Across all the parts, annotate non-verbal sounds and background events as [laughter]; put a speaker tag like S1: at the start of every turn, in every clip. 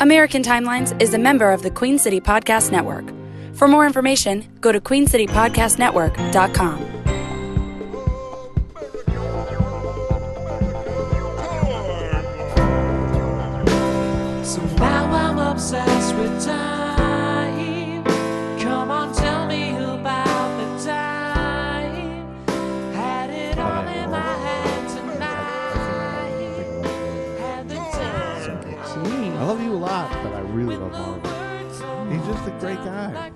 S1: American Timelines is a member of the Queen City Podcast Network. For more information, go to queencitypodcastnetwork.com.
S2: Somehow I'm obsessed with time. Come on, tell me about the time. Had it all in my head tonight. Had the time.
S3: I love you a lot, but I really love Marvin. He's just a great guy.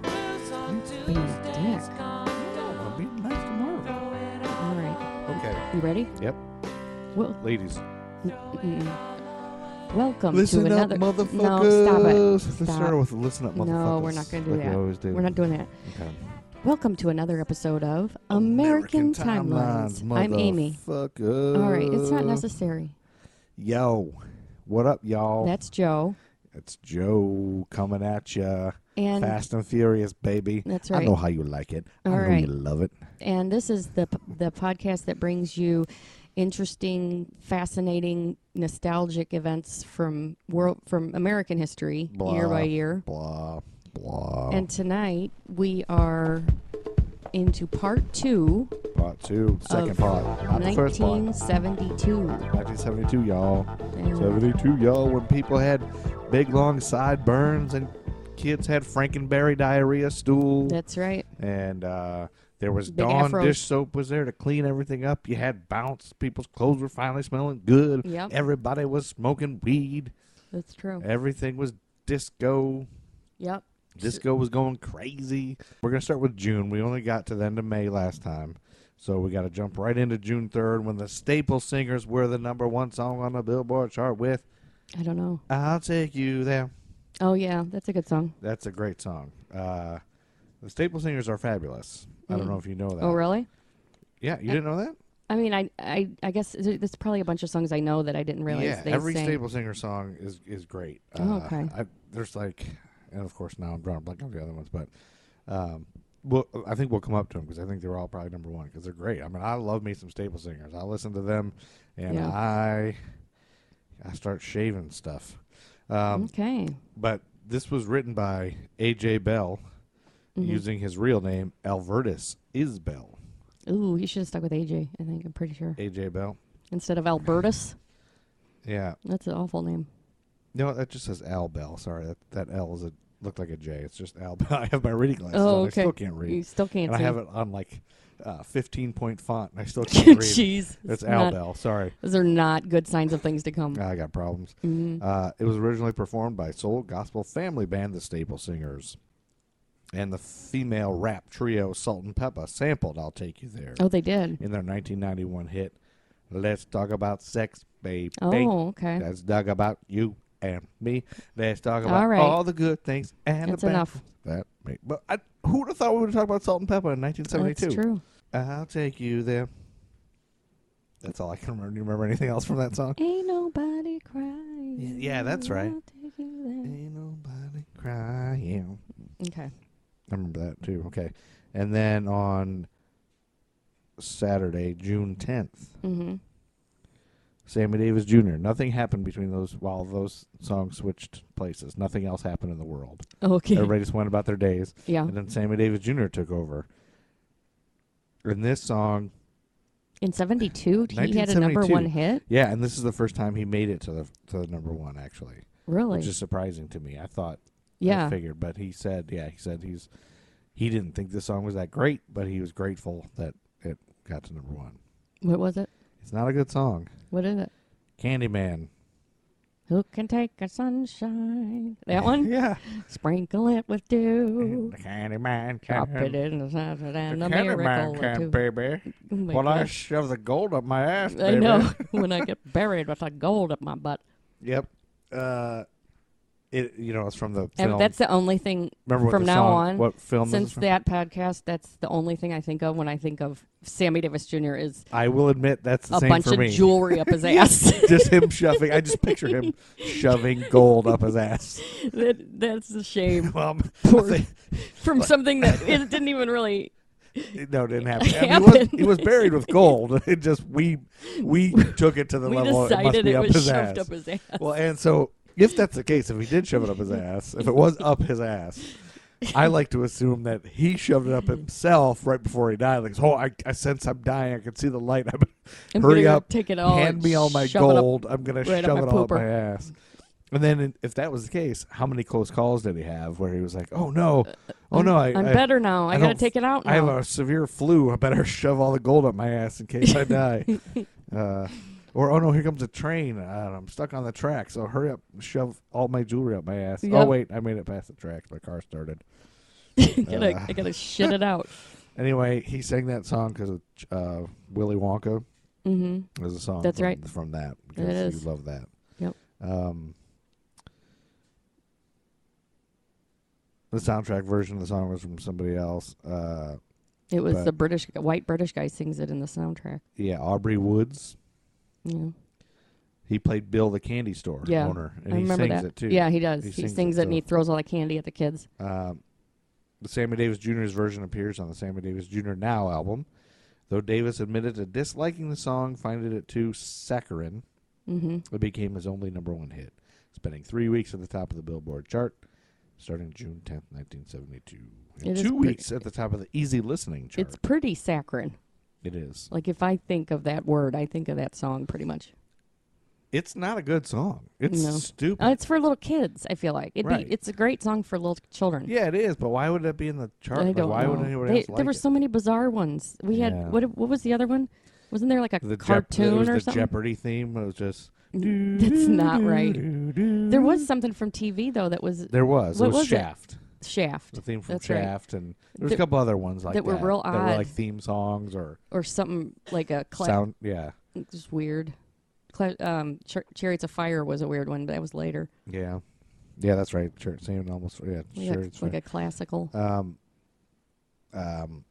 S3: Well, be nice to Marvin.
S4: All right.
S3: Okay.
S4: You ready?
S3: Yep.
S4: Well,
S3: Ladies,
S4: welcome
S3: listen
S4: to
S3: up,
S4: another.
S3: motherfuckers.
S4: No, stop it.
S3: Let's
S4: Stop.
S3: start with listen up, motherfuckers.
S4: No, we're not going to do
S3: like
S4: that.
S3: We always do.
S4: are not doing that.
S3: Okay.
S4: Welcome to another episode of American, Timelines. I'm Amy.
S3: motherfucker.
S4: All right, it's not necessary.
S3: Yo, what up, y'all?
S4: That's Joe.
S3: it's Joe coming at ya.
S4: And
S3: Fast and Furious, baby.
S4: That's
S3: I
S4: right.
S3: know how you like it. I
S4: All
S3: know you
S4: right.
S3: love it.
S4: and this is the p- the podcast that brings you interesting, fascinating, nostalgic events from world from American history
S3: Blah,
S4: year by year.
S3: Blah, blah.
S4: And tonight we are into part two
S3: part two, second
S4: of
S3: part. Not the first part.
S4: 1972.
S3: 1972, y'all.
S4: Damn.
S3: 72, y'all, when people had big, long sideburns and kids had Frankenberry diarrhea stool.
S4: That's right.
S3: and uh, there was
S4: Big
S3: Dawn
S4: afros.
S3: dish soap was there to clean everything up. You had bounce. People's clothes were finally smelling good.
S4: Yep.
S3: Everybody was smoking weed.
S4: That's true.
S3: Everything was disco.
S4: Yep.
S3: Disco was going crazy. We're going to start with June. We only got to the end of May last time. So we got to jump right into June 3rd when the Staple Singers were the number one song on the Billboard chart with
S4: I don't know.
S3: I'll Take You There.
S4: Oh yeah, that's a good song.
S3: That's a great song. Uh, the Staple Singers are fabulous. I don't know if you know that.
S4: Oh really?
S3: Yeah, you didn't know that?
S4: I mean, I I, I guess th- there's probably a bunch of songs I know that I didn't realize
S3: yeah,
S4: they
S3: every
S4: sang.
S3: Staple Singer song is is great. Uh,
S4: Oh, okay.
S3: I, there's like, and of course now I'm drawing a blank on the other ones, but um, well, I think we'll come up to them because I think they're all probably number one because they're great. I mean, I love me some Staple Singers. I listen to them, and
S4: Yeah.
S3: I I start shaving stuff. Um,
S4: okay.
S3: But this was written by AJ Bell,
S4: Mm-hmm.
S3: using his real name Albertus Isbell.
S4: Ooh, you should have stuck with AJ. I think I'm pretty sure
S3: AJ Bell.
S4: instead of Albertus.
S3: Yeah,
S4: That's an awful name.
S3: No, that just says Al Bell. Sorry, that that L is a looked like a J. It's just Al Bell. [laughs] I have my reading glasses
S4: oh
S3: on.
S4: okay.
S3: I still can't read.
S4: You still can't.
S3: and I
S4: see.
S3: have it on like uh, 15 point font, and I
S4: [laughs]
S3: still can't read.
S4: Jeez.
S3: It's Al
S4: not,
S3: Bell. Sorry, Ah,
S4: Those are not good signs of things to come. Mm-hmm.
S3: I got problems. Uh, it was originally performed by soul gospel family band the Staple Singers, and the female rap trio Salt and Peppa sampled "I'll Take You There"
S4: Oh, they did.
S3: in their 1991 hit "Let's Talk About Sex, Baby."
S4: Oh, okay.
S3: Let's talk about you and me. Let's talk
S4: All
S3: about all,
S4: right.
S3: the good things and
S4: That's
S3: the bad.
S4: enough.
S3: That, made- but I, who would have thought we would talk about salt and pepper in 1972?
S4: That's true.
S3: I'll take you there. That's all I can remember. Do you remember anything else from that
S4: [laughs]
S3: song?
S4: Ain't nobody crying.
S3: yeah, that's right.
S4: I'll take you
S3: Ain't nobody crying.
S4: there. Okay.
S3: I remember that too. Okay, and then on Saturday, June 10th,
S4: Mm-hmm.
S3: Sammy Davis Jr. Nothing happened between those while those songs switched places. Nothing else happened in the
S4: [laughs]
S3: world.
S4: Okay.
S3: Everybody just went about their days.
S4: Yeah.
S3: and then Sammy Davis Jr. took over. And this song,
S4: In 72, he had a number
S3: 1972.
S4: one hit?
S3: yeah, and this is the first time he made it to the to the number one actually,
S4: Really?
S3: which is surprising to me. I thought, I
S4: yeah.
S3: figured, but he said, yeah, he said he's he didn't think this song was that great, but he was grateful that it got to number one.
S4: What was it?
S3: It's not a good song,
S4: What is it?
S3: Candyman.
S4: Who can take a sunshine?
S3: [laughs]
S4: That one?
S3: yeah,
S4: Sprinkle it with dew.
S3: the Candyman
S4: Drop it
S3: can.
S4: in the sun
S3: The
S4: and a miracle
S3: Candyman
S4: or
S3: can,
S4: two.
S3: baby.
S4: Oh my
S3: Well, I
S4: gosh.
S3: shove the gold up my ass,
S4: I
S3: baby.
S4: know. [laughs] when I get buried with a gold up my butt.
S3: Yep. Uh, it you know it's from the
S4: And
S3: film.
S4: That's the only thing
S3: Remember what
S4: from
S3: the
S4: now
S3: song-
S4: on.
S3: What film? this
S4: since
S3: is from?
S4: that podcast, that's the only thing I think of when I think of Sammy Davis Jr. is
S3: I will admit that's the
S4: a
S3: same
S4: bunch
S3: for
S4: of
S3: me.
S4: jewelry up his ass.
S3: [laughs]
S4: [laughs]
S3: Just him shoving. I just picture [laughs] him shoving gold up his [laughs] ass.
S4: that, that's a shame.
S3: Um,
S4: Poor-
S3: I
S4: From something that
S3: [laughs]
S4: it didn't even really
S3: think- [laughs] no, it didn't happen. I mean, he, was, [laughs]
S4: Happened.
S3: he was buried with gold. [laughs] It just we we took it to the
S4: We
S3: level. it must
S4: decided
S3: be
S4: it
S3: up
S4: was
S3: his
S4: shoved
S3: ass.
S4: up his ass.
S3: Well, and so if that's the case, if he did shove it up his ass, if it was up his ass, I like to assume that he shoved it [laughs] up himself right before he died. Like, oh, I, I sense I'm dying. I can see the light. [laughs] I'm,
S4: I'm gonna
S3: hurry
S4: go
S3: up,
S4: take it all
S3: hand
S4: and
S3: me all my
S4: shove it up
S3: gold. I'm gonna
S4: right up
S3: shove
S4: my
S3: it all up
S4: pooper."
S3: my ass. And then, in- if that was the case, how many close calls did he have where he was like, "Oh no, oh no, I,
S4: I'm
S3: I-
S4: better now. I, gotta
S3: don't-
S4: take it out now.
S3: I have a severe flu. I better [laughs] shove all the gold up my ass in case I
S4: [laughs]
S3: die. uh, or oh no, here comes a train. Uh, I'm stuck on the track. So hurry up, shove all my jewelry up my ass. Oh
S4: Yep.
S3: wait, I made it past the tracks. My car started.
S4: [laughs] I gotta, I gotta shit it out.
S3: Anyway, he sang that song because of uh, Willy Wonka.
S4: Mm-hmm.
S3: There's a song.
S4: That's
S3: from,
S4: right.
S3: From that, because
S4: is.
S3: you love that.
S4: Yep.
S3: Um, the soundtrack version of the song was from somebody else. Uh,
S4: It was
S3: But-
S4: the British white British guy sings it in the soundtrack.
S3: yeah, Aubrey Woods.
S4: Yeah,
S3: He played Bill the Candy Store
S4: Yeah,
S3: owner, and
S4: I
S3: he
S4: remember
S3: sings
S4: that.
S3: it too.
S4: Yeah, he does. He, sings, it and he
S3: so-
S4: throws all the candy at the kids.
S3: Um, the Sammy Davis Jr.'s version appears on the Sammy Davis Jr. Now album, though Davis admitted to disliking the song, finding it too saccharine.
S4: Mm-hmm.
S3: It became his only number one hit, spending three weeks at the top of the Billboard chart, starting June 10th, 1972. And
S4: It is
S3: two
S4: pretty-
S3: weeks at the top of the Easy Listening chart.
S4: It's pretty saccharine.
S3: It is.
S4: Like if I think of that word, I think of that song pretty much.
S3: It's not a good song. It's
S4: No.
S3: stupid.
S4: Uh, it's for little kids. I feel like it'd
S3: Right.
S4: be. It's a great song for little children.
S3: yeah, it is. But why would it be in the chart?
S4: I
S3: Like,
S4: don't
S3: why
S4: know.
S3: would anybody
S4: They-
S3: else like
S4: there were
S3: it?
S4: so many bizarre ones. We
S3: Yeah.
S4: had what? What was the other one? Wasn't there like a
S3: the Jep-
S4: cartoon
S3: it was
S4: or
S3: the
S4: something?
S3: Jeopardy theme. It was just.
S4: That's not right.
S3: There
S4: There
S3: mm-hmm.
S4: was something from TV though that was
S3: There was.
S4: What
S3: it was,
S4: was it?
S3: Shaft.
S4: Shaft
S3: The theme from
S4: That's right.
S3: Shaft, and there was a
S4: That-
S3: couple other ones like that
S4: that were real
S3: That were
S4: odd.
S3: like theme songs or
S4: or something like a cla-
S3: sound. Yeah,
S4: just weird. Cla- um, Char- Chariots of Fire was a weird one, but that was later.
S3: yeah, yeah. That's right. Sure, same almost. Yeah,
S4: We
S3: sure.
S4: had,
S3: it's
S4: like
S3: right.
S4: a classical.
S3: um, um,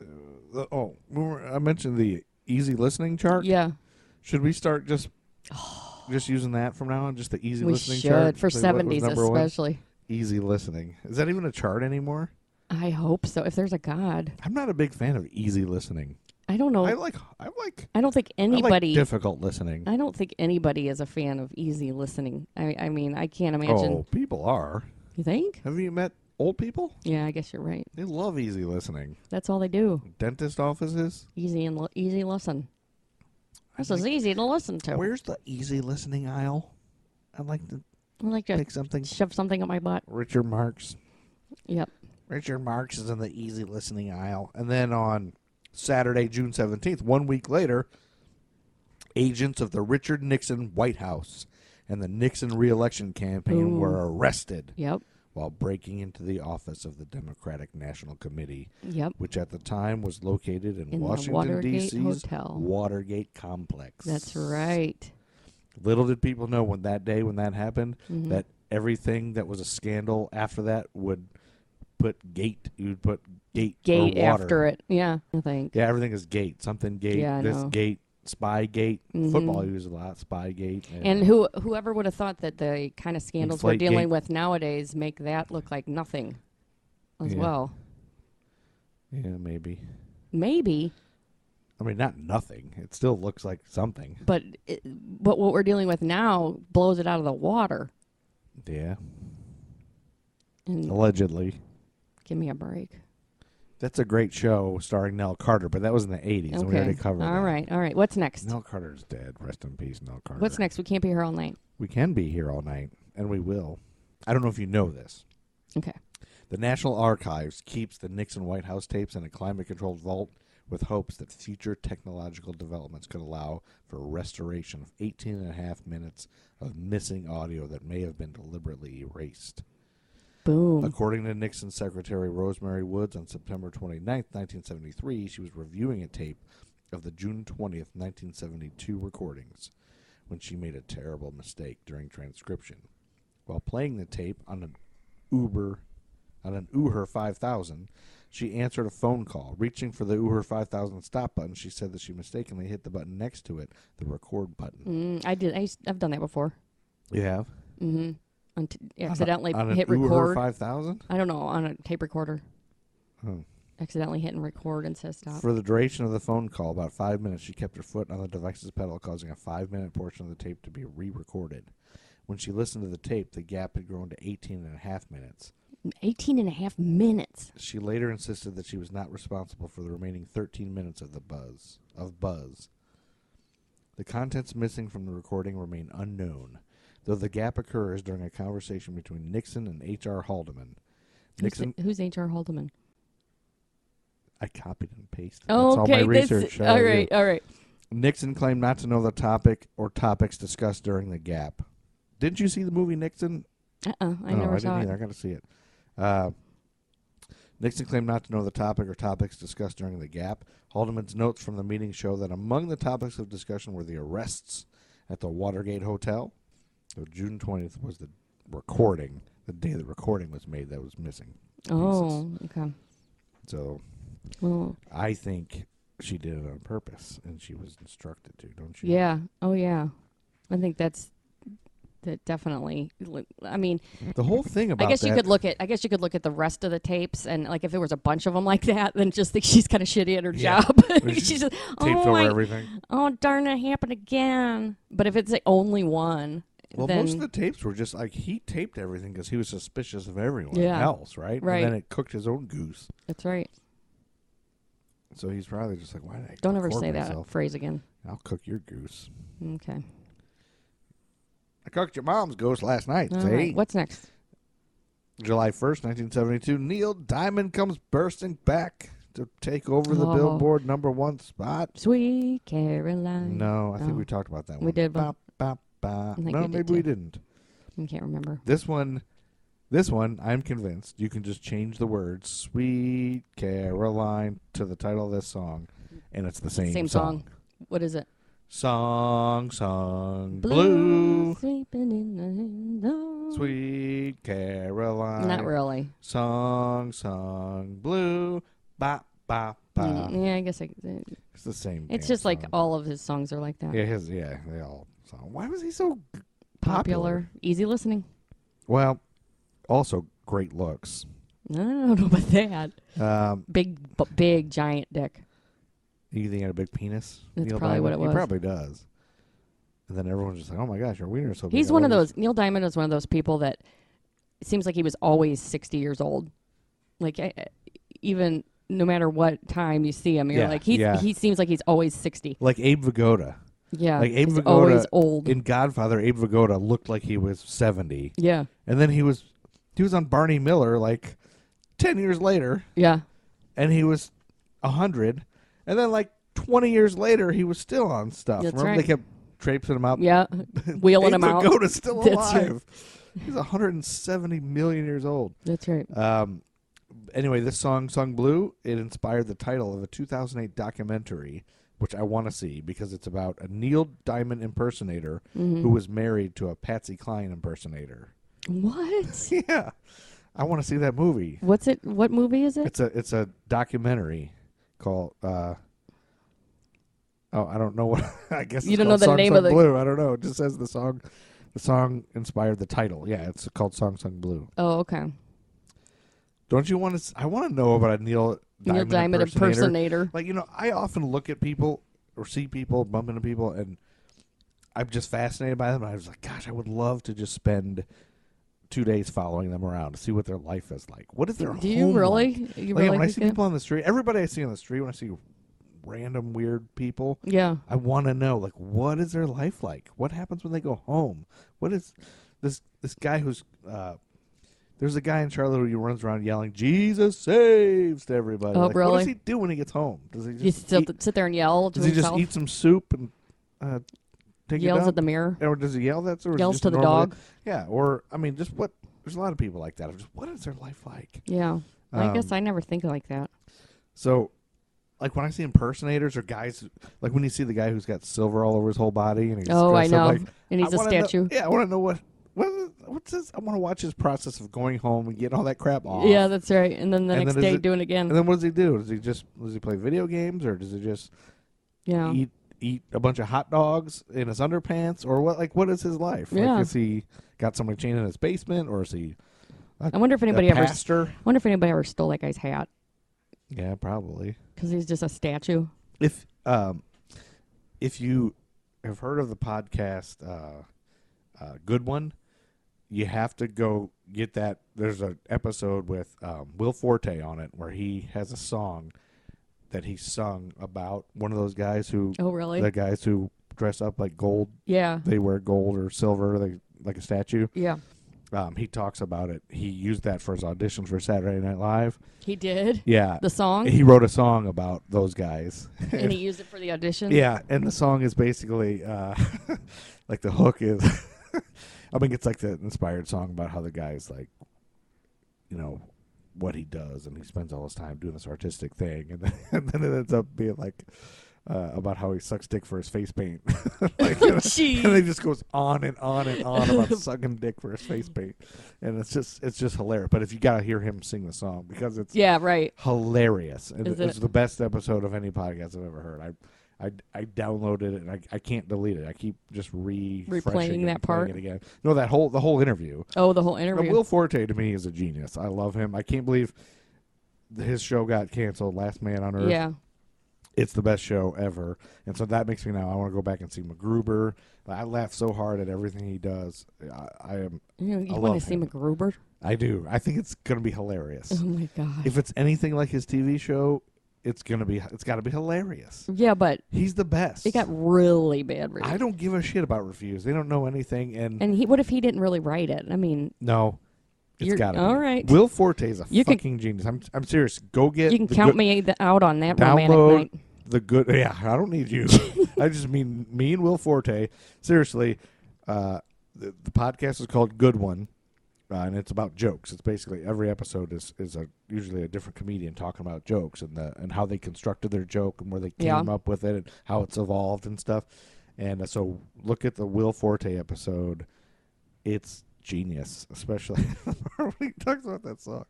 S3: uh, oh, we were- I mentioned the easy listening chart.
S4: yeah,
S3: Should we start
S4: [sighs]
S3: just just using that from now on? Just the easy
S4: we
S3: listening
S4: should
S3: chart
S4: for
S3: Like, what was
S4: seventies
S3: number one?
S4: especially.
S3: Easy listening. Is that even a chart anymore?
S4: I hope so. If there's a God,
S3: I'm not a big fan of easy listening.
S4: I don't know.
S3: I
S4: I,
S3: like I like
S4: don't think
S3: I like
S4: Oh. anybody.
S3: difficult listening.
S4: I don't think anybody is a fan of easy listening. I, I mean, I can't imagine.
S3: Oh, people are.
S4: You think?
S3: Have you met old people?
S4: Yeah, I guess you're right.
S3: They love easy listening.
S4: That's all they do.
S3: Dentist offices.
S4: Easy and li- easy listen. This
S3: like-
S4: is easy to listen to.
S3: Where's the easy listening aisle? I'd like to
S4: I like to
S3: pick something.
S4: shove something up my butt.
S3: Richard Marks.
S4: Yep.
S3: Richard Marks is in the easy listening aisle. And then on Saturday, June 17th, one week later, agents of the Richard Nixon White House and the Nixon reelection campaign
S4: Ooh.
S3: were arrested
S4: Yep.
S3: while breaking into the office of the Democratic National Committee,
S4: Yep.
S3: which at the time was located in,
S4: In the
S3: Washington,
S4: Watergate
S3: D.C.'s
S4: Hotel.
S3: Watergate Complex.
S4: That's right.
S3: Little did people know when that day, when that happened,
S4: Mm. Mm-hmm.
S3: that everything that was a scandal after that would put gate. You'd put gate
S4: Gate
S3: or water.
S4: after it. Yeah. I think.
S3: Yeah, everything is gate. Something gate.
S4: Yeah, I
S3: this
S4: know. Mm-hmm.
S3: gate. Spy gate. Football used a lot. Spy gate.
S4: And who whoever would have thought that the kind of scandals we're
S3: Inflate
S4: dealing
S3: gate.
S4: with nowadays make that look like nothing as
S3: Yeah.
S4: well.
S3: yeah, maybe.
S4: Maybe,
S3: I mean, not nothing. It still looks like something.
S4: but it, but what we're dealing with now blows it out of the water.
S3: Yeah,
S4: And
S3: allegedly.
S4: give me a break.
S3: That's a great show starring Nell Carter, but that was in the '80s, and we
S4: Okay.
S3: already covered.
S4: all
S3: that.
S4: right. All right. What's next?
S3: Nell Carter's dead. Rest in peace, Nell Carter.
S4: What's next? We can't be here all night.
S3: We can be here all night, and we will. I don't know if you know this.
S4: Okay.
S3: The National Archives keeps the Nixon White House tapes in a climate-controlled vault with hopes that future technological developments could allow for restoration of 18 and a half minutes of missing audio that may have been deliberately erased.
S4: Boom.
S3: According to Nixon's secretary Rosemary Woods on September 29, 1973, she was reviewing a tape of the June 20th, 1972 recordings when she made a terrible mistake during transcription. While playing the tape on an Uber on an Uher 5000, she answered a phone call. Reaching for the Uher 5000 stop button, she said that she mistakenly hit the button next to it, the record button.
S4: Mm, I did. I, used- I've done that before.
S3: You have?
S4: Mm-hmm. On t- accidentally
S3: on an
S4: hit
S3: Uher
S4: record.
S3: 5000?
S4: I don't know on a tape recorder.
S3: Oh.
S4: accidentally hitting record and says stop.
S3: For the duration of the phone call, about five minutes, she kept her foot on the device's pedal, causing a five minute portion of the tape to be re recorded. When she listened to the tape, the gap had grown to 18 and a half minutes.
S4: 18 and a half minutes.
S3: She later insisted that she was not responsible for the remaining 13 minutes of the buzz of buzz. The contents missing from the recording remain unknown, though the gap occurs during a conversation between Nixon and H.R. Haldeman.
S4: Who's-
S3: Nixon,
S4: Who's H.R. Haldeman?
S3: I copied and pasted. That's all my
S4: Okay, that's
S3: research.
S4: all
S3: I-
S4: right, all right.
S3: Nixon claimed not to know the topic or topics discussed during the gap. Didn't you see the movie Nixon?
S4: Uh uh I
S3: no,
S4: never
S3: I
S4: saw
S3: didn't
S4: it.
S3: either. I got to see it. Uh, Nixon claimed not to know the topic or topics discussed during the gap. Haldeman's notes from the meeting show that among the topics of discussion were the arrests at the Watergate Hotel. So June 20th was the recording, the day the recording was made that was missing.
S4: Oh, okay.
S3: So
S4: Well,
S3: I think she did it on purpose and she was instructed to, don't you?
S4: yeah. Oh, yeah. I think that's that definitely. I mean,
S3: The whole thing about
S4: I guess
S3: that,
S4: you could look at. I guess you could look at the rest of the tapes, and like if there was a bunch of them like that, then just think she's kind of shitty at her
S3: Yeah.
S4: job. [laughs]
S3: She's
S4: she's just,
S3: taped
S4: oh,
S3: over
S4: I-
S3: everything.
S4: oh darn, it happened again. But if it's the only one,
S3: Well,
S4: then
S3: most of the tapes were just like he taped everything because he was suspicious of everyone
S4: Yeah.
S3: else, right?
S4: Right.
S3: And then it cooked his own goose.
S4: that's right.
S3: So he's probably just like, why did I
S4: Don't ever
S3: record
S4: say
S3: myself?
S4: that phrase again.
S3: I'll cook your goose.
S4: Okay.
S3: I cooked your mom's goose last night.
S4: All
S3: see?
S4: right. What's next?
S3: July 1st, 1972, Neil Diamond comes bursting back to take over the
S4: Oh.
S3: Billboard number one spot.
S4: Sweet Caroline.
S3: No, I think
S4: Oh.
S3: we talked about that
S4: We
S3: one.
S4: did,
S3: Ba, ba,
S4: but-
S3: ba.
S4: think
S3: No,
S4: we did
S3: maybe we
S4: too.
S3: didn't.
S4: I can't remember.
S3: This one, this one, I'm convinced you can just change the words "Sweet Caroline" to the title of this song, and it's the same,
S4: Same
S3: song.
S4: song. What is it?
S3: Song, song, blue,
S4: Sleeping in the window.
S3: sweet Caroline.
S4: Not really.
S3: Song, song, blue, ba ba ba.
S4: Mm, yeah, I guess I,
S3: It's the same.
S4: it's
S3: damn
S4: just like
S3: song.
S4: all of his songs are like that.
S3: yeah, his yeah, they all song. Why was he so g-
S4: Popular, easy listening.
S3: Well, also great looks.
S4: I don't know about that.
S3: Um,
S4: Big, b- big, giant dick.
S3: You think he had a big penis?
S4: That's probably what it
S3: He
S4: was.
S3: probably does. And then everyone's just like, "Oh my gosh, your wiener's so big."
S4: He's
S3: I
S4: one of
S3: love
S4: those. Neil Diamond is one of those people that it seems like he was always sixty years old. Like I, even no matter what time you see him, you're
S3: Yeah,
S4: like he's,
S3: yeah.
S4: he seems like he's always sixty.
S3: this." Like Abe Vigoda.
S4: Yeah,
S3: Like Abe
S4: he's
S3: Vigoda
S4: always old.
S3: in Godfather. Abe Vigoda looked like he was seventy,
S4: yeah,
S3: and then he was he was on Barney Miller like ten years later,
S4: yeah.
S3: and he was hundred, and then like twenty years later, he was still on stuff.
S4: That's
S3: Remember
S4: right.
S3: they kept traipsing him out. [laughs]
S4: Yeah, wheeling
S3: Abe
S4: him out.
S3: Vigoda's still
S4: [laughs] That's right.
S3: alive. He's hundred and seventy million years old.
S4: That's right.
S3: Um, anyway, this song, Sung Blue, it inspired the title of a 2008 documentary, which I want to see because it's about a Neil Diamond impersonator
S4: Mm-hmm. Mm.
S3: who was married to a Patsy Cline impersonator. [laughs]
S4: What?
S3: Yeah, I want to see that movie.
S4: What's it? What movie is it?
S3: It's a it's a documentary called. Uh, oh, I don't know what. [laughs] I guess
S4: You
S3: it's
S4: don't know
S3: called
S4: the
S3: Song
S4: name
S3: Sung
S4: of the-
S3: Blue. I don't know. It just says the song. The song inspired the title. Yeah, it's called Song Sung Blue.
S4: Oh, okay.
S3: Don't you want to? I want to know about a Neil
S4: Neil
S3: Diamond,
S4: Diamond
S3: impersonator.
S4: impersonator.
S3: Like you know, I often look at people or see people bump into people, and I'm just fascinated by them. And I was like, gosh, I would love to just spend two days following them around to see what their life is like. What is their
S4: Do you
S3: home
S4: really?
S3: like?
S4: You
S3: Like,
S4: really?
S3: when I
S4: think
S3: see
S4: that-
S3: people on the street, everybody I see on the street, when I see random weird people,
S4: Yeah.
S3: I want to know like what is their life like? What happens when they go home? What is this this guy who's uh there's a guy in Charlotte who runs around yelling "Jesus saves" to everybody.
S4: Oh,
S3: Like, What does
S4: really?
S3: he do when he gets home? Does he
S4: You
S3: just
S4: still
S3: eat,
S4: sit there and yell to
S3: does he
S4: himself.
S3: just eat some soup and uh, take
S4: yells
S3: a
S4: at the
S3: dump?
S4: mirror.
S3: or does he yell that? Or is it
S4: Yells
S3: just
S4: to the
S3: normal-
S4: dog.
S3: Yeah, or I mean, just what? There's a lot of people like that. I'm just what is their life like?
S4: Yeah. I guess
S3: Um,
S4: I never think like that.
S3: So, like when I see impersonators or guys, like when you see the guy who's got silver all over his whole body and he's
S4: Oh, I
S3: dressed up
S4: know.
S3: like
S4: and he's
S3: I
S4: a
S3: wanna know-
S4: statue.
S3: yeah, I want to know what, what is- what's this? I want to watch his process of going home and getting all that crap off.
S4: Yeah, that's right. And then the
S3: And
S4: next
S3: then is
S4: day,
S3: it-
S4: doing it again.
S3: and then what does he do? Does he just does he play video games or does he just
S4: yeah.
S3: eat eat a bunch of hot dogs in his underpants or what? Like what is his life?
S4: Yeah.
S3: Like, is he got somebody chained in his basement or is he?
S4: I wonder if
S3: a
S4: anybody ever.
S3: pastor?
S4: I wonder if anybody ever stole that guy's hat.
S3: Yeah, probably.
S4: because he's just a statue.
S3: If um, if you have heard of the podcast, uh, uh, good one, you have to go get that. There's an episode with um, Will Forte on it where he has a song that he sung about one of those guys who
S4: Oh, really?
S3: the guys who dress up like gold.
S4: yeah,
S3: They wear gold or silver. They like a statue.
S4: yeah.
S3: Um, he talks about it. He used that for his auditions for Saturday Night Live.
S4: He did
S3: [laughs] Yeah,
S4: the song,
S3: he wrote a song about those guys.
S4: and he used it for the audition.
S3: yeah, and the song is basically uh, [laughs] like the hook is. [laughs] I mean, it's like the inspired song about how the guy's like, you know, what he does, and he spends all his time doing this artistic thing, and then, [laughs] and then it ends up being like uh, about how he sucks dick for his face paint. [laughs] like, you know,
S4: Jeez.
S3: and it just goes on and on and on about sucking dick for his face paint, and it's just it's just hilarious. But if you gotta hear him sing the song because it's
S4: yeah, right.
S3: hilarious. It-
S4: Is
S3: it's
S4: it-
S3: the best episode of any podcast I've ever heard. I I, I downloaded it and I, I can't delete it. I keep just re
S4: Replaying that part?
S3: it again. No, that whole the whole interview.
S4: Oh, the whole
S3: Now,
S4: interview.
S3: Will Forte to me is a genius. I love him. I can't believe th- his show got canceled. Last Man on Earth.
S4: yeah,
S3: It's the best show ever. And so that makes me now I want to go back and see MacGruber. I laugh so hard at everything he does. I, I am
S4: you, know, you
S3: I
S4: want
S3: love
S4: to see
S3: him. [laughs]
S4: MacGruber?
S3: I do. I think it's gonna be hilarious.
S4: Oh my god.
S3: if it's anything like his TV show, it's gonna be it's gotta be hilarious.
S4: yeah, but
S3: He's the best.
S4: it got really bad. Reviews.
S3: I don't give a shit about reviews. They don't know anything, and,
S4: And he, what if he didn't really write it? I mean,
S3: no, it's
S4: You're-
S3: got to
S4: all
S3: be.
S4: right.
S3: Will Forte is a
S4: You can-
S3: fucking genius. I'm I'm serious. Go get.
S4: you can
S3: the
S4: count
S3: good,
S4: me th- out on that
S3: Download
S4: romantic night.
S3: the good. [laughs] Yeah, I don't need you. I just mean me and Will Forte. Seriously, uh, the, the podcast is called Good One. Uh, and it's about jokes. It's basically every episode is, is a usually a different comedian talking about jokes and the and how they constructed their joke and where they came
S4: Yeah.
S3: up with it and how it's evolved and stuff. And uh, so look at the Will Forte episode. It's genius, especially [laughs] when he talks about that song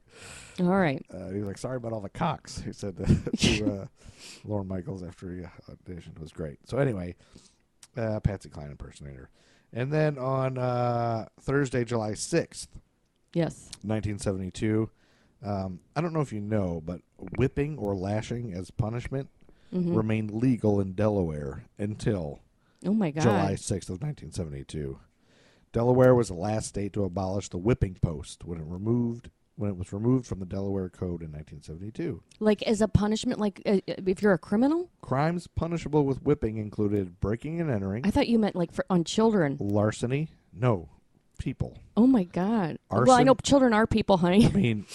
S4: All right.
S3: uh, he was like, "Sorry about all the cocks." [laughs] He said to, to uh, Lauren Michaels after he auditioned It was great. So anyway, uh, Patsy Cline impersonator, and then on uh, Thursday, July sixth,
S4: Yes.
S3: nineteen seventy two. Um, I don't know if you know, but whipping or lashing as punishment remained legal in Delaware until
S4: Mm-hmm. Oh my god.
S3: July 6th of 1972. Delaware was the last state to abolish the whipping post when it removed when it was removed from the Delaware Code in 1972.
S4: Like as a punishment, like uh, if you're a criminal.
S3: Crimes punishable with whipping included breaking and entering,
S4: I thought you meant like for on
S3: Oh.
S4: children.
S3: larceny, no, people.
S4: Oh my god. Well, I
S3: Arson?
S4: know children are people, honey. [laughs]
S3: I mean,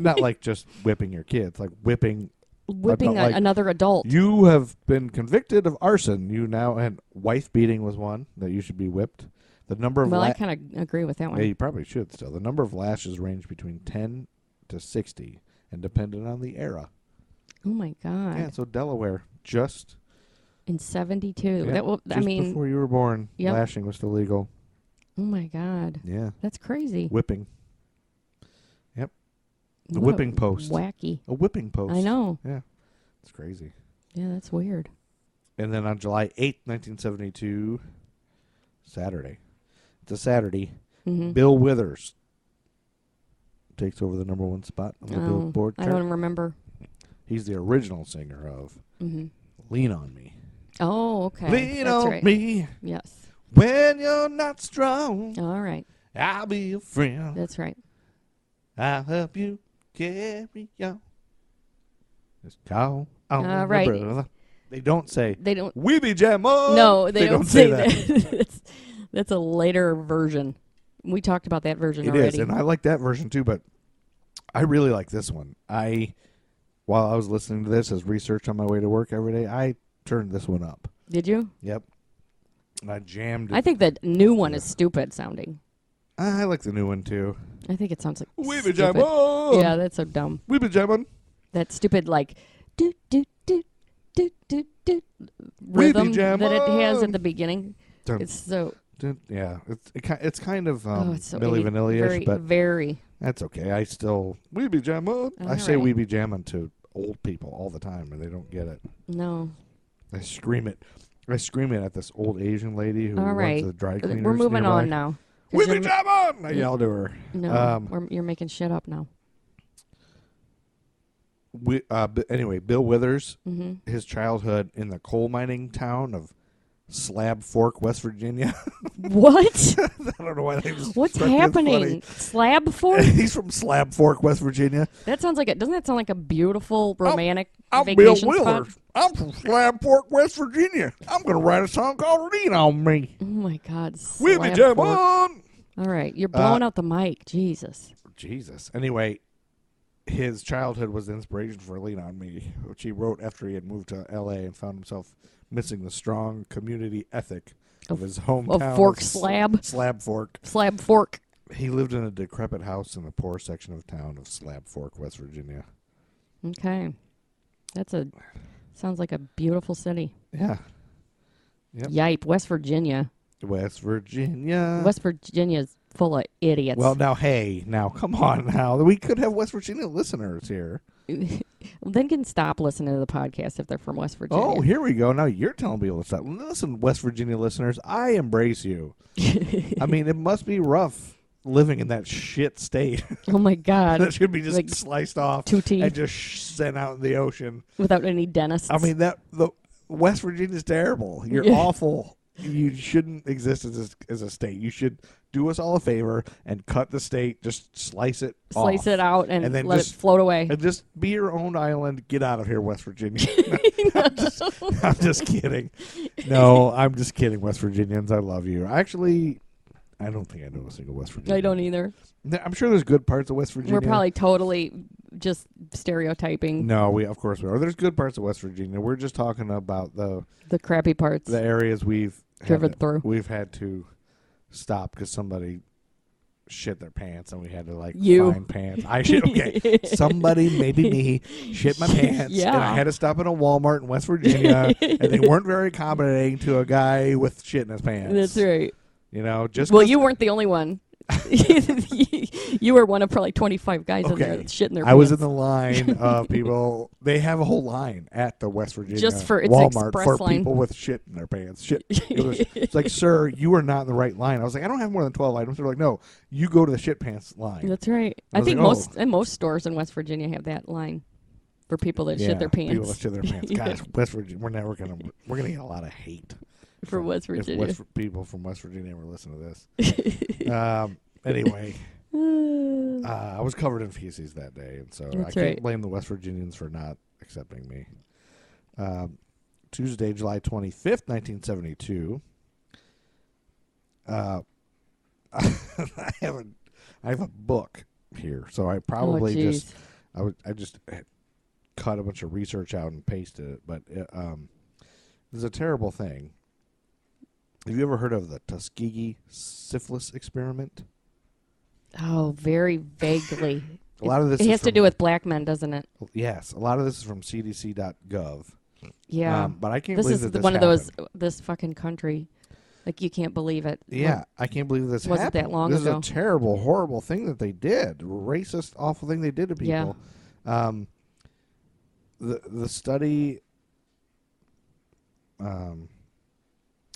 S3: not like just whipping your kids, like whipping
S4: Whipping a,
S3: like-
S4: another adult.
S3: You have been convicted of arson. You now and wife beating was one that you should be whipped. The number of
S4: well, I
S3: la-
S4: kind of agree with that one.
S3: Yeah, you probably should still. The number of lashes range between 10 to 60 and dependent on the era.
S4: oh my god.
S3: Yeah, so Delaware, just,
S4: In '72.
S3: yeah,
S4: that will, I
S3: just
S4: mean,
S3: before you were born,
S4: Yep.
S3: lashing was still legal.
S4: oh my god. [laughs]
S3: Yeah.
S4: That's crazy.
S3: Whipping. Yep. The
S4: What a
S3: whipping post.
S4: Wacky.
S3: A whipping post.
S4: I know.
S3: Yeah. It's crazy.
S4: Yeah, that's weird.
S3: And then on July 8th, 1972, Saturday. It's a Saturday.
S4: Mhm.
S3: Bill Withers takes over the number one spot on the
S4: Oh,
S3: Billboard
S4: I
S3: chart.
S4: don't remember.
S3: He's the original singer of
S4: Mhm.
S3: Lean On Me.
S4: Oh, okay.
S3: Lean
S4: That's
S3: on
S4: right.
S3: me
S4: Yes.
S3: when you're not strong.
S4: All right.
S3: I'll be your friend.
S4: That's right.
S3: I'll help you carry on. Just call on
S4: All
S3: your
S4: right.
S3: brother. They don't say
S4: They don't.
S3: we be jammo.
S4: No, they, don't, say that. [laughs] that's, that's a later version. We talked about that version
S3: It
S4: already.
S3: is, and I like that version too. But I really like this one. I, while I was listening to this as research on my way to work every day, I turned this one up.
S4: Did you?
S3: Yep, and I jammed. It.
S4: I think the new one is stupid sounding.
S3: I like the new one too.
S4: I think it sounds like.
S3: We be
S4: stupid.
S3: jammo.
S4: Yeah, that's so dumb.
S3: we be jamming.
S4: That stupid like do do do do do do rhythm that
S3: jammin'.
S4: it has at the beginning.
S3: Dun,
S4: It's so
S3: dun, yeah, it's it, ki- it's kind of um,
S4: oh, it's so
S3: Milli
S5: eight-
S3: Vanilli-ish,
S4: very
S3: but
S4: very.
S3: that's okay. I still we be jamming. I
S4: All
S3: say
S4: right.
S3: we be jamming to old people all the time, and they don't get it.
S4: No,
S3: I scream it. I scream it at this old Asian lady who
S4: All
S3: runs
S4: right.
S3: the dry cleaners.
S4: we're moving
S3: nearby.
S4: on now. 'cause
S3: We
S4: you're
S3: be
S4: ma-
S3: jamming. I yelled to her.
S4: No,
S3: Um,
S4: we're, you're making shit up now.
S3: we, uh, but anyway, Bill Withers,
S4: Mm-hmm.
S3: his childhood in the coal mining town of Slab Fork, West Virginia.
S4: [laughs]
S3: [laughs]
S4: What?
S3: I don't know why they just
S4: What's
S3: struck me as funny.
S4: happening? Slab [laughs]
S3: [laughs]
S4: Fork?
S3: He's from Slab Fork, West Virginia.
S4: That sounds like a doesn't that sound like a beautiful romantic
S3: I'm
S4: vacation
S3: Bill
S4: spot?
S3: Withers. I'm from Slab Fork, West Virginia. I'm gonna write a song called "Lean on Me."
S4: Oh my God,
S3: Whitney
S4: Slab
S3: Jam
S4: Fork.
S3: on.
S4: All right, you're blowing out the mic, Jesus.
S3: Jesus. Anyway, his childhood was the inspiration for Lean on Me, which he wrote after he had moved to L.A. and found himself missing the strong community ethic of his hometown.
S4: Fork Slab.
S3: Slab Fork.
S4: Slab Fork.
S3: He lived in a decrepit house in the poor section of town of Slab Fork, West Virginia.
S4: Okay, that's a sounds like a beautiful city.
S3: Yeah,
S4: Yipe, West Virginia.
S3: West Virginia.
S4: West Virginia's full of idiots.
S3: well, now, hey, now, come on, now. We could have West Virginia listeners here.
S4: [laughs] then can stop listening to the podcast if they're from West Virginia. [laughs]
S3: Oh, here we go. Now you're telling people to stop. Listen, West Virginia listeners, I embrace
S4: [laughs]
S3: you. I mean, it must be rough living in that shit state [laughs]
S4: Oh my
S3: that
S4: God,
S3: should be just
S4: Like,
S3: sliced off
S4: two teeth.
S3: and just sh- sent out in the ocean.
S4: without any dentists.
S3: I mean, that the West Virginia's terrible. You're awful. You shouldn't exist as a, as a state. You should do us all a favor and cut the state, just slice it,
S4: slice
S3: off.
S4: it out and,
S3: and then
S4: let
S3: just-
S4: it float away.
S3: and Uh, just be your own island. Get out of here, West
S4: [laughs]
S3: Virginia. [laughs] I'm, just, I'm just kidding. No, I'm just kidding, West Virginians. I love you. Actually, I don't think I know a single West Virginian.
S4: I don't either.
S3: No, I'm sure there's good parts of West Virginia.
S4: We're probably totally just stereotyping
S3: no. We of course we are. There's good parts of West Virginia. We're just talking about the
S4: the crappy parts.
S3: the areas we've had
S4: Driven
S3: to-
S4: through.
S3: We've had to stop because somebody shit their pants, and we had to like
S4: You.
S3: find pants. I shit. [laughs]
S4: [laughs]
S3: Okay, somebody, maybe me, shit my pants, and I
S4: Yeah.
S3: had to stop at a Walmart in West Virginia, and they weren't very accommodating to a guy with shit in his pants.
S4: That's right.
S3: You know, just
S4: Well,
S3: 'cause-
S4: you weren't the
S3: [laughs]
S4: only one. [laughs] you were one of probably 25 guys in there
S3: Okay.
S4: that shit in their
S3: I was in
S4: pants.
S3: the
S4: [laughs]
S3: line of people. They have a whole line at the West Virginia
S4: Just for- it's an
S3: Walmart
S4: express
S3: for
S4: line.
S3: people with shit in their pants.
S4: [laughs]
S3: Shit. It was, it's like, sir, you are not in the right line. I was like, I don't have more than twelve items. They're like, no, you go to the shit pants line.
S4: That's right.
S3: I
S4: I,
S3: was
S4: think
S3: like, oh.
S4: most and most stores in West Virginia have that line for people that shit their pants.
S3: People that shit
S4: [laughs]
S3: their pants. Gosh, West Virginia, we're never gonna we're gonna get a lot of hate
S4: For
S3: from-
S4: West
S3: if
S4: Virginia.
S3: people from West Virginia ever listen to this.
S4: [laughs]
S3: um, anyway, uh, I was covered in feces that day, and so I
S4: That's
S3: can't
S4: right.
S3: blame the West Virginians for not accepting me. Um, Tuesday, July twenty fifth, nineteen seventy two. Uh, [laughs] I have a I have a book here, so I probably just
S4: Oh, jeez.
S3: I would I just cut a bunch of research out and pasted it, but it, um, this is a terrible thing. Have you ever heard of the Tuskegee syphilis experiment?
S4: Oh, very vaguely.
S3: A lot of this
S4: it
S3: is
S4: has to
S3: from-
S4: do with black men, doesn't it?
S3: Yes, a lot of this is from CDC.gov.
S4: Yeah.
S3: Um, but I can't
S4: this
S3: believe
S4: is
S3: that
S4: the-
S3: this
S4: one of
S3: happened.
S4: those this fucking country. Like you can't believe it.
S3: Yeah,
S4: Like,
S3: I can't believe this
S4: wasn't that
S3: happened.
S4: long
S3: this
S4: ago.
S3: is a terrible, horrible thing that they did. Racist, awful thing they did to
S4: Yeah.
S3: people. Um, the the study, um,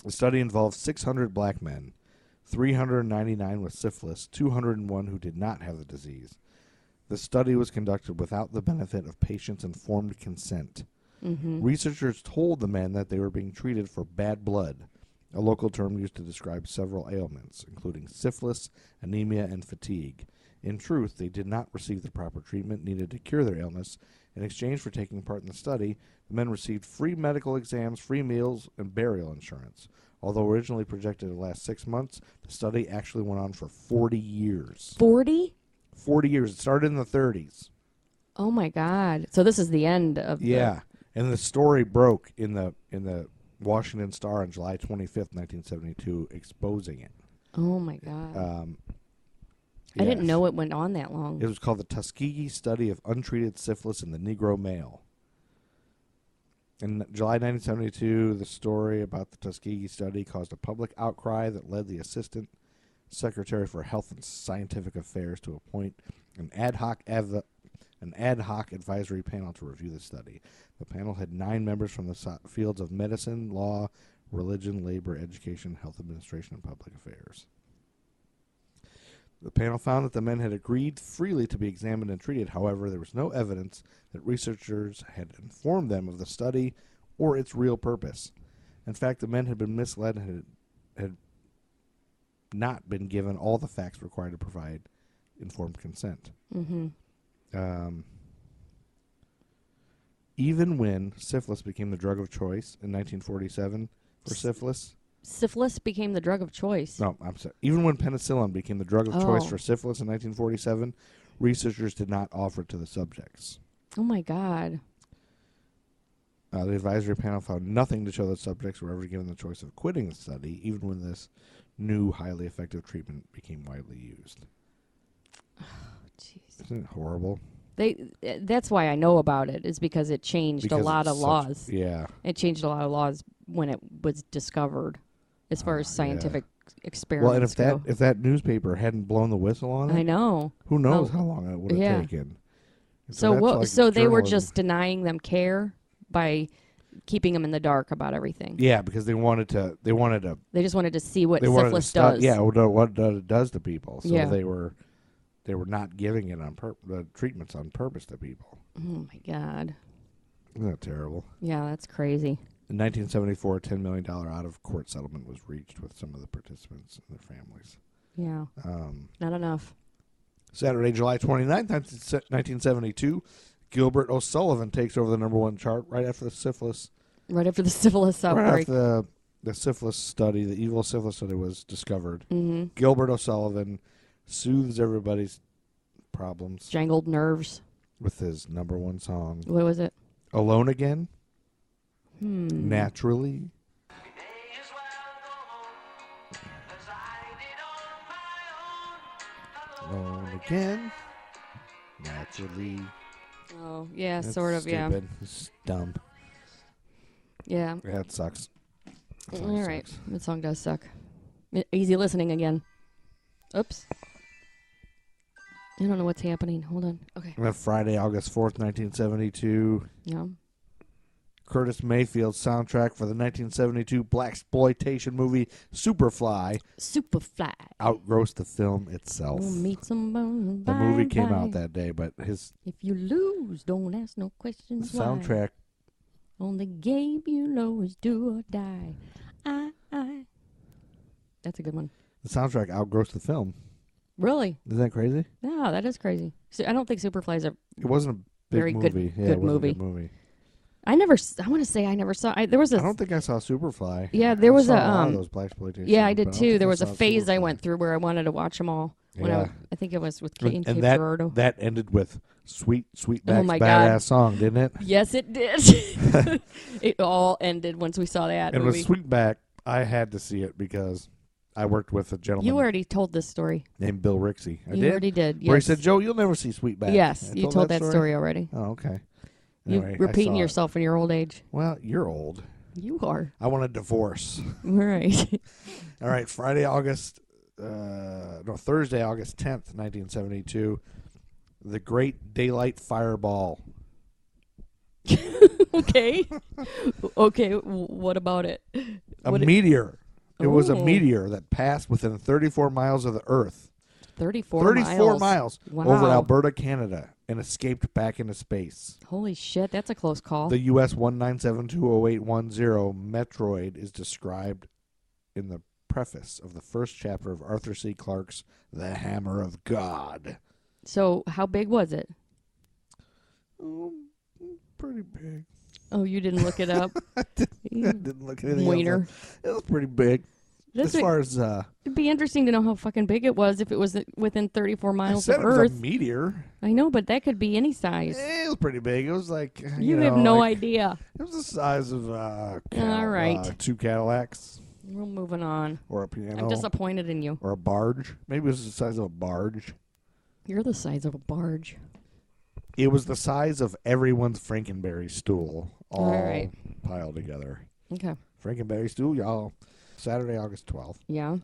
S3: the study involved 600 black men, 399 with syphilis, 201 who did not have the disease. The study was conducted without the benefit of patients' informed consent. Researchers told the men that they were being treated for bad blood, a local term used to describe several ailments, including syphilis, anemia, and fatigue. In truth, they did not receive the proper treatment needed to cure their illness. In exchange for taking part in the study, the men received free medical exams, free meals, and burial insurance. Although originally projected to last six months, the study actually went on for 40 years.
S4: 40?
S3: 40 years. It started in the 30s.
S4: Oh my god. So this is the end of the-
S3: Yeah, and the story broke in the in the Washington Star on July 25th, 1972, exposing it.
S4: Oh my god.
S3: Um,
S4: I didn't
S3: yes.
S4: know it went on that long.
S3: It was called the Tuskegee Study of Untreated Syphilis in the Negro Male. In July 1972, the story about the Tuskegee study caused a public outcry that led the Assistant Secretary for Health and Scientific Affairs to appoint an ad hoc adv- an ad hoc advisory panel to review the study. The panel had nine members from the so- fields of medicine, law, religion, labor, education, health administration, and public affairs. The panel found that the men had agreed freely to be examined and treated. However, there was no evidence that researchers had informed them of the study or its real purpose. In fact, the men had been misled and had, had not been given all the facts required to provide informed consent.
S4: Mm-hmm.
S3: Um, even when syphilis became the drug of choice in 1947 for
S4: S-
S3: syphilis,
S4: Syphilis became the drug of choice.
S3: no, I'm sorry. Even when penicillin became the drug of choice
S4: Oh.
S3: for syphilis in 1947, researchers did not offer it to the subjects.
S4: Oh my God.
S3: Uh, the advisory panel found nothing to show that subjects were ever given the choice of quitting the study, even when this new, highly effective treatment became widely used.
S4: Jeez.
S3: Isn't it horrible?
S4: They. th- That's why I know about it is because it changed
S3: Because
S4: a lot
S3: it's
S4: of
S3: such-
S4: laws.
S3: Yeah.
S4: It changed a lot of laws when it was discovered, as far
S3: Oh,
S4: as scientific experiments
S3: Well, and if that
S4: go.
S3: if that newspaper hadn't blown the whistle on
S4: I
S3: it,
S4: know.
S3: who knows
S4: Oh,
S3: how long it would have
S4: yeah.
S3: taken? And
S4: So,
S3: that's
S4: what?
S3: like
S4: so they were
S3: journalism.
S4: just denying them care by keeping them in the dark about everything.
S3: yeah because they wanted to they wanted to
S4: They just wanted to see what
S3: they wanted to
S4: syphilis
S3: stop,
S4: does.
S3: yeah what, it- what it does to people so
S4: Yeah.
S3: they were they were not giving it on pur- the treatments on purpose to people
S4: Oh my God.
S3: isn't that terrible
S4: Yeah, that's crazy.
S3: in 1974 a 10 million dollar out of court settlement was reached with some of the participants and their families
S4: Yeah,
S3: um,
S4: not enough.
S3: Saturday, July 29, 1972, Gilbert O'Sullivan takes over the number one chart right after the syphilis
S4: Right after the [laughs] syphilis
S3: right
S4: outbreak.
S3: after the, the syphilis study, the evil syphilis study was discovered.
S4: mm-hmm.
S3: Gilbert O'Sullivan soothes everybody's problems
S4: Jangled nerves.
S3: with his number one song,
S4: What was it?
S3: "Alone Again."
S4: Hmm.
S3: Naturally, alone again. Naturally,
S4: Oh, yeah, sort of. Yeah,
S3: Yeah, it's dumb.
S4: yeah.
S3: Yeah, it sucks. That song
S4: All right,
S3: sucks.
S4: that song does suck. E- Easy listening again. Oops. I don't know what's happening. Hold on. Okay.
S3: And then Friday, August fourth, nineteen seventy-two.
S4: Yeah.
S3: Curtis Mayfield's soundtrack for the 1972 black exploitation movie Superfly
S4: Superfly.
S3: outgrossed the film itself.
S4: We'll meet someone.
S3: the movie came out
S4: Oh, bye-bye.
S3: that day, but his
S4: If you lose, don't ask no questions. why.
S3: soundtrack
S4: On the game you know is do or die. I, I. That's a good one.
S3: the soundtrack outgrossed the film.
S4: Really?
S3: Isn't that crazy?
S4: Yeah, that is crazy. So I don't think Superfly's a.
S3: It wasn't a big
S4: Very good-
S3: movie. yeah,
S4: good
S3: it wasn't a
S4: movie.
S3: good movie.
S4: I never. s- I want to say I never saw. I, there was
S3: I
S4: a.
S3: don't think I saw Superfly.
S4: Yeah, there
S3: I
S4: was
S3: saw
S4: a,
S3: a lot of
S4: um,
S3: those black exploitation.
S4: yeah, I did too. There was a phase I went through where I wanted to watch them all. When I,
S3: Yeah.
S4: was- I think it was with Kate
S3: and,
S4: and,
S3: and
S4: Kate
S3: that
S4: Gerardo.
S3: that ended with sweet sweet
S4: Oh
S3: badass
S4: my God.
S3: song, didn't it?
S4: yes, it did.
S3: [laughs]
S4: [laughs] it all ended once we saw that
S3: And
S4: movie.
S3: with Sweetback, I had to see it because I worked with a gentleman
S4: you already told this story.
S3: named Bill Rixey. I
S4: you
S3: did.
S4: already did. Yes.
S3: Where he said, "Joe, you'll never see Sweetback."
S4: yes,
S3: I
S4: you told that story already.
S3: Oh, okay.
S4: you
S3: Anyway, I
S4: repeating
S3: saw it.
S4: yourself in your old age.
S3: Well, you're old.
S4: You are. [laughs]
S3: I want a divorce.
S4: All right. [laughs]
S3: All right, Friday, August, uh, no, Thursday, August 10th, 1972, the Great Daylight Fireball.
S4: okay. [laughs] okay. w- What about it?
S3: A
S4: What it-
S3: meteor. It, was a
S4: Oh.
S3: meteor that passed within 34 miles of the Earth.
S4: 34,
S3: 34 miles, over
S4: Wow.
S3: Alberta, Canada, and escaped back into space.
S4: Holy shit. That's a close call.
S3: The US 197-20810 Metroid is described in the preface of the first chapter of Arthur C. Clarke's The Hammer of God.
S4: so, how big was it?
S3: Oh, pretty big.
S4: Oh, you didn't look it up?
S3: [laughs] I didn't look anything else
S4: Wiener.
S3: up. It was pretty big.
S4: This
S3: as
S4: would
S3: far as uh,
S4: it'd be interesting to know how fucking big it was if it was within 34
S3: I
S4: miles
S3: said,
S4: of
S3: it was a
S4: Earth.
S3: meteor.
S4: I know, but that could be any size.
S3: Eh, It was pretty big. It was like uh,
S4: You,
S3: know,
S4: have no
S3: like-
S4: idea.
S3: It was the size of uh, Cadill-
S4: All right.
S3: uh, two Cadillacs
S4: We're moving on.
S3: or a piano
S4: I'm disappointed in you.
S3: or a barge. Maybe it was the size of a barge.
S4: You're the size of a barge.
S3: It was the size of everyone's Frankenberry stool, all,
S4: All right.
S3: piled together.
S4: Okay.
S3: Frankenberry stool, y'all. Saturday, August twelfth.
S4: Yeah.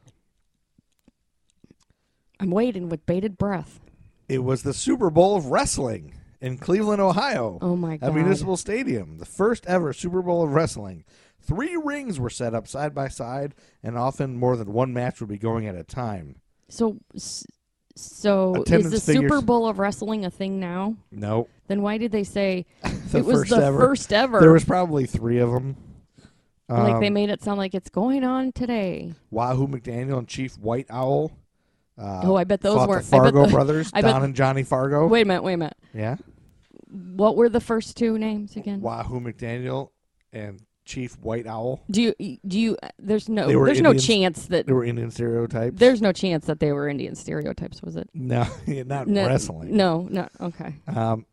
S4: I'm waiting with bated breath.
S3: It was the Super Bowl of wrestling in Cleveland, Ohio.
S4: Oh my god.
S3: at Municipal Stadium, the first ever Super Bowl of wrestling. Three rings were set up side by side, and often more than one match would be going at a time.
S4: So s- So is
S3: Attendance
S4: the Super
S3: figures-
S4: Bowl of wrestling a thing now?
S3: No.
S4: Then why did they say
S3: The
S4: it was
S3: first
S4: the
S3: ever.
S4: first ever?
S3: There was um, probably three of them.
S4: like they made it sound like it's going on today.
S3: Wahoo McDaniel and Chief White Owl. Uh,
S4: Oh, I bet those
S3: fought
S4: weren't-
S3: the
S4: I bet
S3: Fargo
S4: the-
S3: brothers,
S4: I bet-
S3: Don and Johnny Fargo.
S4: Wait a minute, wait a minute.
S3: Yeah.
S4: What were the first two names again?
S3: Wahoo McDaniel and Chief White Owl.
S4: Do you do you? There's no
S3: They were
S4: there's
S3: Indians.
S4: no chance that
S3: They were Indian stereotypes.
S4: there's no chance that they were Indian stereotypes, was it?
S3: no, [laughs] not
S4: No,
S3: wrestling.
S4: No, no. Okay.
S3: Um,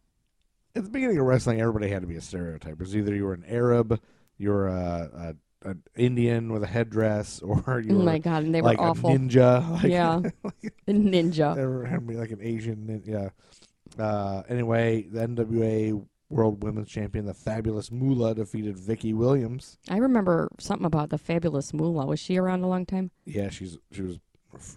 S3: at the beginning of wrestling, everybody had to be a stereotype. It was either you were an Arab, you were a, a, an Indian with a headdress, [laughs] or you
S4: Oh
S3: were
S4: my god, and they
S3: like
S4: were awful.
S3: a ninja. [laughs] Like,
S4: yeah, the ninja.
S3: There had to be like an Asian ninja. Uh, anyway, the NWA World Women's Champion, the fabulous Moolah, defeated Vicky Williams.
S4: I remember something about the fabulous Moolah. Was she around a long time?
S3: Yeah, she's she was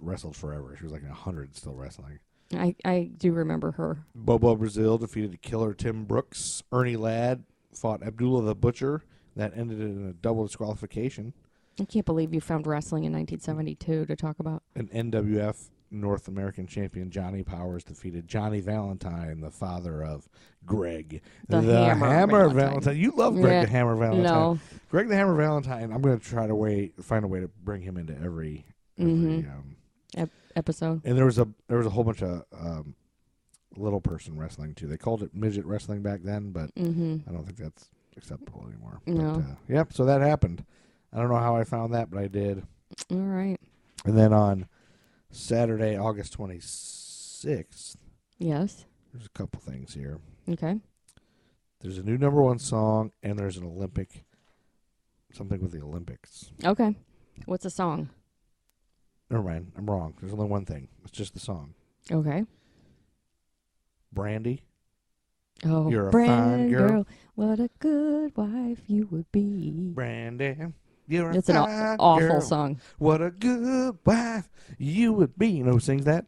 S3: wrestled forever. She was like a hundred still wrestling.
S4: I I do remember her.
S3: Bobo Brazil defeated killer Tim Brooks. Ernie Ladd fought Abdullah the Butcher. That ended in a double disqualification.
S4: I can't believe you found wrestling in 1972 to talk about.
S3: An NWF North American champion Johnny Powers defeated Johnny Valentine, the father of Greg
S4: The Hammer
S3: Valentine.
S4: Valentine.
S3: You love Greg
S4: Yeah.
S3: the Hammer Valentine.
S4: No.
S3: Greg the Hammer Valentine. I'm going to try to wait, find a way to bring him into every. every
S4: Mm-hmm.
S3: um,
S4: Ep- episode.
S3: and there was a there was a whole bunch of um, little person wrestling too. They called it midget wrestling back then, but
S4: Mm-hmm.
S3: I don't think that's acceptable anymore.
S4: No.
S3: But, uh, yep. So that happened. I don't know how I found that, but I did. uh,
S4: All right.
S3: And then on Saturday, August 26th,
S4: Yes.
S3: there's a couple things here.
S4: Okay.
S3: There's a new number one song, and there's an Olympic, something with the Olympics.
S4: Okay. What's a song?
S3: Never mind, I'm wrong. There's only one thing. It's just the song.
S4: Okay.
S3: Brandy.
S4: Oh,
S3: You're a fine
S4: brand
S3: girl.
S4: What a good wife you would be.
S3: Brandy. You're a
S4: It's an aw-
S3: fine
S4: awful
S3: girl.
S4: song.
S3: What a good wife you would be. You know who sings that?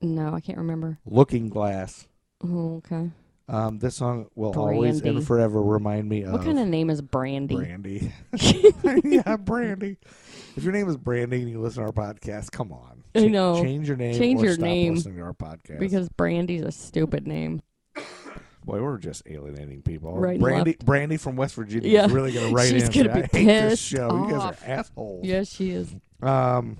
S4: No, I can't remember.
S3: Looking Glass.
S4: Oh, okay.
S3: Um, this song will always
S4: Brandy.
S3: and forever remind me of
S4: what kind of name is Brandy?
S3: Brandy.
S4: [laughs]
S3: yeah, Brandy. [laughs] If your name is Brandy and you listen to our podcast, come on.
S4: I
S3: Cha-
S4: know.
S3: Change your name.
S4: Change
S3: or
S4: your
S3: stop
S4: name.
S3: Listening to our podcast
S4: Because Brandy's a stupid name.
S3: boy, we're just alienating people.
S4: Right and
S3: Brandy,
S4: left.
S3: Brandy from West Virginia
S4: Yeah.
S3: is really going to write
S4: She's
S3: in. and
S4: gonna
S3: say,
S4: be
S3: I hate this
S4: pissed
S3: show. You guys
S4: off.
S3: are assholes.
S4: Yes, she is.
S3: Um,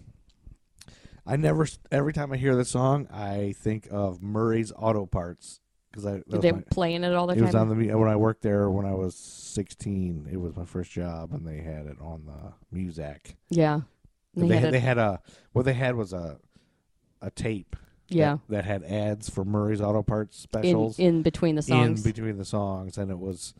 S3: I never. s- Every time I hear this song, I think of Murray's Auto Parts because I. That
S4: Did
S3: was
S4: they
S3: my-
S4: playing it all the
S3: it
S4: time?
S3: was on the mu- when I worked there when I was sixteen. It was my first job, and they had it on the Muzak.
S4: yeah.
S3: They,
S4: had
S3: had,
S4: it-
S3: they had a what they had was a a tape. that-
S4: yeah.
S3: That, had ads for Murray's Auto Parts
S4: In,
S3: specials
S4: in between the
S3: in
S4: songs.
S3: between the songs, and it was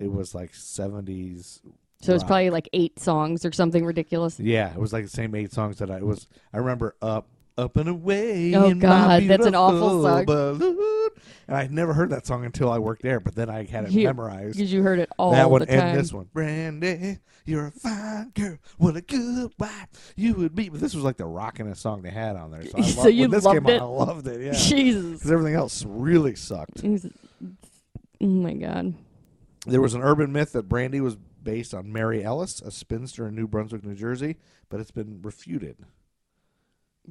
S3: it was like seventies.
S4: so it's
S3: rock.
S4: probably like eight songs or something ridiculous.
S3: Yeah, it was like the same eight songs that I it was. I remember up. Up and away.
S4: Oh,
S3: in my
S4: God, that's an awful
S3: beautiful
S4: song.
S3: balloon. And I never heard that song until I worked there, but then I had it
S4: You-
S3: memorized.
S4: Because you heard it all
S3: that one
S4: the time.
S3: and this one. Brandy, you're a fine girl. What a good wife you would be. But this was like the rockinest song they had on there. So, I
S4: [laughs] So
S3: loved, when
S4: you
S3: this
S4: loved
S3: came out,
S4: it?
S3: I loved it.
S4: [laughs]
S3: Yeah,
S4: Jesus.
S3: because everything else really sucked.
S4: It was- Oh my God.
S3: There was an urban myth that Brandy was based on Mary Ellis, a spinster in New Brunswick, New Jersey, but it's been refuted.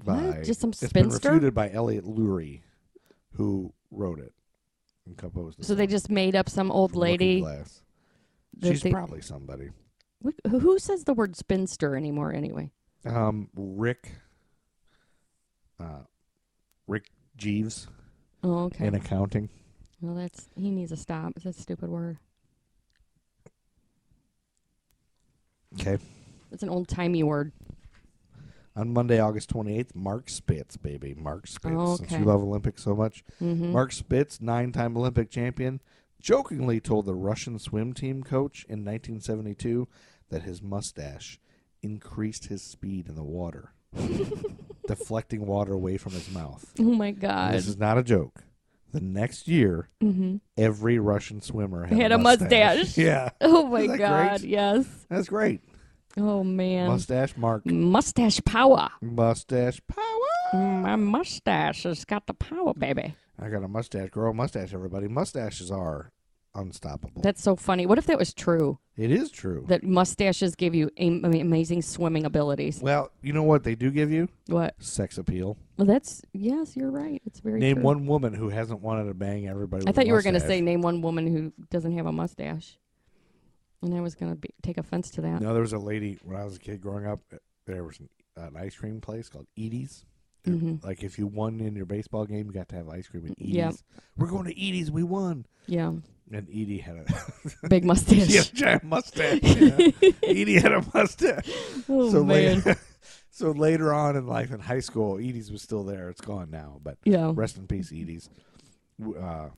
S3: By,
S4: What? Just some
S3: It's
S4: spinster?
S3: been refuted by Elliot Lurie, who wrote it and composed it.
S4: So they just made up some old lady. that
S3: She's
S4: they-
S3: probably somebody.
S4: Wh- Who says the word spinster anymore anyway?
S3: Um, Rick, uh, Rick Jeeves
S4: Oh, okay.
S3: in accounting.
S4: well, that's he needs to stop. It's a stupid word.
S3: Okay.
S4: It's an old timey word.
S3: On Monday, August 28th, Mark Spitz, baby. Mark Spitz.
S4: Oh,
S3: Since
S4: okay.
S3: you love Olympics so much.
S4: Mm-hmm.
S3: Mark Spitz, nine time Olympic champion, jokingly told the Russian swim team coach in 1972 that his mustache increased his speed in the
S4: [laughs]
S3: water, deflecting water away from his mouth.
S4: oh my
S3: And
S4: God.
S3: This is not a joke. The next year,
S4: Mhm.
S3: every Russian swimmer had,
S4: Had a
S3: [laughs]
S4: mustache.
S3: yeah.
S4: Oh my
S3: that
S4: God.
S3: great?
S4: Yes.
S3: That's great.
S4: Oh man.
S3: Mustache Mark.
S4: Mustache power. Mm,
S3: Mustache power.
S4: My mustache has got the power, baby.
S3: I got a mustache. Grow a mustache, everybody. Mustaches are unstoppable.
S4: That's so funny. What if that was true?
S3: it is true.
S4: That mustaches give you am- I mean, amazing swimming abilities.
S3: well, you know what they do give you?
S4: What?
S3: Sex appeal.
S4: Well, that's yes, you're right. It's very
S3: Name
S4: true.
S3: one woman who hasn't wanted to bang everybody.
S4: I
S3: with a
S4: thought you were going to
S3: mustache.
S4: say name one woman who doesn't have a mustache, and I was going to be- take offense to that.
S3: No, there was a lady when I was a kid growing up. eh, There was an, an ice cream place called Edie's.
S4: Mhm.
S3: Like if you won in your baseball game, you got to have ice cream at Edie's.
S4: Yeah.
S3: We're going to Edie's. We won.
S4: Yeah,
S3: And Edie had a, [laughs]
S4: big mustache.
S3: she had a giant mustache. you know? Edie had a mustache.
S4: [laughs] Oh
S3: so
S4: man.
S3: later, [laughs] so later on in life in high school, Edie's was still there. It's gone now, but
S4: Yeah.
S3: rest in peace, Edie's. W- Uh,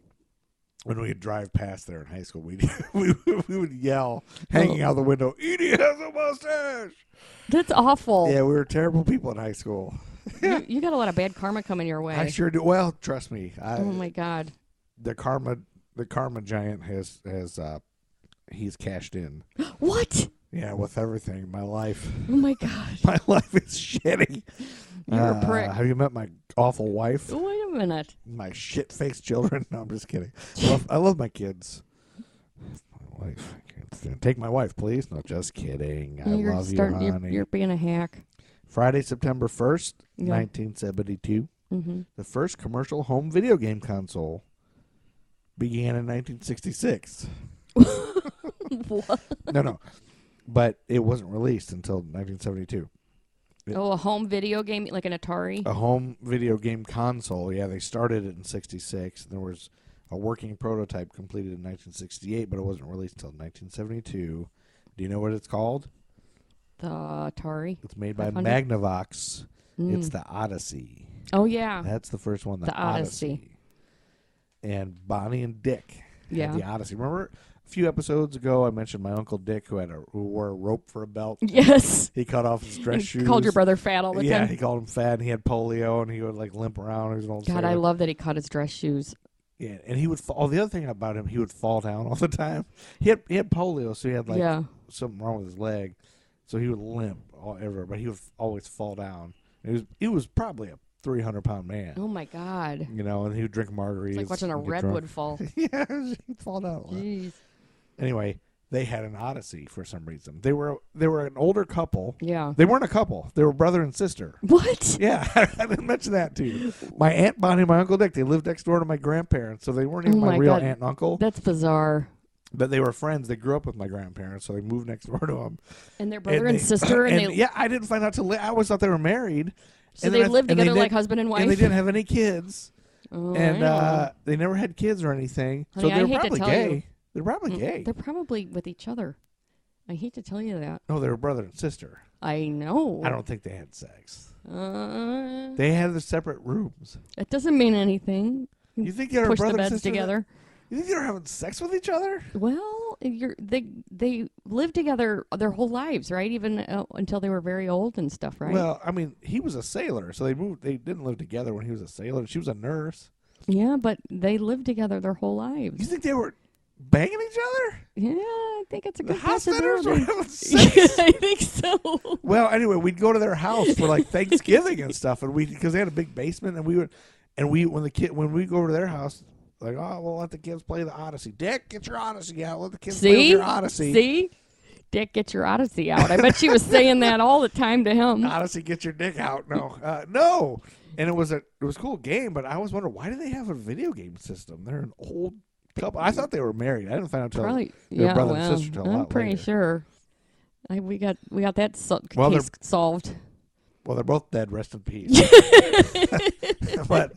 S3: when we would drive past there in high school, we [laughs] we we would yell, hanging
S4: Oh.
S3: out the window, "Edie has a mustache!"
S4: That's awful.
S3: Yeah, we were terrible people in high school.
S4: You, you got a lot of bad karma coming your way.
S3: I sure do. Well, trust me, I,
S4: oh my god.
S3: the karma the karma giant has has uh, he's cashed in.
S4: What?
S3: Yeah, with everything, my life, [laughs]
S4: Oh my god.
S3: my life is shitty.
S4: You're a
S3: Uh,
S4: prick.
S3: Have you met my awful wife?
S4: Wait a minute.
S3: my shit faced children. [laughs] No, I'm just kidding. I love, I love my kids. My wife. I can't stand- Take my wife, please. No, just kidding. I
S4: you're
S3: love you,
S4: starting.
S3: honey.
S4: are you're being a hack.
S3: Friday, September 1st,
S4: Yeah.
S3: 1972.
S4: Mm-hmm.
S3: The first commercial home video game console began in 1966.
S4: [laughs] What?
S3: no, no. But it wasn't released until 1972.
S4: Oh, a home video game like an Atari.
S3: A home video game console. Yeah, they started it in 66. There was a working prototype completed in 1968, but it wasn't released until 1972. Do you know what it's called?
S4: The Atari.
S3: It's made by
S4: 500?
S3: Magnavox.
S4: Mm.
S3: It's the Odyssey.
S4: Oh yeah.
S3: That's the first one, the,
S4: The Odyssey.
S3: And Bonnie and Dick.
S4: Yeah.
S3: Had the Odyssey. Remember a few episodes ago I mentioned my uncle Dick who had a who wore a rope for a
S4: [laughs]
S3: belt.
S4: Yes.
S3: He cut off his dress
S4: You
S3: shoes.
S4: called your brother fat all the
S3: yeah,
S4: time.
S3: he called him fat and he had polio and he would like limp around. He was an old
S4: God, I
S3: sailor.
S4: love that he cut his dress shoes.
S3: Yeah, and he would fall. The other thing about him, he would fall down all the time. He had he had polio, so he had like
S4: yeah.
S3: something wrong with his leg, so he would limp all everywhere. But he would f- always fall down. He was he was probably a three hundred pound man,
S4: Oh my God.
S3: you know, and he would drink margaritas.
S4: It's like watching a
S3: and get [laughs]
S4: redwood fall.
S3: drunk. yeah, he'd fall down. A lot.
S4: Jeez.
S3: Anyway, they had an odyssey for some reason. They were they were an older couple.
S4: Yeah.
S3: They weren't a couple. They were brother and sister. [laughs]
S4: What?
S3: Yeah, I didn't mention that to you. My aunt Bonnie and my uncle Dick, they lived next door to my grandparents, so they weren't even
S4: Oh
S3: my,
S4: my
S3: real
S4: God.
S3: aunt and uncle,
S4: That's bizarre.
S3: but they were friends. They grew up with my grandparents, so they moved next door to them.
S4: And their brother and,
S3: [laughs]
S4: sister, and, they
S3: yeah, I didn't find out till la- I always thought they were married.
S4: so
S3: And
S4: they
S3: then I-
S4: live
S3: and they
S4: together
S3: did-
S4: like husband and wife.
S3: and they didn't have any kids,
S4: Oh,
S3: and
S4: yeah.
S3: uh, they never had kids or anything, so
S4: Honey, I
S3: they
S4: hate
S3: were
S4: to
S3: probably
S4: tell you.
S3: gay. They're probably gay.
S4: they're probably with each other. I hate to tell you that.
S3: no, they were brother and sister.
S4: I know.
S3: I don't think they had sex.
S4: Uh,
S3: They had their separate rooms.
S4: it doesn't mean anything.
S3: You think they're
S4: Push
S3: brother
S4: the
S3: and
S4: beds
S3: sister?
S4: together.
S3: You think they were having sex with each other?
S4: Well, you're they they lived together their whole lives, right? Even uh, until they were very old and stuff, right?
S3: Well, I mean, he was a sailor, so they moved. They didn't live together when he was a sailor. She was a nurse.
S4: yeah, but they lived together their whole lives.
S3: You think they were banging each other?
S4: Yeah, I think it's a
S3: The
S4: good
S3: house sitters were
S4: [laughs] possibility.
S3: having
S4: Yeah,
S3: sex.
S4: I think so.
S3: well, anyway, we'd go to their house for like Thanksgiving and stuff, and we because they had a big basement, and we would, and we when the kid when we go over to their house. Like, oh, we'll let the kids play the Odyssey. Dick, get your Odyssey out. Let the kids play with
S4: See,
S3: your Odyssey.
S4: see, Dick, get your Odyssey out. I bet she was saying that all the time to
S3: [laughs]
S4: him.
S3: Odyssey, get your dick out. No, uh, no. And it was a it was a cool game, but I always wonder why do they have a video game system? They're an old couple. I thought they were married. I didn't find out till
S4: Probably,
S3: their
S4: yeah.
S3: brother
S4: well,
S3: and sister till a
S4: I'm
S3: lot
S4: pretty
S3: later.
S4: sure. I, we got we got that so-
S3: Well, they're-
S4: case solved.
S3: Well, they're both dead. Rest in
S4: [laughs]
S3: peace. [laughs] but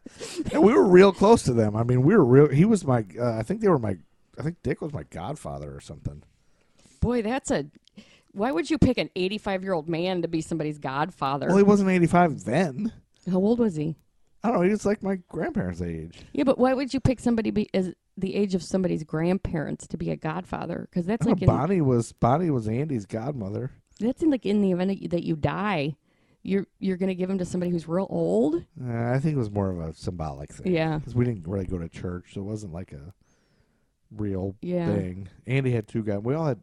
S3: and we were real close to them. I mean, we were real. He was my. Uh, I think they were my. I think Dick was my godfather or something.
S4: Boy, that's a. Why would you pick an 85 year old man to be somebody's godfather?
S3: Well, he wasn't eighty five then.
S4: How old was he?
S3: I don't know. He was like my grandparents' age.
S4: Yeah, but why would you pick somebody be as the age of somebody's grandparents to be a godfather? Because that's
S3: I don't
S4: like
S3: know,
S4: in,
S3: Bonnie was Bonnie was Andy's godmother.
S4: that's in like in the event that you- that you die, you're you're gonna give him to somebody who's real old.
S3: Uh, I think it was more of a symbolic thing.
S4: Yeah.
S3: because we didn't really go to church, so it wasn't like a real
S4: Yeah.
S3: thing. Andy had two guys. We all had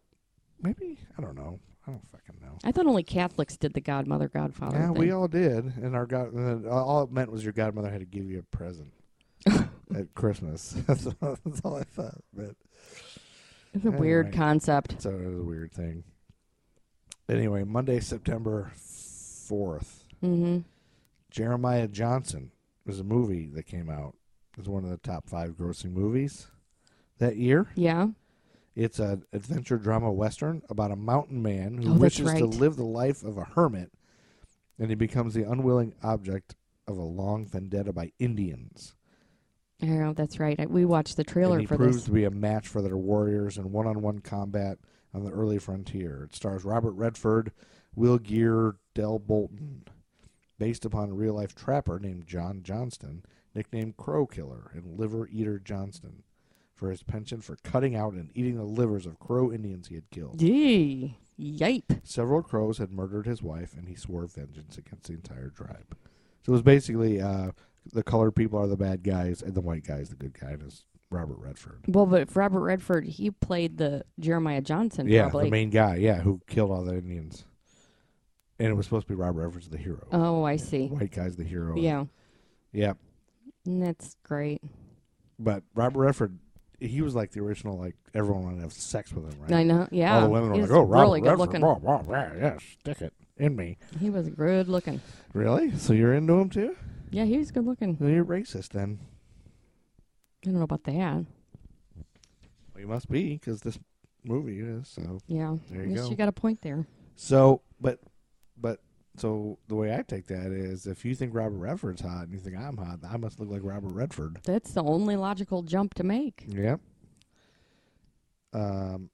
S3: maybe I don't know. I don't fucking know.
S4: I thought only Catholics did the godmother godfather.
S3: Yeah,
S4: thing.
S3: we all did, and our god. and then All it meant was your godmother had to give you a present. at Christmas. [laughs] that's, all, that's all I thought. But
S4: It's a weird
S3: Anyway.
S4: concept.
S3: so it was a weird thing. Anyway, Monday, September 4th,
S4: Mm-hmm.
S3: Jeremiah Johnson was a movie that came out. It was one of the top five grossing movies that year.
S4: Yeah.
S3: It's an adventure drama western about a mountain man
S4: Oh,
S3: who
S4: that's
S3: wishes to
S4: right.
S3: live the life of a hermit, and he becomes the unwilling object of a long vendetta by Indians.
S4: Oh, that's right. I, we watched the
S3: and
S4: trailer
S3: he
S4: for
S3: proves
S4: this.
S3: to be a match for their warriors in one-on-one combat on the early frontier. It stars Robert Redford, Will Gear, Del Bolton, based upon a real-life trapper named John Johnston, nicknamed Crow Killer and Liver Eater Johnston, for his penchant for cutting out and eating the livers of Crow Indians he had killed.
S4: Gee, yipe.
S3: Several crows had murdered his wife, and he swore vengeance against the entire tribe. So it was basically uh, the colored people are the bad guys, and the white guy is the good guy. And it's Robert Redford.
S4: Well, but if Robert Redford, he played the Jeremiah Johnson,
S3: yeah,
S4: probably.
S3: the main guy. Yeah, who killed all the Indians. And it was supposed to be Robert Redford's the hero.
S4: oh, I see.
S3: White guy's the hero.
S4: Yeah,
S3: Yeah.
S4: And that's great.
S3: But Robert Redford, he was like the original. Like everyone wanted to have sex with him, right?
S4: I know. Yeah,
S3: All the women
S4: he
S3: were like,
S4: was
S3: "Oh, Robert
S4: really good
S3: Redford,
S4: looking.
S3: Blah, blah, blah, yeah, stick it in me."
S4: He was good looking.
S3: Really? So you're into him too?
S4: Yeah, he was good looking.
S3: Well, you're racist then.
S4: I don't know about that.
S3: Well, you must be because this movie is so.
S4: Yeah,
S3: There
S4: I
S3: you
S4: guess
S3: go.
S4: you got a point there.
S3: So, but, but, so the way I take that is, if you think Robert Redford's hot and you think I'm hot, I must look like Robert Redford.
S4: That's the only logical jump to make.
S3: Yep. Um.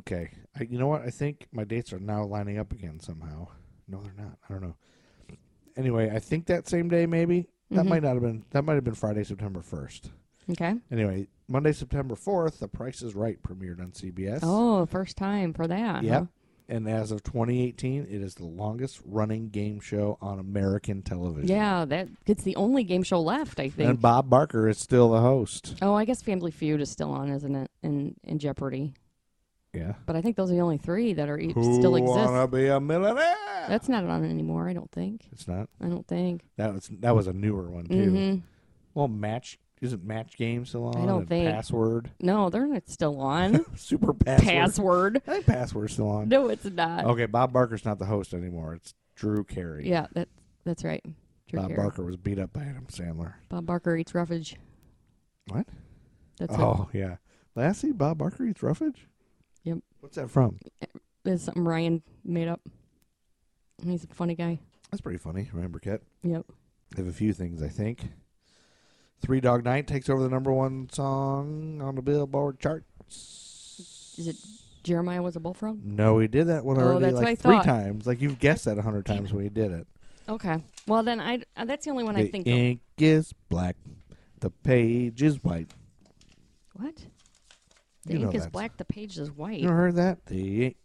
S3: Okay, I, you know what? I think my dates are now lining up again somehow. No, they're not. I don't know. Anyway, I think that same day, maybe that
S4: Mhm.
S3: might not have been. That might have been Friday, September first.
S4: Okay.
S3: Anyway, Monday, September 4th, The Price is Right premiered on CBS.
S4: Oh, first time for that.
S3: Yep.
S4: huh?
S3: And as of 2018, it is the longest running game show on American television.
S4: Yeah, that it's the only game show left, I think.
S3: And Bob Barker is still the host.
S4: oh, I guess Family Feud is still on, isn't it? In in Jeopardy.
S3: Yeah.
S4: But I think those are the only three that are e- still
S3: Wanna
S4: exist.
S3: be a millionaire?
S4: That's not on anymore, I don't think.
S3: it's not.
S4: I don't think.
S3: That was that was a newer one too.
S4: hmm
S3: Well, match isn't match game still on?
S4: don't
S3: And
S4: think.
S3: Password,
S4: No, they're not still on.
S3: super [laughs] password.
S4: Password.
S3: I think password's still on.
S4: No, it's not.
S3: Okay, Bob Barker's not the host anymore. It's Drew Carey.
S4: Yeah, that that's right. Drew
S3: Bob
S4: Carey.
S3: Barker was beat up by Adam Sandler.
S4: Bob Barker eats roughage.
S3: What?
S4: That's it.
S3: Oh yeah, Lassie Bob Barker eats roughage.
S4: Yep.
S3: What's that from?
S4: That's something Ryan made up. He's a funny guy.
S3: That's pretty funny. Ryan Burkett.
S4: Yep.
S3: I have a few things I think. Three Dog Night takes over the number one song on the Billboard charts.
S4: Is it Jeremiah was a bullfrog?
S3: No, we did that one
S4: Oh,
S3: already
S4: that's
S3: like
S4: what I
S3: three
S4: thought.
S3: times. Like you've guessed that a hundred times when you did it.
S4: Okay. Well, then I uh, that's the only one
S3: the
S4: I think. of.
S3: ink is black, the page is white.
S4: What? The
S3: You know
S4: ink is
S3: that.
S4: black. The page is white.
S3: You ever heard that? The ink,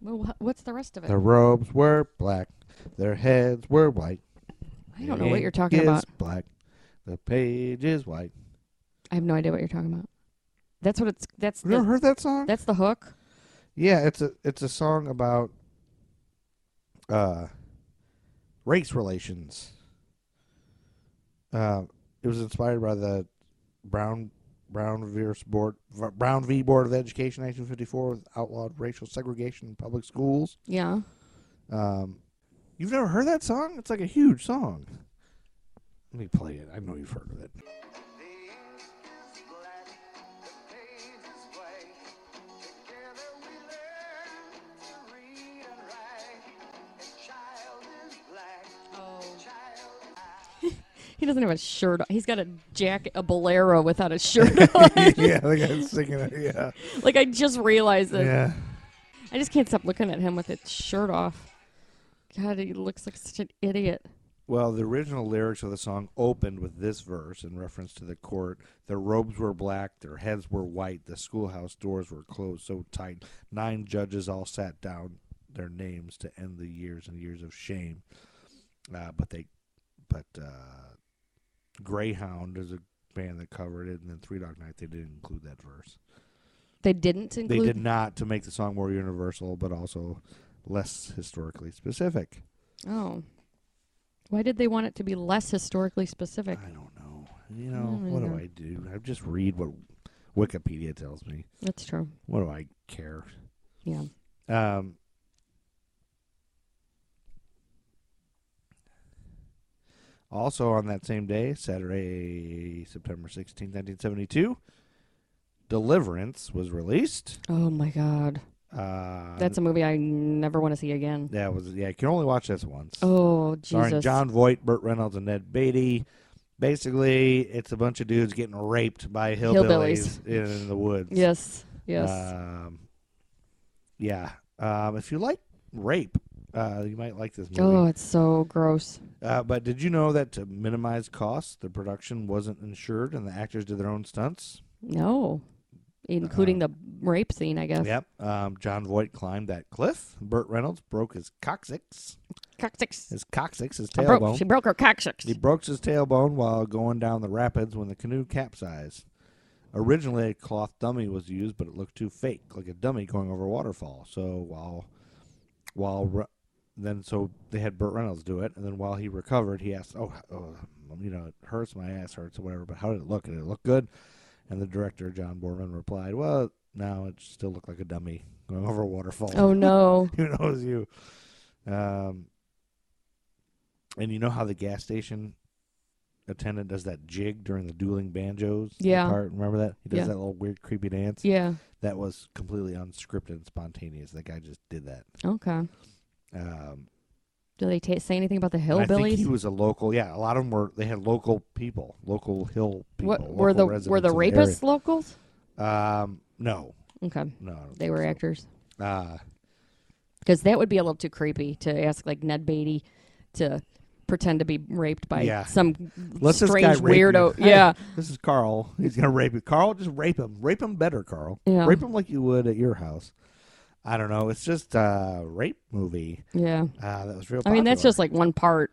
S4: Well, wha- what's the rest of it?
S3: their robes were black, their heads were white.
S4: I don't know what
S3: Ink
S4: you're talking
S3: is
S4: about.
S3: Black, the page is white.
S4: I have no idea what you're talking about. That's what it's. That's
S3: You ever
S4: the,
S3: heard that song?
S4: that's the hook.
S3: Yeah, it's a it's a song about uh race relations. Uh, it was inspired by the Brown Brown versus Board Brown v Board of Education, 1954, with outlawed racial segregation in public schools.
S4: Yeah.
S3: Um, you've never heard that song? It's like a huge song. Let me play it. I know you've heard of it. [laughs]
S4: He doesn't have a shirt. on. He's got a jacket, a bolero without a shirt
S3: [laughs]
S4: [laughs] on.
S3: yeah, the guy's singing it. Yeah,
S4: like I just realized this.
S3: yeah.
S4: I just can't stop looking at him with his shirt off. God, he looks like such an idiot.
S3: Well, the original lyrics of the song opened with this verse in reference to the court. Their robes were black, their heads were white, the schoolhouse doors were closed so tight. Nine judges all sat down their names to end the years and years of shame. Uh, but they, but uh, Greyhound is a band that covered it, and then Three Dog Night they didn't include that verse.
S4: They didn't include.
S3: They did not to make the song more universal, but also less historically specific.
S4: Oh, Why did they want it to be less historically specific?
S3: I don't know. You know,
S4: don't
S3: what do
S4: either.
S3: I do? I just read what Wikipedia tells me.
S4: That's true.
S3: What do I care?
S4: Yeah.
S3: Um, also, on that same day, Saturday, September sixteenth, 1972, Deliverance was released.
S4: Oh my God.
S3: Uh,
S4: That's a movie I never want to see again.
S3: that was yeah. You can only watch this once.
S4: Oh
S3: Starring
S4: Jesus.
S3: John Voight, Burt Reynolds, and Ned Beatty. Basically, it's a bunch of dudes getting raped by hillbillies,
S4: Hillbillies.
S3: in the woods.
S4: Yes. Yes.
S3: Um, yeah. Um, if you like rape, uh, you might like this
S4: oh,
S3: movie.
S4: it's so gross.
S3: Uh, but did you know that to minimize costs, the production wasn't insured and the actors did their own stunts?
S4: No. Including
S3: Uh-huh.
S4: the rape scene, I guess.
S3: Yep. Um, John Voight climbed that cliff. Burt Reynolds broke his coccyx.
S4: Coccyx.
S3: His coccyx, his
S4: I broke-
S3: tailbone.
S4: she broke her coccyx.
S3: He broke his tailbone while going down the rapids when the canoe capsized. Originally, a cloth dummy was used, but it looked too fake, like a dummy going over a waterfall. So while, while re- then so they had Burt Reynolds do it, and then while he recovered, he asked, "Oh, oh you know, it hurts, my ass hurts, or whatever. But how did it look? Did it look good?" And the director John Borman replied, "Well, no, it still looked like a dummy going over a waterfall."
S4: Oh no.
S3: [laughs] who knows you? Um, and you know how the gas station attendant does that jig during the dueling banjos?
S4: Yeah.
S3: Part? Remember that? He does
S4: Yeah.
S3: that little weird, creepy dance.
S4: yeah.
S3: That was completely unscripted and spontaneous. The guy just did that.
S4: Okay.
S3: Um,
S4: Do they ta say anything about the
S3: and I think he
S4: hillbillies?
S3: was a local. Yeah, a lot of them were. They had local people, local hill people.
S4: What were the
S3: local
S4: were the
S3: residents
S4: rapists locals?
S3: of the area. Um, no,
S4: Okay,
S3: no, I don't
S4: they
S3: think
S4: were
S3: so.
S4: actors.
S3: Uh,
S4: Because that would be a little too creepy to ask like Ned Beatty to pretend to be raped by
S3: Yeah.
S4: some
S3: Let this
S4: strange
S3: guy rape you.
S4: weirdo.
S3: [laughs] Hey,
S4: Yeah,
S3: This is Carl. He's gonna rape you. Carl, just rape him. Rape him better, Carl.
S4: Yeah.
S3: Rape him like you would at your house. I don't know. It's just a rape movie.
S4: yeah.
S3: Uh, that was real.
S4: I mean, that's
S3: popular.
S4: just like one part.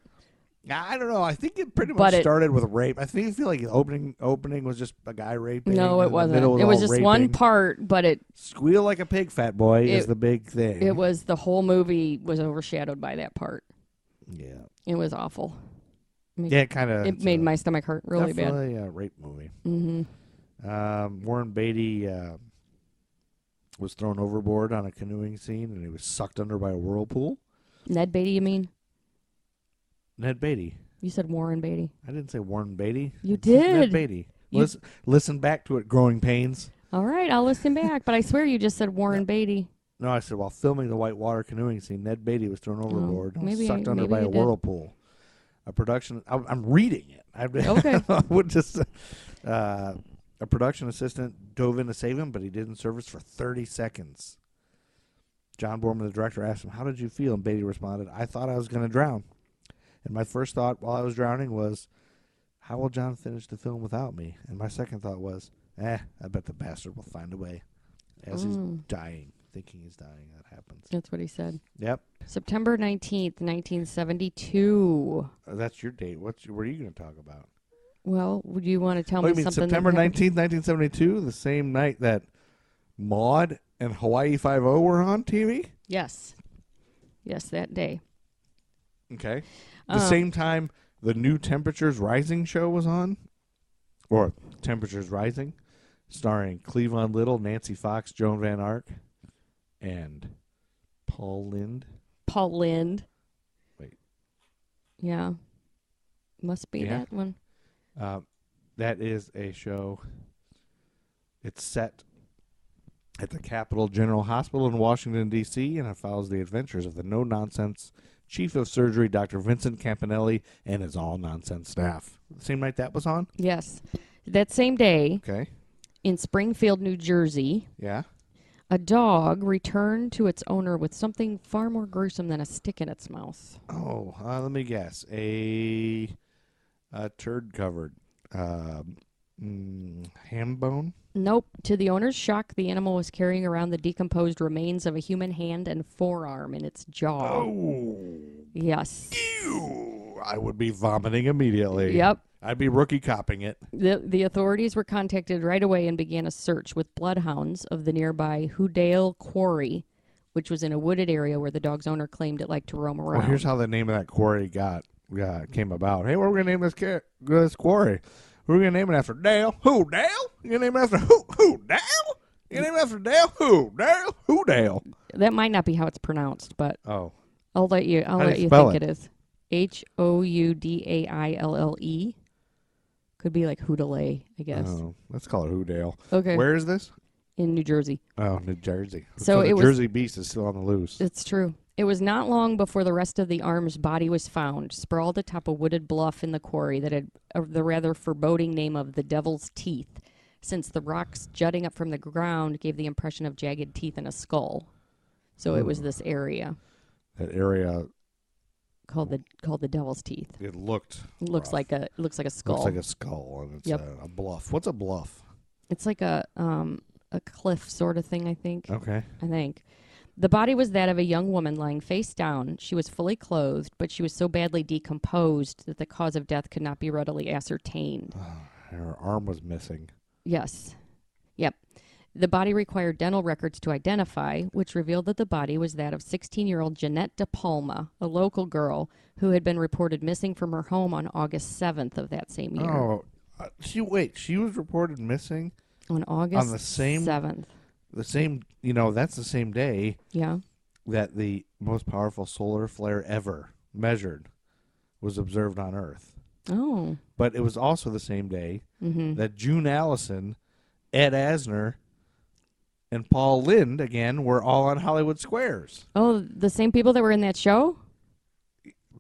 S3: I don't know. I think it pretty much
S4: But it-
S3: started with rape. I think I feel like the opening opening was just a guy raping.
S4: No,
S3: and
S4: it
S3: the
S4: wasn't.
S3: middle
S4: it was
S3: all
S4: just
S3: raping.
S4: one part, but it
S3: Squeal like a pig, fat boy is
S4: It-
S3: the big thing.
S4: it was the whole movie was overshadowed by that part.
S3: yeah,
S4: It was awful.
S3: yeah. It kind of
S4: It made my stomach hurt really bad.
S3: definitely a rape movie.
S4: Mm-hmm.
S3: Um, Warren Beatty uh, was thrown overboard on a canoeing scene, and he was sucked under by a whirlpool.
S4: Ned Beatty, you mean?
S3: Ned Beatty.
S4: You said Warren Beatty.
S3: I didn't say Warren Beatty.
S4: You
S3: It's Ned
S4: did.
S3: Beatty.
S4: You-
S3: Listen, listen back to it. Growing pains.
S4: All right, I'll listen back, but I swear you just said Warren Beatty.
S3: No, I said while filming the whitewater canoeing scene, Ned Beatty was thrown overboard and was
S4: Oh, maybe-
S3: sucked under
S4: maybe
S3: by
S4: you
S3: a
S4: did.
S3: whirlpool. A production. I, I'm reading it. I,
S4: Okay.
S3: [laughs] I would just. Uh, a production assistant dove in to save him, but he didn't service for 30 seconds. John Borman, the director, asked him, "How did you feel?" And Beatty responded, "I thought I was going to drown, and my first thought while I was drowning was, how will John finish the film without me?" And my second thought was, "Eh, I bet the bastard will find a way." As he's
S4: Mm.
S3: dying, thinking he's dying, that happens.
S4: That's what he said.
S3: Yep,
S4: September 19th, 1972.
S3: Uh, that's your date. What's what are you going to talk about?
S4: Well, would you want to tell
S3: oh,
S4: me
S3: you mean
S4: something?
S3: September
S4: that happened-
S3: nineteenth, nineteen seventy-two, the same night that Maud and Hawaii Five O were on TV.
S4: Yes. Yes, that day.
S3: Okay. The
S4: Um,
S3: same time the new Temperatures Rising show was on, or Temperatures Rising, starring Cleavon Little, Nancy Fox, Joan Van Ark, and Paul Lind.
S4: Paul Lind.
S3: Wait.
S4: Yeah. Must be
S3: Yeah.
S4: that one.
S3: Um, that is a show. It's set at the Capitol General Hospital in Washington, D.C., and it follows the adventures of the no nonsense chief of surgery, Dr. Vincent Campanelli, and his all nonsense staff. Same night that was on?
S4: Yes. That same day
S3: Okay.
S4: in Springfield, New Jersey,
S3: Yeah.
S4: a dog returned to its owner with something far more gruesome than a stick in its mouth.
S3: Oh, uh, let me guess. A, a turd covered uh, mm, ham bone?
S4: Nope. To the owner's shock, the animal was carrying around the decomposed remains of a human hand and forearm in its jaw.
S3: Oh,
S4: Yes.
S3: ew. I would be vomiting immediately.
S4: Yep.
S3: I'd be rookie copping it.
S4: The, the authorities were contacted right away and began a search with bloodhounds of the nearby Hoodale Quarry, which was in a wooded area where the dog's owner claimed it liked to roam
S3: Well,
S4: around.
S3: here's how the name of that quarry got uh, came about. Hey, what are we gonna name this ca- this quarry? Who are we gonna name it after? Dale? Who Dale? You gonna name it after who? Who Dale? You gonna name it after Dale? Who Dale? Who Dale?
S4: That might not be how it's pronounced, but
S3: Oh,
S4: I'll let you. I'll
S3: How do you
S4: let you
S3: spell it?
S4: think it is. H O U D A I L L E. Could be like Hoodalay, I guess.
S3: oh, let's call it Who Dale.
S4: Okay,
S3: Where is this?
S4: in New Jersey.
S3: Oh, New Jersey.
S4: So
S3: the
S4: it was-
S3: Jersey Beast is still on the loose.
S4: It's true. It was not long before the rest of the arm's body was found, sprawled atop a wooded bluff in the quarry that had uh, the rather foreboding name of the Devil's Teeth, since the rocks jutting up from the ground gave the impression of jagged teeth and a skull. So it
S3: Hmm.
S4: was this area
S3: That area
S4: called the called the Devil's Teeth.
S3: it looked
S4: It looks
S3: rough.
S4: like a it looks like a skull.
S3: looks like a skull and it's
S4: Yep.
S3: a, a bluff. What's a bluff?
S4: it's like a um a cliff sort of thing, I think.
S3: Okay.
S4: I think. The body was that of a young woman lying face down. She was fully clothed, but she was so badly decomposed that the cause of death could not be readily ascertained.
S3: Ah. Her arm was missing.
S4: Yes. Yep. The body required dental records to identify, which revealed that the body was that of 16 year old Jeanette De Palma, a local girl who had been reported missing from her home on August 7th of that same year.
S3: Oh, uh, she wait. She was reported missing
S4: on August
S3: the same-
S4: 7th.
S3: the same. You know, that's the same day
S4: Yeah.
S3: that the most powerful solar flare ever measured was observed on Earth.
S4: Oh.
S3: But it was also the same day
S4: Mm-hmm.
S3: that June Allison, Ed Asner, and Paul Lind again were all on Hollywood Squares.
S4: Oh, the same people that were in that show?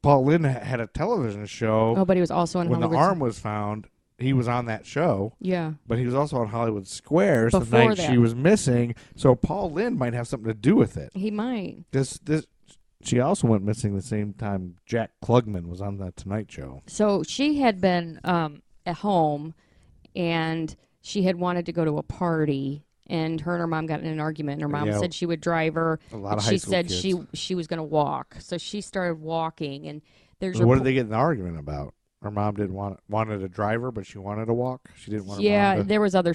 S3: Paul Lind ha- had a television show
S4: Oh, but he was also on
S3: when the
S4: Hollywood.
S3: arm was found. He was on that show.
S4: yeah.
S3: But he was also on Hollywood Squares the
S4: Before
S3: night
S4: that.
S3: she was missing. So Paul Lynn might have something to do with it.
S4: He might.
S3: This this she also went missing the same time Jack Klugman was on the Tonight Show.
S4: So she had been um, at home and she had wanted to go to a party and her and her mom got in an argument and her mom
S3: Yeah.
S4: said she would drive her.
S3: A lot
S4: and
S3: of high
S4: she
S3: school
S4: said
S3: kids.
S4: she she was going to walk. So she started walking and there's
S3: what
S4: report-
S3: did they get in the argument about? Her mom didn't want wanted a driver, but she wanted to walk. She didn't want. Her
S4: Yeah,
S3: mom to,
S4: there was other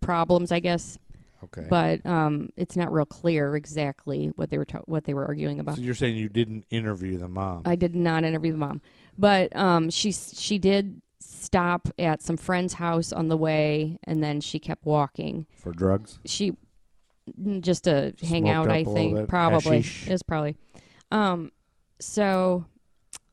S4: problems I guess,
S3: okay.
S4: but um, it's not real clear exactly what they were ta- what they were arguing about.
S3: so you're saying you didn't interview the mom?
S4: I did not interview the mom, but um, she she did stop at some friend's house on the way, and then she kept walking.
S3: for drugs.
S4: She mm, just to hang
S3: Smoked
S4: out,
S3: up
S4: I
S3: a little
S4: think
S3: bit.
S4: probably
S3: Hashish.
S4: it was probably. Um, so
S3: A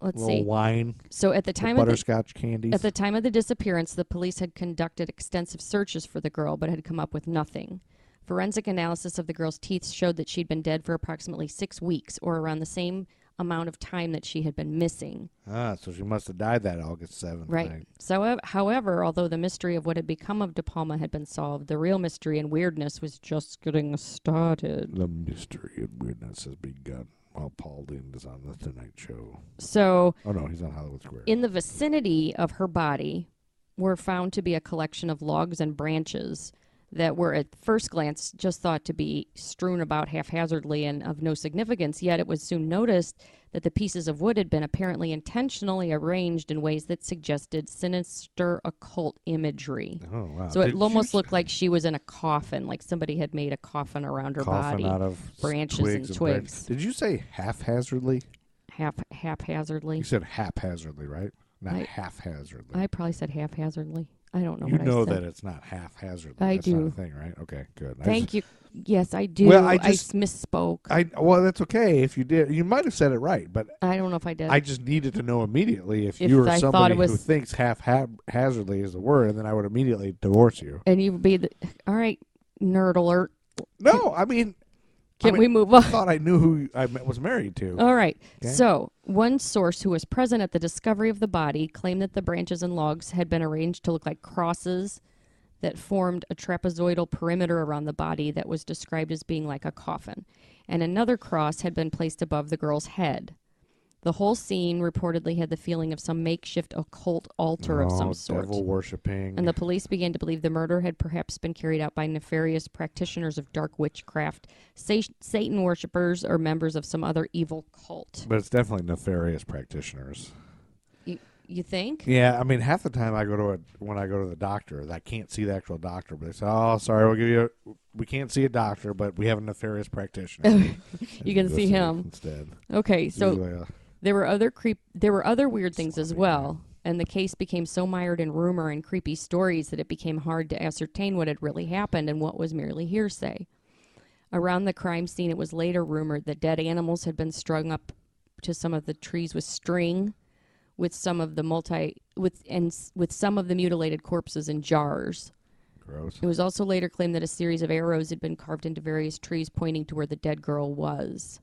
S4: let's
S3: little
S4: see.
S3: wine,
S4: So at the time of the,
S3: butterscotch candies.
S4: at the time of the disappearance, the police had conducted extensive searches for the girl, but had come up with nothing. Forensic analysis of the girl's teeth showed that she'd been dead for approximately six weeks, or around the same amount of time that she had been missing.
S3: ah, so she must have died that August seventh.
S4: Right.
S3: night.
S4: So, uh, however, although the mystery of what had become of De Palma had been solved, the real mystery and weirdness was just getting started.
S3: The mystery and weirdness has begun while Paul Lind is on the Tonight Show.
S4: So,
S3: Oh no, he's on Hollywood Square.
S4: in the vicinity of her body were found to be a collection of logs and branches that were at first glance just thought to be strewn about haphazardly and of no significance yet it was soon noticed that the pieces of wood had been apparently intentionally arranged in ways that suggested sinister occult imagery
S3: oh wow!
S4: So it
S3: Did
S4: almost
S3: you
S4: looked like she was in a coffin, like somebody had made a coffin around her
S3: coffin
S4: body,
S3: out of s-
S4: branches
S3: twigs branches.
S4: and twigs.
S3: Did you say haphazardly?
S4: hap haphazardly.
S3: You said haphazardly, right? Not
S4: I-
S3: haphazardly.
S4: I probably said haphazardly. I don't know
S3: you
S4: what
S3: know
S4: I said.
S3: that it's not haphazardly.
S4: I
S3: that's not
S4: do.
S3: a thing, right? Okay, good. I
S4: Thank you. Yes, I do.
S3: Well, I
S4: I,
S3: just-
S4: misspoke. I,
S3: I well, that's okay if you did. You might have said it right, but
S4: don't know if I did.
S3: I just needed to know immediately if,
S4: If
S3: you were
S4: I thought
S3: somebody
S4: it
S3: who
S4: was-
S3: thinks haphazardly is the word, and then I would immediately divorce you.
S4: and you'd be the, all right. Nerd alert.
S3: No, I mean,
S4: Can
S3: mean-
S4: we move on?
S3: I thought I knew who I was married to.
S4: All right.
S3: Okay.
S4: So, one source who was present at the discovery of the body claimed that the branches and logs had been arranged to look like crosses that formed a trapezoidal perimeter around the body that was described as being like a coffin. And another cross had been placed above the girl's head. The whole scene reportedly had the feeling of some makeshift occult altar of
S3: Oh,
S4: some sort.
S3: Devil worshipping.
S4: And the police began to believe the murder had perhaps been carried out by nefarious practitioners of dark witchcraft, sa- Satan worshippers, or members of some other evil cult.
S3: But it's definitely nefarious practitioners.
S4: You, you think?
S3: Yeah, I mean, half the time I go to a when I go to the doctor, I can't see the actual doctor, but they say, "Oh, sorry, we'll give you. A, we can't see a doctor,
S4: [laughs]
S3: but we have a nefarious practitioner."
S4: You can see him.
S3: instead.
S4: Okay, so
S3: Usually, uh,
S4: There were other creep. There were other weird things as well, and the case became so mired in rumor and creepy stories that it became hard to ascertain what had really happened and what was merely hearsay. Around the crime scene, it was later rumored that dead animals had been strung up to some of the trees with string, with some of the multi with and s- with some of the mutilated corpses in jars.
S3: Gross.
S4: It was also later claimed that a series of arrows had been carved into various trees pointing to where the dead girl was.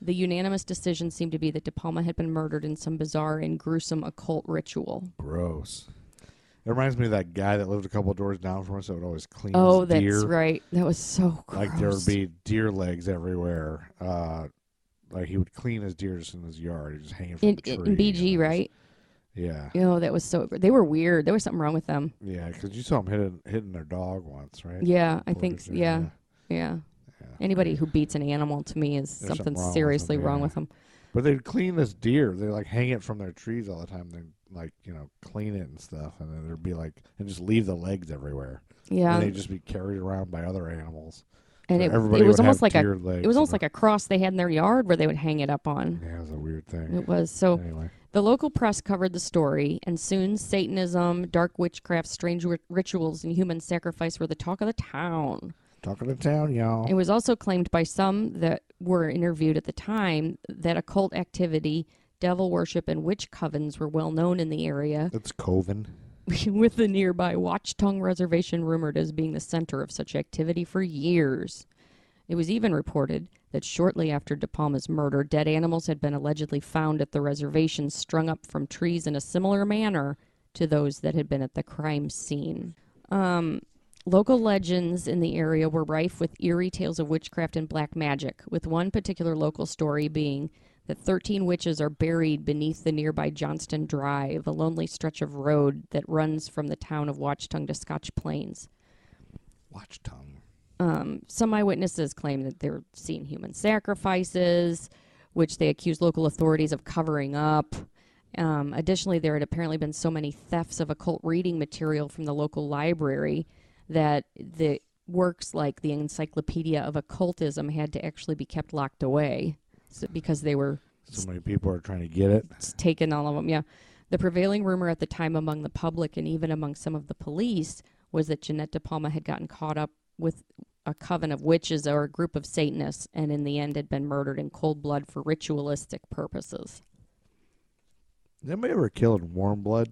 S4: The unanimous decision seemed to be that De Palma had been murdered in some bizarre and gruesome occult ritual.
S3: Gross. It reminds me of that guy that lived a couple doors down from us that would always clean
S4: oh,
S3: his
S4: that's
S3: deer.
S4: right. That was so gross.
S3: Like there would be deer legs everywhere. Uh, like he would clean his deer just in his yard, He'd just hanging from
S4: in,
S3: the tree.
S4: in, in
S3: and it
S4: BG,
S3: was-
S4: right?
S3: Yeah,
S4: Oh, that was so. gr- They were weird. There was something wrong with them.
S3: yeah. Because you saw him hitting hitting their dog once, right?
S4: Yeah, I
S3: Reported
S4: think. s-
S3: there,
S4: Yeah, yeah.
S3: yeah.
S4: Anybody who beats an animal to me is
S3: There's something wrong
S4: something
S3: with them,
S4: seriously wrong
S3: yeah.
S4: with them.
S3: But they'd clean this deer. They like hang it from their trees all the time. They like you know clean it and stuff, and then there'd be like and just leave the legs everywhere.
S4: Yeah,
S3: and they'd just be carried around by other animals.
S4: and
S3: So
S4: it,
S3: everybody
S4: it was
S3: would
S4: almost
S3: have
S4: like a
S3: deer legs
S4: it was almost
S3: and
S4: like a cross they had in their yard where they would hang it up on.
S3: yeah, it was a weird thing.
S4: It was so
S3: Anyway,
S4: the local press covered the story, and soon Satanism, dark witchcraft, strange ri- rituals, and human sacrifice were the talk of the town.
S3: talking to town, y'all.
S4: It was also claimed by some that were interviewed at the time that occult activity, devil worship, and witch covens were well known in the area,
S3: It's Coven.
S4: [laughs] with the nearby Watchtongue Reservation rumored as being the center of such activity for years. It was even reported that shortly after De Palma's murder, dead animals had been allegedly found at the reservation, strung up from trees in a similar manner to those that had been at the crime scene. Um, local legends in the area were rife with eerie tales of witchcraft and black magic, with one particular local story being that 13 witches are buried beneath the nearby Johnston Drive, a lonely stretch of road that runs from the town of Watchtongue to Scotch Plains.
S3: Watch tongue.
S4: Um, some eyewitnesses claim that they were seeing human sacrifices, which they accused local authorities of covering up. Um, additionally, there had apparently been so many thefts of occult reading material from the local library that the works like the Encyclopedia of Occultism had to actually be kept locked away so, because they were
S3: So many people are trying to get it.
S4: it's taken all of them. Yeah. The prevailing rumor at the time among the public and even among some of the police was that Jeanette De Palma had gotten caught up with a coven of witches or a group of Satanists and in the end had been murdered in cold blood for ritualistic purposes.
S3: Did anybody ever kill in warm blood?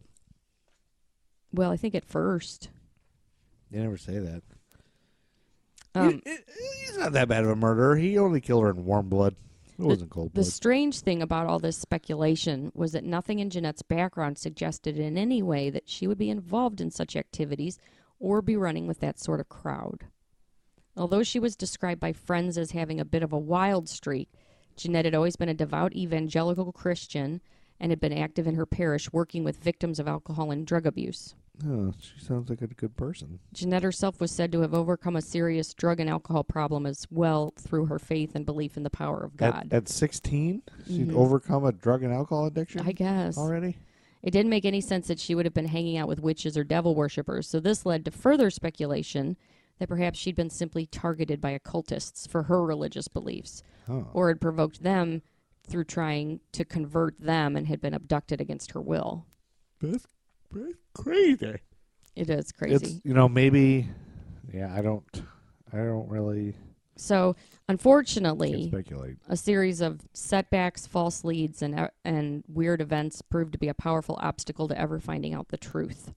S4: Well, I think at first.
S3: They never say that.
S4: Um,
S3: He- he- he's not that bad of a murderer. He only killed her in warm blood. It wasn't cold
S4: The
S3: blood.
S4: strange thing about all this speculation was that nothing in Jeanette's background suggested in any way that she would be involved in such activities or be running with that sort of crowd. Although she was described by friends as having a bit of a wild streak, Jeanette had always been a devout evangelical Christian and had been active in her parish working with victims of alcohol and drug abuse.
S3: Oh, she sounds like a good person.
S4: Jeanette herself was said to have overcome a serious drug and alcohol problem as well through her faith and belief in the power of
S3: At-
S4: God.
S3: At, 16, she'd
S4: Mhm.
S3: overcome a drug and alcohol addiction
S4: I guess.
S3: already?
S4: It didn't make any sense that she would have been hanging out with witches or devil worshippers, so this led to further speculation that perhaps she'd been simply targeted by occultists for her religious beliefs,
S3: Oh.
S4: or had provoked them through trying to convert them and had been abducted against her will.
S3: That's, that's crazy.
S4: It is crazy.
S3: It's, you know, maybe, yeah, I don't, I don't really
S4: so,
S3: can't
S4: unfortunately,
S3: speculate.
S4: a series of setbacks, false leads, and, uh, and weird events proved to be a powerful obstacle to ever finding out the truth.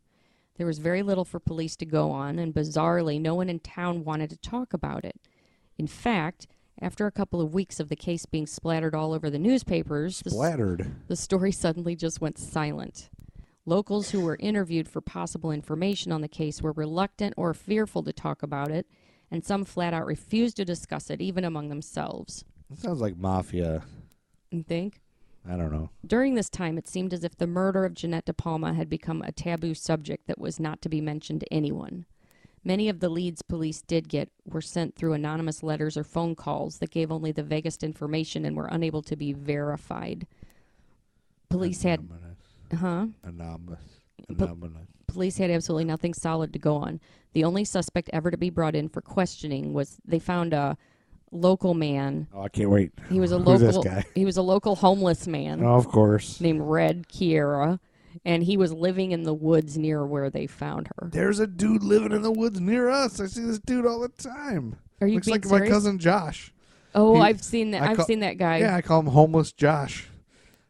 S4: There was very little for police to go on, and bizarrely, no one in town wanted to talk about it. In fact, after a couple of weeks of the case being splattered all over the newspapers, the, s-
S3: Splattered.
S4: the story suddenly just went silent. Locals who were interviewed for possible information on the case were reluctant or fearful to talk about it, and some flat out refused to discuss it, even among themselves.
S3: It sounds like mafia.
S4: You think?
S3: I don't know.
S4: During this time, it seemed as if the murder of Jeanette De Palma had become a taboo subject that was not to be mentioned to anyone. Many of the leads police did get were sent through anonymous letters or phone calls that gave only the vaguest information and were unable to be verified. Police had,
S3: Anonymous.
S4: huh?
S3: Anonymous.
S4: But-
S3: Anonymous.
S4: Police had absolutely nothing solid to go on. The only suspect ever to be brought in for questioning was they found a local man.
S3: Oh, I can't wait.
S4: He was a
S3: Who's
S4: local.
S3: this guy?
S4: He was a local homeless man
S3: Oh, of course.
S4: named Red Kiera, and he was living in the woods near where they found her.
S3: There's a dude living in the woods near us. I see this dude all the time.
S4: Are you
S3: Looks
S4: being
S3: like my
S4: serious?
S3: cousin Josh.
S4: Oh,
S3: He-
S4: I've seen that.
S3: I
S4: I've
S3: call-
S4: seen that guy.
S3: Yeah, I call him homeless Josh.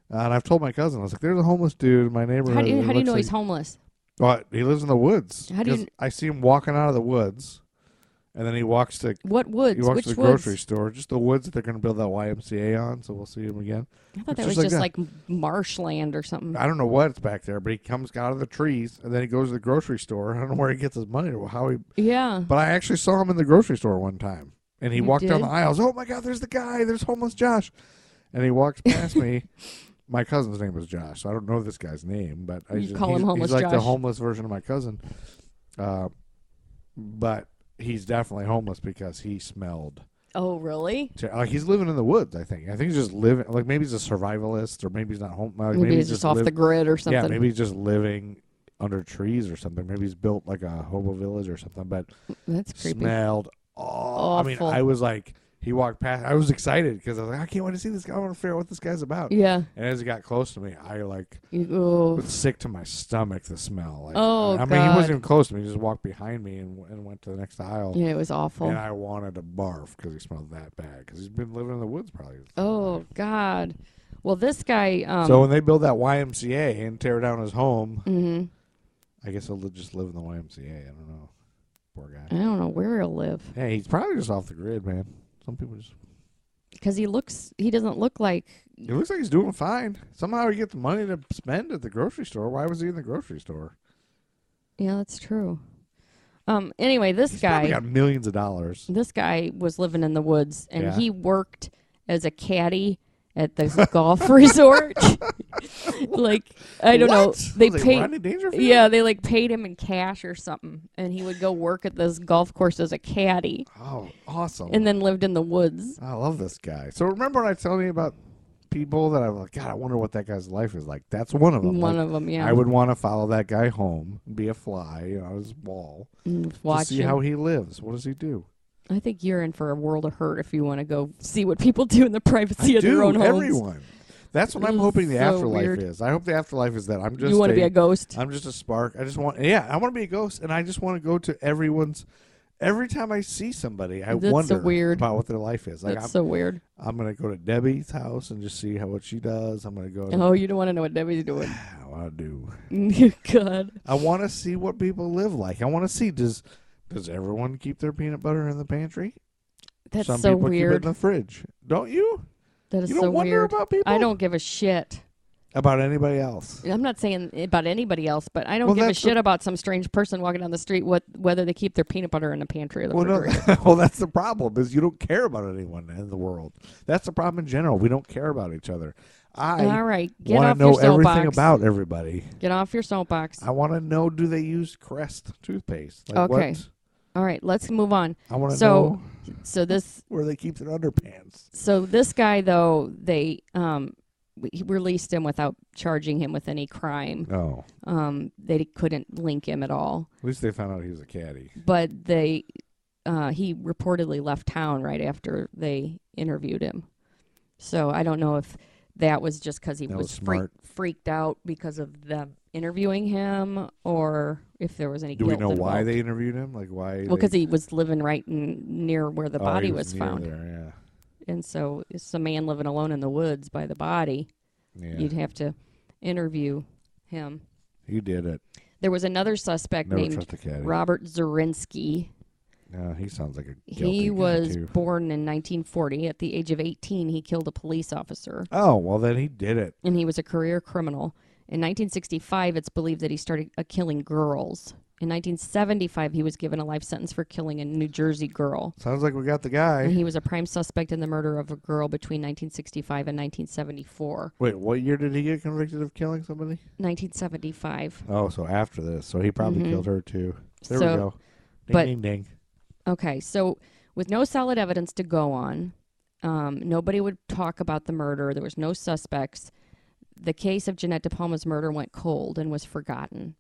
S3: Uh, and I've told my cousin, I was like, "There's a homeless dude in my neighborhood."
S4: How do you,
S3: It
S4: how do you
S3: looks
S4: know
S3: like-
S4: he's homeless?
S3: Well, he lives in the woods.
S4: How do you-
S3: 'Cause I see him walking out of the woods, and then he walks to
S4: What
S3: he
S4: woods?
S3: walks
S4: Which
S3: to the
S4: woods?
S3: grocery store. Just the woods that they're going to build that YMCA on. So we'll see him again.
S4: I thought that
S3: Just
S4: was
S3: like
S4: just
S3: that.
S4: like marshland or something.
S3: I don't know what's back there, but he comes out of the trees and then he goes to the grocery store. I don't know where he gets his money or how he.
S4: yeah.
S3: But I actually saw him in the grocery store one time, and he
S4: You
S3: walked down
S4: did?
S3: the aisles. Oh my God! There's the guy. There's homeless Josh, and he walks past
S4: [laughs]
S3: me. My cousin's name was Josh. So I don't know this guy's name, but I
S4: You
S3: just-
S4: call him
S3: he's,
S4: homeless
S3: He's like the
S4: Josh.
S3: homeless version of my cousin, uh, but he's definitely homeless because he smelled.
S4: Oh, really?
S3: ter- Like he's living in the woods, I think. I think he's just living. Like maybe he's a survivalist, or maybe he's not home. Like
S4: Maybe, he's just, off
S3: liv-
S4: the grid or something.
S3: yeah, maybe he's just living under trees or something. Maybe he's built like a hobo village or something. But
S4: That's creepy.
S3: smelled aw- I mean,
S4: Awful.
S3: I was like, he walked past. I was excited because I was like, I can't wait to see this guy. I want to figure out what this guy's about.
S4: Yeah.
S3: And as he got close to me, I like
S4: You- oh.
S3: was sick to my stomach. The smell. Like,
S4: Oh,
S3: I mean, he
S4: God.
S3: wasn't even close to me. He just walked behind me and, and went to the next aisle.
S4: Yeah, it was awful.
S3: And I wanted to barf because he smelled that bad. Because he's been living in the woods probably. his whole
S4: Oh
S3: life.
S4: God. Well, this guy. Um,
S3: so when they build that YMCA and tear down his home,
S4: mhm.
S3: I guess he'll li- just live in the YMCA. I don't know. Poor guy.
S4: I don't know where he'll live
S3: Hey, he's probably just off the grid, man. Some people just.
S4: because he looks. He doesn't look like.
S3: It looks like he's doing fine. Somehow he gets money to spend at the grocery store. Why was he in the grocery store?
S4: Yeah, that's true. Um. Anyway, this
S3: He's
S4: guy.
S3: probably got millions of dollars.
S4: This guy was living in the woods, and
S3: Yeah.
S4: he worked as a caddy at the
S3: [laughs]
S4: golf resort. like I don't know.
S3: What?
S4: They
S3: Was it
S4: paid.
S3: Rodney Dangerfield?
S4: Yeah, they like paid him in cash or something, and he would go work at this golf course as a caddy,
S3: Oh, awesome.
S4: and then lived in the woods.
S3: I love this guy. So remember when I told you about people that I'm like, God, I wonder what that guy's life is like. That's one of them.
S4: One
S3: Like,
S4: of them, yeah.
S3: I would want to follow that guy home, be a fly you know, on his wall,
S4: Mm,
S3: to
S4: watch
S3: see
S4: him.
S3: how he lives. What does he do?
S4: I think you're in for a world of hurt if you want to go see what people do in the privacy of their
S3: do
S4: own homes.
S3: everyone. That's what I'm
S4: This
S3: hoping
S4: is
S3: the
S4: so
S3: afterlife
S4: weird.
S3: is. I hope the afterlife is that I'm just
S4: You want to be a ghost?
S3: I'm just a spark. I just want, yeah, I want to be a ghost, and I just want to go to everyone's. Every time I see somebody, I
S4: That's so
S3: wonder
S4: weird.
S3: about what their life is. Like,
S4: That's
S3: I'm,
S4: so weird.
S3: I'm gonna go to Debbie's house and just see how what she does. I'm gonna go. To,
S4: Oh, you don't want to know what
S3: [sighs]
S4: Debbie's doing. [laughs] Oh,
S3: how I do.
S4: God.
S3: I want to see what people live like. I want to see does does everyone keep their peanut butter in the pantry?
S4: That's
S3: Some
S4: so
S3: people keep
S4: weird.
S3: it in the fridge. Don't you?
S4: That is
S3: you don't
S4: so
S3: wonder
S4: weird.
S3: about people.
S4: I don't give a shit.
S3: about anybody else.
S4: I'm not saying about anybody else, but I don't
S3: Well,
S4: give a
S3: that's the-
S4: shit about some strange person walking down the street what whether they keep their peanut butter in the pantry or the
S3: Well,
S4: refrigerator.
S3: no, [laughs] well, that's the problem is you don't care about anyone in the world. That's the problem in general. We don't care about each other.
S4: All
S3: I
S4: right, get
S3: want
S4: off
S3: to know
S4: your soapbox.
S3: everything about everybody.
S4: Get off your soapbox.
S3: I want to know do they use Crest toothpaste? Like
S4: Okay.
S3: What?
S4: All right, let's move on.
S3: I want to
S4: So-
S3: know
S4: So this
S3: where they keep their underpants.
S4: so this guy though they um w- he released him without charging him with any crime.
S3: Oh,
S4: Um, they couldn't link him at all,
S3: at least they found out he was a caddy.
S4: but they uh, he reportedly left town right after they interviewed him. So I don't know if that was just because he
S3: That
S4: was,
S3: was
S4: freak,
S3: smart.
S4: freaked out because of them interviewing him, or if there was any.
S3: Do we
S4: guilt
S3: know why
S4: involved.
S3: they interviewed him? Like why?
S4: Well,
S3: they-
S4: because he was living right n- near where the
S3: oh, he
S4: body was,
S3: near
S4: found,
S3: There,
S4: and so it's a man living alone in the woods by the body.
S3: yeah, yeah.
S4: You'd have to interview him.
S3: He did it.
S4: There was another suspect
S3: Never
S4: named
S3: trust a caddy.
S4: Robert Zurinsky.
S3: Yeah, he sounds like a guilty
S4: He
S3: guy,
S4: was
S3: too.
S4: born in 1940. At the age of 18, he killed a police officer,
S3: Oh well, then he did it.
S4: and he was a career criminal. In 1965, it's believed that he started uh, killing girls. In 1975, he was given a life sentence for killing a New Jersey girl.
S3: Sounds like we got the guy.
S4: And he was a prime suspect in the murder of a girl between 1965 and 1974.
S3: Wait, what year did he get convicted of killing somebody?
S4: 1975.
S3: Oh, so after this, so he probably killed her too. There
S4: Mm-hmm. So-
S3: we go. Ding,
S4: but-
S3: ding, ding.
S4: Okay, so with no solid evidence to go on, um, nobody would talk about the murder. There was no suspects. The case of Jeanette De Palma's murder went cold and was forgotten.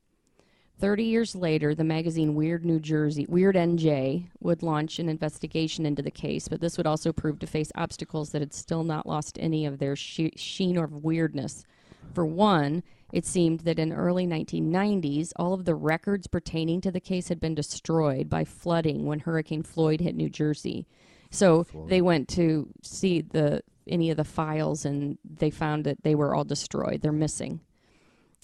S4: Thirty years later, the magazine Weird New Jersey, Weird NJ, would launch an investigation into the case, but this would also prove to face obstacles that had still not lost any of their she- sheen or weirdness. For one, it seemed that in early 1990s, all of the records pertaining to the case had been destroyed by flooding when Hurricane Floyd hit New Jersey. So they went to see the any of the files, and they found that they were all destroyed. They're missing.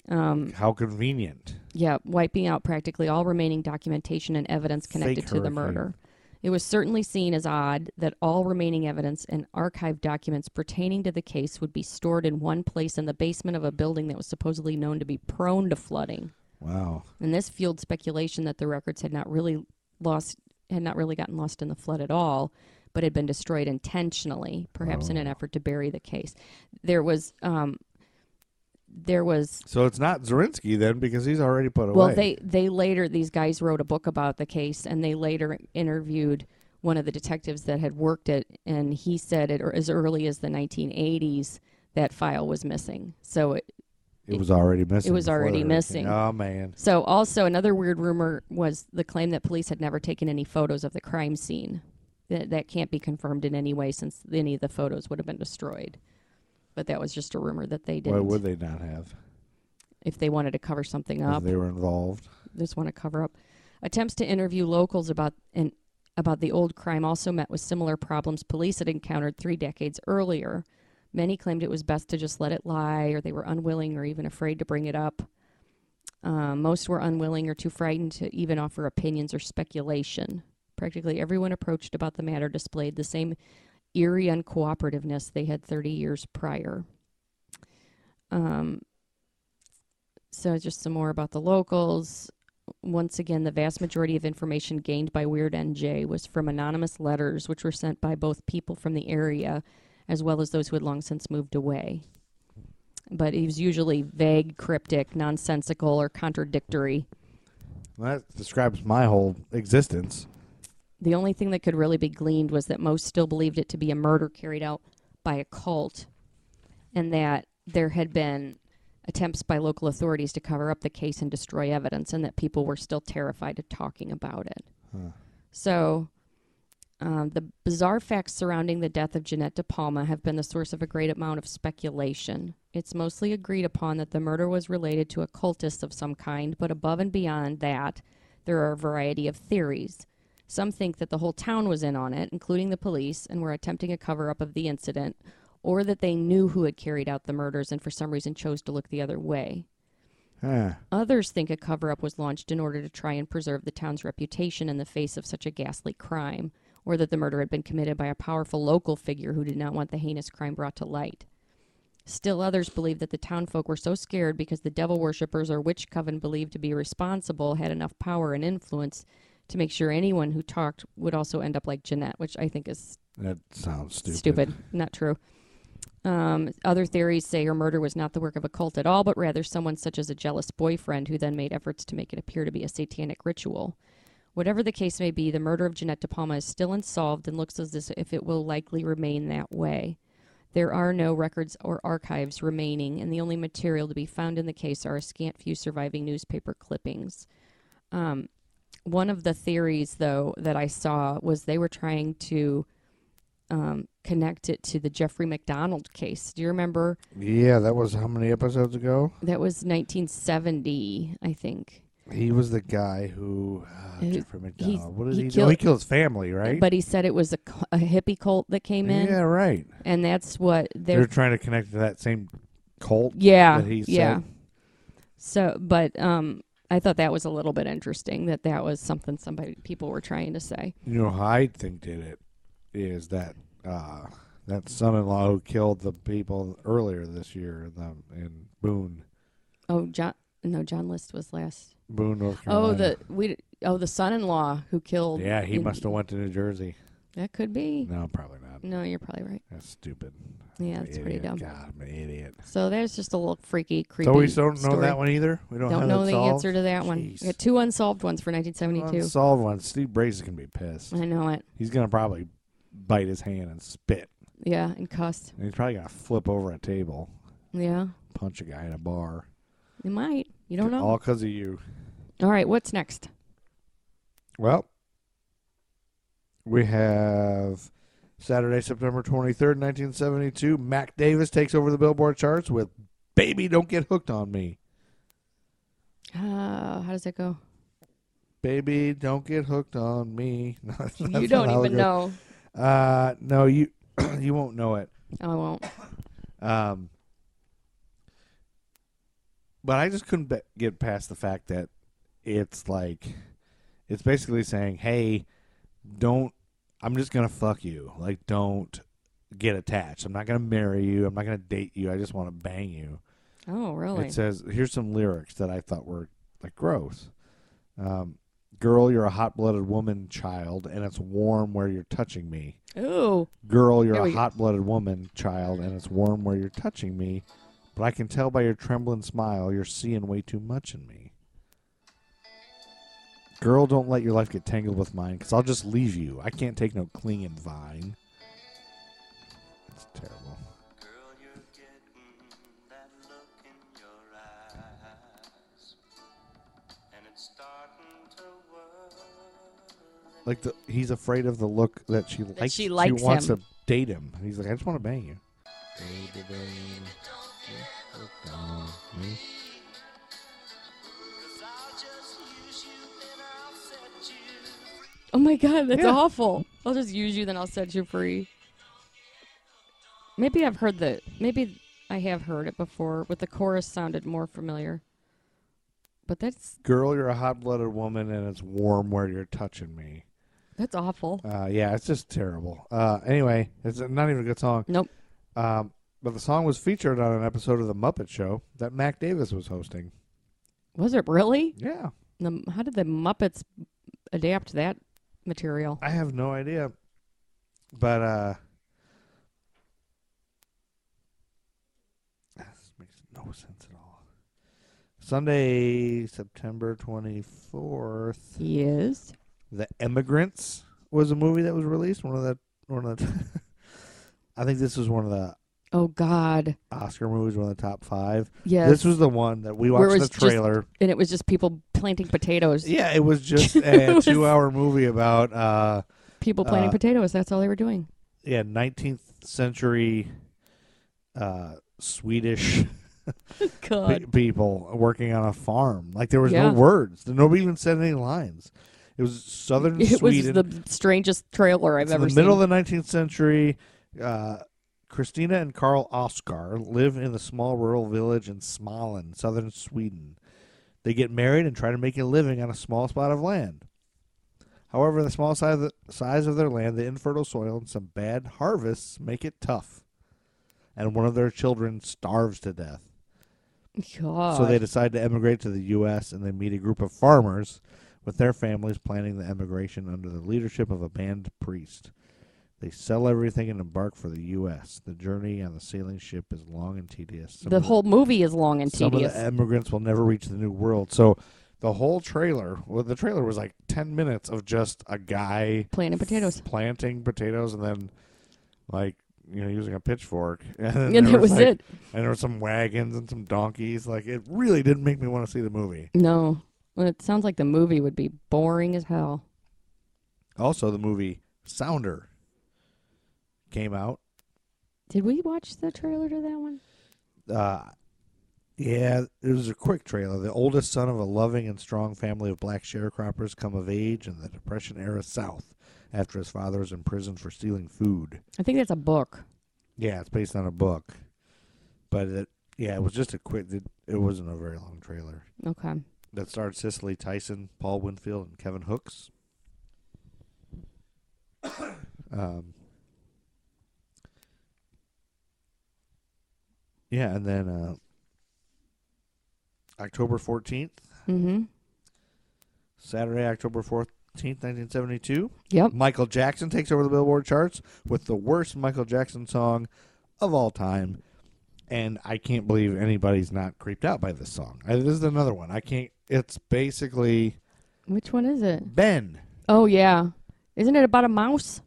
S3: How convenient.
S4: Yeah, wiping out practically all remaining documentation and evidence connected to the
S3: hurricane.
S4: murder. It was certainly seen as odd that all remaining evidence and archived documents pertaining to the case would be stored in one place in the basement of a building that was supposedly known to be prone to flooding.
S3: Wow.
S4: And this fueled speculation that the records had not really lost had not really gotten lost in the flood at all, but had been destroyed intentionally, perhaps in an effort to bury the case. There was um, there was
S3: So it's not Zerinsky then because he's already put away.
S4: well, they they later these guys wrote a book about the case, and they later interviewed one of the detectives that had worked it, and he said it or as early as the 1980s that file was missing. So it,
S3: it was already missing.
S4: was
S3: before
S4: already
S3: the hurricane.
S4: missing.
S3: Oh man.
S4: so also another weird rumor was the claim that police had never taken any photos of the crime scene. That that can't be confirmed in any way since any of the photos would have been destroyed. But that was just a rumor that they did
S3: Why would they not have?
S4: if they wanted to cover something
S3: 'Cause
S4: up.
S3: They were involved.
S4: just want to cover up. Attempts to interview locals about and about the old crime also met with similar problems police had encountered three decades earlier. Many claimed it was best to just let it lie, or they were unwilling or even afraid to bring it up. Uh, most were unwilling or too frightened to even offer opinions or speculation. Practically everyone approached about the matter displayed the same eerie uncooperativeness they had 30 years prior. Um, so, just some more about the locals once again, the vast majority of information gained by Weird NJ was from anonymous letters, which were sent by both people from the area as well as those who had long since moved away. But he was usually vague, cryptic, nonsensical, or contradictory.
S3: That describes my whole existence.
S4: The only thing that could really be gleaned was that most still believed it to be a murder carried out by a cult, and that there had been attempts by local authorities to cover up the case and destroy evidence, and that people were still terrified of talking about it.
S3: Huh.
S4: So, um, the bizarre facts surrounding the death of Jeanette De Palma have been the source of a great amount of speculation. It's mostly agreed upon that the murder was related to a cultist of some kind, but above and beyond that, there are a variety of theories. Some think that the whole town was in on it, including the police, and were attempting a cover up of the incident, or that they knew who had carried out the murders and for some reason chose to look the other way.
S3: Huh.
S4: Others think a cover up was launched in order to try and preserve the town's reputation in the face of such a ghastly crime, or that the murder had been committed by a powerful local figure who did not want the heinous crime brought to light. Still, others believe that the townfolk were so scared because the devil worshippers or witch coven believed to be responsible had enough power and influence to make sure anyone who talked would also end up like Jeanette, which I think is
S3: That sounds stupid.
S4: stupid, not true. Um, other theories say her murder was not the work of a cult at all, but rather someone such as a jealous boyfriend who then made efforts to make it appear to be a satanic ritual. Whatever the case may be, the murder of Jeanette De Palma is still unsolved and looks as if it will likely remain that way. There are no records or archives remaining, and the only material to be found in the case are a scant few surviving newspaper clippings. Um, one of the theories, though, that I saw was they were trying to um, connect it to the Jeffrey McDonald case. Do you remember?
S3: Yeah, that was how many episodes ago?
S4: That was 1970, I think.
S3: He was the guy who uh,
S4: Who-
S3: Jeffrey McDonald. What did
S4: he
S3: he, do? Oh,
S4: killed-
S3: he killed his family, right?
S4: But he said it was a, cu- a hippie cult that came in,
S3: yeah, right.
S4: and that's what
S3: They're,
S4: they're.
S3: trying to connect to that same cult.
S4: yeah,
S3: that he
S4: yeah.
S3: said.
S4: So, but um, I thought that was a little bit interesting that that was something somebody people were trying to say.
S3: You know, how I think did it is that uh, that son-in-law who killed the people earlier this year in the, in Boone,
S4: Oh, John. No, John List was last.
S3: Boone, North Carolina.
S4: Oh, the we. Oh, the son-in-law who killed.
S3: yeah, he
S4: in-
S3: must have went to New Jersey.
S4: That could be.
S3: No, probably not.
S4: No, you're probably right.
S3: That's stupid.
S4: Yeah, that's pretty
S3: Idiot.
S4: dumb.
S3: God, I'm an idiot.
S4: So there's just a little freaky, creepy.
S3: So we don't know
S4: story.
S3: that one either. We don't,
S4: Don't
S3: have
S4: know
S3: that
S4: the
S3: solved?
S4: answer to that one.
S3: Jeez.
S4: We got two unsolved ones for 1972.
S3: Unsolved one. Steve Brace is gonna be
S4: [laughs]
S3: pissed.
S4: I know it.
S3: He's gonna probably bite his hand and spit.
S4: Yeah, and cuss.
S3: And he's probably gonna flip over a table,
S4: Yeah,
S3: punch a guy in a bar.
S4: it might. You don't know.
S3: All because of you.
S4: All right, what's next?
S3: Well, we have Saturday, September 23rd, 1972. Mac Davis takes over the Billboard charts with Baby Don't Get Hooked on Me.
S4: Uh, how does that go?
S3: Baby Don't Get Hooked on Me. [laughs] No, [laughs] that's not
S4: you don't
S3: how it goes.
S4: even know.
S3: Uh, no, you [clears throat] you won't know it.
S4: Oh, I won't.
S3: Um, but I just couldn't be- get past the fact that it's like, it's basically saying, hey, don't, I'm just going to fuck you. Like, don't get attached. I'm not going to marry you. I'm not going to date you. I just want to bang you.
S4: Oh, really?
S3: It says, here's some lyrics that I thought were like gross. Um, Girl, you're a hot blooded woman child, and it's warm where you're touching me.
S4: Ooh.
S3: Girl, you're
S4: There
S3: a
S4: we go.
S3: hot blooded woman, child, and it's warm where you're touching me, but I can tell by your trembling smile you're seeing way too much in me. Girl, don't let your life get tangled with mine, because I'll just leave you. I can't take no clinging vine. It's terrible.
S5: Girl, you're getting that look in your eyes, and it's starting to worry.
S3: Like, the, he's afraid of the look that she likes.
S4: she likes
S3: She wants
S4: him.
S3: to date him. And he's like, I just want to bang you.
S5: Cause I'll just use you and I'll set you free.
S4: Oh my God, that's
S3: Yeah.
S4: awful. I'll just use you, then I'll set you free. Maybe I've heard the. Maybe I have heard it before, but the chorus sounded more familiar. But that's
S3: Girl, you're a hot blooded woman, and it's warm where you're touching me.
S4: that's awful.
S3: Uh, yeah, it's just terrible. Uh, anyway, it's not even a good song.
S4: Nope.
S3: Um, but the song was featured on an episode of The Muppet Show that Mac Davis was hosting.
S4: Was it really?
S3: Yeah,
S4: The, how did the Muppets adapt that material?
S3: I have no idea. But uh, Ah, this makes no sense at all. Sunday, September twenty fourth,
S4: Yes.
S3: The Emigrants was a movie that was released. One of the one of the. [laughs] I think this was one of the
S4: Oh God.
S3: Oscar movies, one of the top five.
S4: Yes.
S3: This was the one that we
S4: Where
S3: watched the
S4: it's just-
S3: trailer.
S4: and it was just people planting potatoes.
S3: Yeah, it was
S4: [laughs]
S3: just
S4: It
S3: a
S4: was-
S3: two-hour movie about uh,
S4: People planting
S3: Uh,
S4: potatoes. That's all they were doing.
S3: yeah 19th century uh, Swedish pe-
S4: God.
S3: people working on a farm. Like there was
S4: Yeah.
S3: no words. Nobody even said any lines. It was southern
S4: It was
S3: Sweden.
S4: the strangest trailer I've
S3: It's in
S4: ever
S3: the
S4: seen.
S3: middle of the 19th century. Uh, Christina and Carl Oscar live in the small rural village in Småland, southern Sweden. They get married and try to make a living on a small spot of land. However, the small size of, size of their land, the infertile soil, and some bad harvests make it tough. And one of their children starves to death.
S4: God.
S3: So they decide to emigrate to the U.S. and they meet a group of farmers with their families planning the emigration under the leadership of a banned priest. They sell everything and embark for the U.S. The journey on the sailing ship is long and tedious. Some
S4: the
S3: of
S4: whole movie is long and
S3: some
S4: tedious.
S3: of the immigrants will never reach the new world. So the whole trailer, well, the trailer was like ten minutes of just a guy
S4: Planting potatoes.
S3: planting potatoes, and then like you know using a pitchfork, [laughs] and, then
S4: and
S3: there
S4: that was
S3: like,
S4: it.
S3: and there were some wagons and some donkeys. Like it really didn't make me want to see the movie.
S4: No. Well, it sounds like the movie would be boring as hell.
S3: Also, the movie Sounder came out.
S4: Did we watch the trailer to that one?
S3: Uh, yeah, it was a quick trailer. The oldest son of a loving and strong family of black sharecroppers come of age in the Depression era South after his father is imprisoned for stealing food.
S4: I think that's a book.
S3: Yeah, it's based on a book, but it yeah, it was just a quick. It, it wasn't a very long trailer
S4: Okay.
S3: that starred Cicely Tyson, Paul Winfield, and Kevin Hooks. um, yeah, and then uh, October 14th,
S4: Mm-hmm.
S3: Saturday, October 14th, 1972,
S4: Yep.
S3: Michael Jackson takes over the Billboard charts with the worst Michael Jackson song of all time. And I can't believe anybody's not creeped out by this song. I, this is another one. I can't. It's basically.
S4: Which one is it?
S3: Ben.
S4: Oh yeah. Isn't it about a mouse?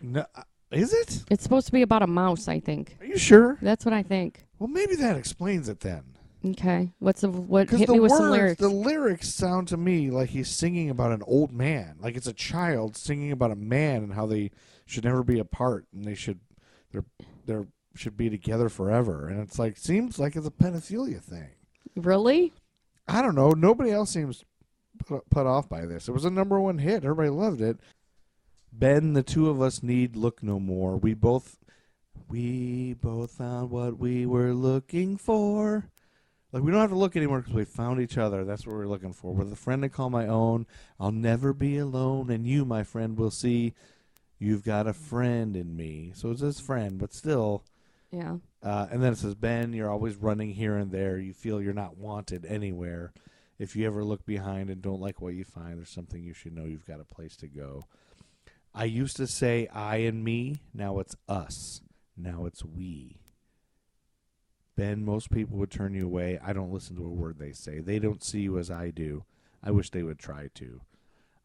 S3: No, uh, is it?
S4: It's supposed to be about a mouse, I think.
S3: Are you sure?
S4: That's what I think.
S3: Well, maybe that explains it then.
S4: Okay. What's the what?
S3: Because
S4: Hit
S3: the
S4: me with
S3: words,
S4: some lyrics.
S3: the lyrics sound to me like he's singing about an old man, like it's a child singing about a man and how they should never be apart and they should, they're, they're should be together forever. And it's like seems like it's a pedophilia thing.
S4: Really?
S3: I don't know. Nobody else seems put, put off by this. It was a number one hit. Everybody loved it. Ben, the two of us need look no more. We both, we both found what we were looking for. Like we don't have to look anymore because we found each other. That's what we're looking for. With a friend I call my own, I'll never be alone, and you, my friend, will see. You've got a friend in me. So it's his friend, but still.
S4: Yeah.
S3: Uh, and then it says, Ben, you're always running here and there. You feel you're not wanted anywhere. If you ever look behind and don't like what you find, there's something you should know. You've got a place to go. I used to say I and me. Now it's us. Now it's we. Ben, most people would turn you away. I don't listen to a word they say. They don't see you as I do. I wish they would try to.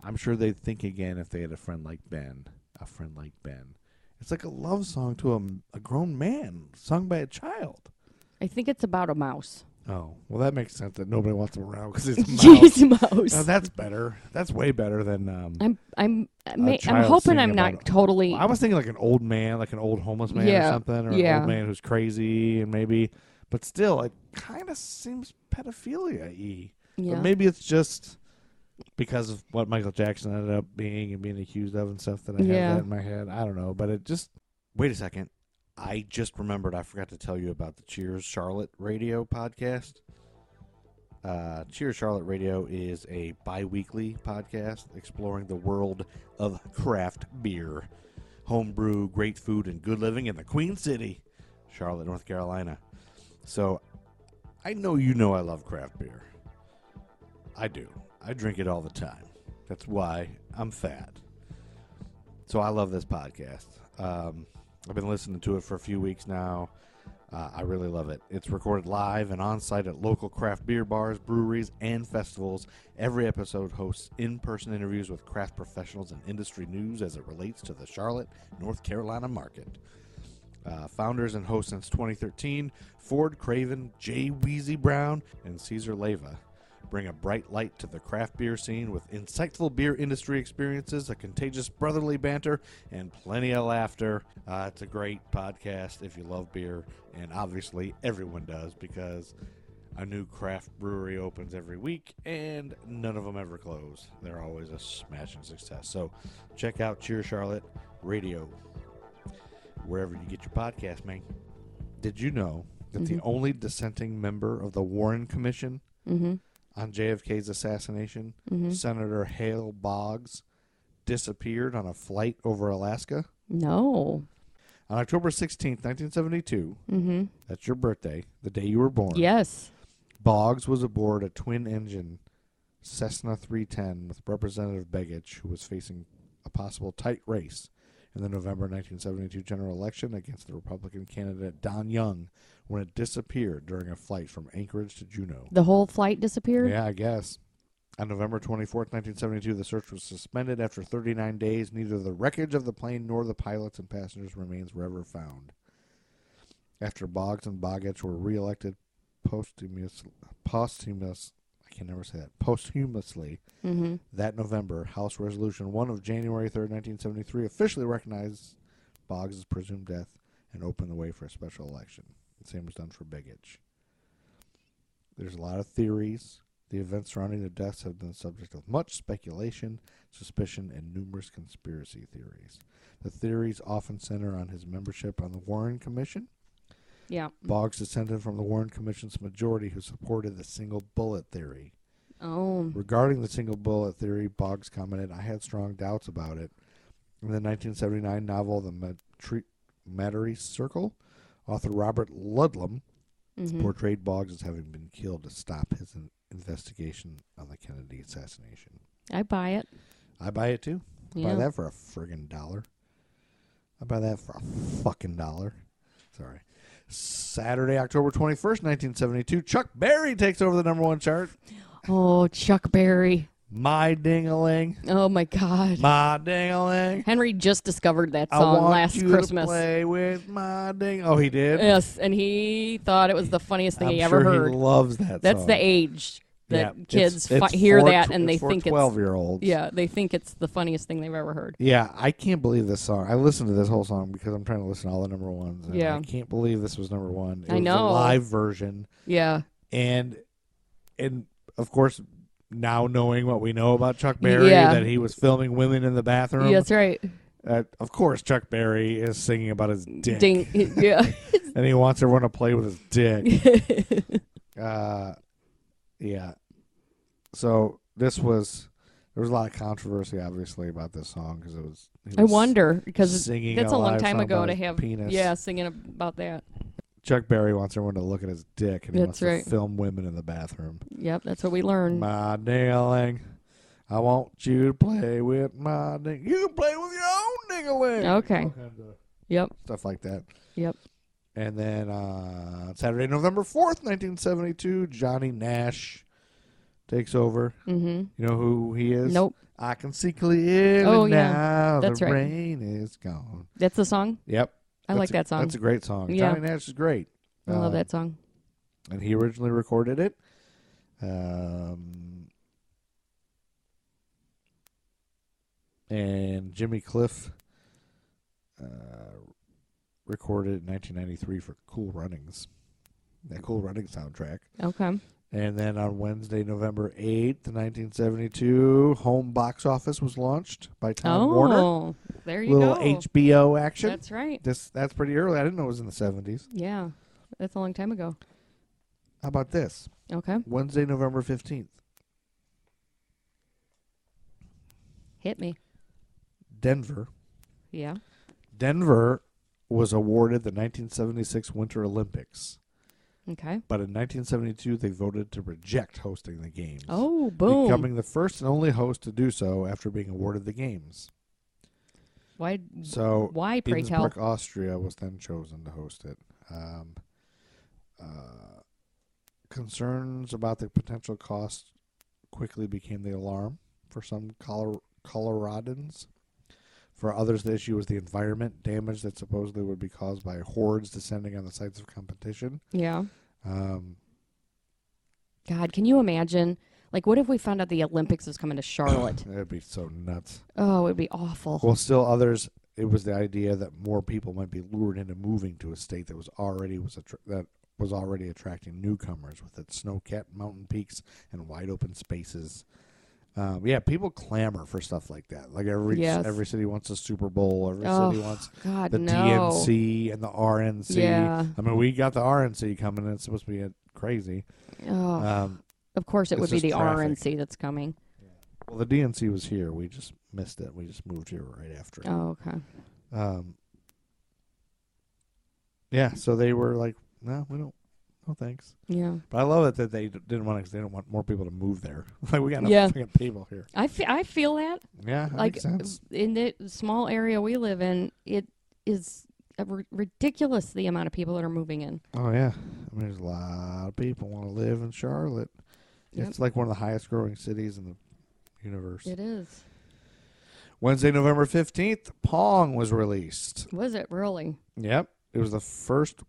S3: I'm sure they'd think again if they had a friend like Ben. A friend like Ben. It's like a love song to a, a grown man, sung by a child.
S4: I think it's about a mouse.
S3: Oh, well, that makes sense that nobody wants him around
S4: [laughs]
S3: because he's a mouse.
S4: Jeez, mouse.
S3: Now, that's better. That's way better than. Um,
S4: I'm I'm I may, I'm
S3: child
S4: hoping
S3: singing
S4: I'm not
S3: about-
S4: totally.
S3: I was thinking like an old man, like an old homeless man
S4: Yeah,
S3: or something, or
S4: yeah.
S3: an old man who's crazy and maybe. But still, it kind of seems pedophilia y.
S4: yeah.
S3: But maybe it's just because of what Michael Jackson ended up being and being accused of and stuff that I
S4: Yeah.
S3: have that in my head. I don't know, but it just wait a second. I just remembered I forgot to tell you about the Cheers Charlotte radio podcast. Uh, Cheers Charlotte Radio is a bi weekly podcast exploring the world of craft beer, homebrew, great food, and good living in the Queen City, Charlotte, North Carolina. So I know you know I love craft beer. I do. I drink it all the time. That's why I'm fat. So I love this podcast. Um, I've been listening to it for a few weeks now. Uh, I really love it. It's recorded live and on site at local craft beer bars, breweries, and festivals. Every episode hosts in person interviews with craft professionals and industry news as it relates to the Charlotte, North Carolina market. Uh, founders and hosts since 2013, Ford Craven, Jay Wheezy Brown, and Caesar Leva bring a bright light to the craft beer scene with insightful beer industry experiences, a contagious brotherly banter, and plenty of laughter. Uh, it's a great podcast if you love beer, and obviously everyone does because a new craft brewery opens every week and none of them ever close. They're always a smashing success. So check out Cheer Charlotte Radio wherever you get your podcast, man. Did you know that the only dissenting member of the Warren Commission on JFK's assassination, Senator Hale Boggs, disappeared on a flight over Alaska?
S4: no.
S3: On October 16th, 1972, that's your birthday, the day you were born,
S4: Yes.
S3: Boggs was aboard a twin engine Cessna 310 with Representative Begich, who was facing a possible tight race in the November 1972 general election against the Republican candidate Don Young when it disappeared during a flight from Anchorage to Juneau.
S4: The whole flight disappeared.
S3: Yeah, I guess. On November 24th, 1972, the search was suspended after 39 days. Neither the wreckage of the plane nor the pilots and passengers' remains were ever found. After Boggs and Bogich were reelected posthumous, posthumous, I can never say that, posthumously that November, House Resolution 1 of January 3rd, 1973 officially recognized Boggs' presumed death and opened the way for a special election. The same was done for Bigich. There's a lot of theories. The events surrounding the deaths have been the subject of much speculation, suspicion, and numerous conspiracy theories. The theories often center on his membership on the Warren Commission.
S4: Yeah.
S3: Boggs descended from the Warren Commission's majority who supported the single bullet theory.
S4: Oh.
S3: Regarding the single bullet theory, Boggs commented, I had strong doubts about it. In the 1979 novel The Matri- Mattery Circle, author Robert Ludlum portrayed Boggs as having been killed to stop his in- investigation on the Kennedy assassination.
S4: I buy it.
S3: I buy it too.
S4: Yeah.
S3: Buy that for a friggin' dollar. I buy that for a fucking dollar. Sorry. Saturday, October 21st, 1972, Chuck Berry takes over the number one chart.
S4: Oh, Chuck Berry.
S3: My Dingaling,
S4: Oh my God.
S3: My Dingaling.
S4: Henry just discovered that
S3: I
S4: song
S3: want
S4: last
S3: you to
S4: Christmas.
S3: play with my ding. Oh, he did.
S4: Yes, and he thought it was the funniest thing
S3: I'm
S4: he
S3: sure
S4: ever heard.
S3: He loves that.
S4: That's
S3: song.
S4: the age that
S3: Yeah,
S4: kids
S3: it's,
S4: fi-
S3: it's
S4: hear
S3: for
S4: that
S3: tw-
S4: and they
S3: it's for
S4: think
S3: twelve
S4: it's
S3: year olds.
S4: yeah, they think it's the funniest thing they've ever heard.
S3: Yeah, I can't believe this song. I listened to this whole song because I'm trying to listen to all the number ones. and
S4: Yeah.
S3: I can't believe this was number one. It
S4: I
S3: was the
S4: know.
S3: live version,
S4: Yeah,
S3: and and of course, now knowing what we know about Chuck Berry,
S4: Yeah.
S3: that he was filming women in the bathroom.
S4: yeah, that's right.
S3: uh, of course, Chuck Berry is singing about his dick,
S4: Ding, [laughs] yeah,
S3: and he wants everyone to play with his dick.
S4: [laughs]
S3: uh, yeah. So this was there was a lot of controversy, obviously, about this song because it was. he
S4: I
S3: was-
S4: wonder because
S3: singing
S4: that's
S3: a
S4: a long
S3: live
S4: time
S3: song
S4: ago
S3: about
S4: to
S3: his
S4: have
S3: penis.
S4: yeah singing about that.
S3: Chuck Berry wants everyone to look at his dick, and he
S4: That's
S3: wants
S4: right. Mm.
S3: to film women in the bathroom.
S4: Yep, that's what we learned.
S3: My darling, I want you to play with my. Ding- you can play with your own dingling.
S4: Okay. Yep,
S3: Stuff like that.
S4: yep.
S3: And then uh, Saturday, November 4th, 1972, Johnny Nash takes over.
S4: Mm-hmm.
S3: You know who he is?
S4: Nope,
S3: I can see clearly
S4: Oh, yeah.
S3: now.
S4: That's
S3: the
S4: right.
S3: rain is gone.
S4: that's the song.
S3: Yep.
S4: I
S3: That's
S4: like
S3: a-
S4: that song.
S3: That's a great song.
S4: Yeah.
S3: Johnny Nash is great.
S4: I love
S3: Um,
S4: that song.
S3: and he originally recorded it. Um, and Jimmy Cliff uh, recorded it in 1993 for Cool Runnings, that Cool Running soundtrack.
S4: Okay,
S3: And then on Wednesday, November 8th, 1972, Home Box Office was launched by Tom
S4: oh,
S3: uh, Warner.
S4: there you
S3: Little
S4: go.
S3: HBO action.
S4: That's right.
S3: this that's pretty early. I didn't know it was in the 70s.
S4: Yeah, that's a long time ago.
S3: How about this?
S4: Okay,
S3: Wednesday, November 15th,
S4: hit me.
S3: Denver
S4: Yeah.
S3: Denver was awarded the 1976 Winter Olympics,
S4: Okay.
S3: but in 1972 they voted to reject hosting the games.
S4: Oh, boom.
S3: Becoming the first and only host to do so after being awarded the games.
S4: Why?
S3: So
S4: Why, pray tell?
S3: Innsbruck, Austria was then chosen to host it. Um, uh, concerns about the potential cost quickly became the alarm for some Color- Coloradans. For others, the issue was the environment damage that supposedly would be caused by hordes descending on the sites of competition.
S4: Yeah.
S3: Um,
S4: God, can you imagine? Like, what if we found out the Olympics was coming
S3: [coughs]
S4: to Charlotte?
S3: that'd be so nuts.
S4: oh, it'd be awful.
S3: Well, still others, it was the idea that more people might be lured into moving to a state that was already was attr that was already attracting newcomers with its snow-capped mountain peaks and wide open spaces. Um, yeah, people clamor for stuff like that. Like every
S4: Yes.
S3: every city wants a Super Bowl. Every
S4: oh,
S3: city wants
S4: God,
S3: the
S4: no.
S3: DNC and the RNC.
S4: Yeah.
S3: I mean, we got the RNC coming. and It's supposed to be a, crazy.
S4: Oh,
S3: Um,
S4: of course, it
S3: it's
S4: would be
S3: just
S4: the
S3: traffic.
S4: RNC that's coming.
S3: well, the DNC was here. We just missed it. We just moved here right after.
S4: Oh, okay.
S3: Um, yeah, so they were like, no, we don't, no thanks.
S4: Yeah.
S3: But I love it that they d- didn't want to, they don't want more people to move there. [laughs] like, we got enough
S4: Yeah.
S3: fucking people here.
S4: I fe- I feel that.
S3: Yeah, that
S4: like, uh,
S3: makes sense.
S4: in the small area we live in, it is a r- ridiculous the amount of people that are moving in.
S3: Oh, yeah. I mean, there's a lot of people want to live in Charlotte.
S4: Yep.
S3: It's like one of the highest growing cities in the universe.
S4: It is.
S3: Wednesday, November 15th, Pong was released.
S4: Was it really?
S3: Yep. It was the first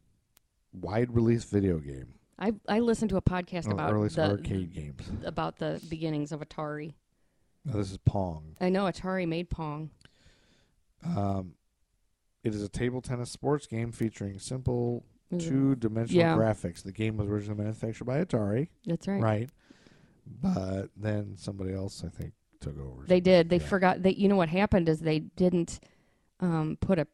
S3: wide release video game.
S4: I, I listened to a
S3: One of
S4: podcast
S3: the
S4: about
S3: Oh, earliest
S4: the,
S3: arcade games.
S4: about the beginnings of Atari.
S3: Now, this is Pong.
S4: I know Atari made Pong.
S3: Um, it is a table tennis sports game featuring simple
S4: Is it-
S3: two-dimensional
S4: Yeah.
S3: graphics. The game was originally manufactured by Atari,
S4: That's right.
S3: right. But then somebody else, I think, took over.
S4: They did. They
S3: Yeah.
S4: forgot that. You know what happened is they didn't um, put a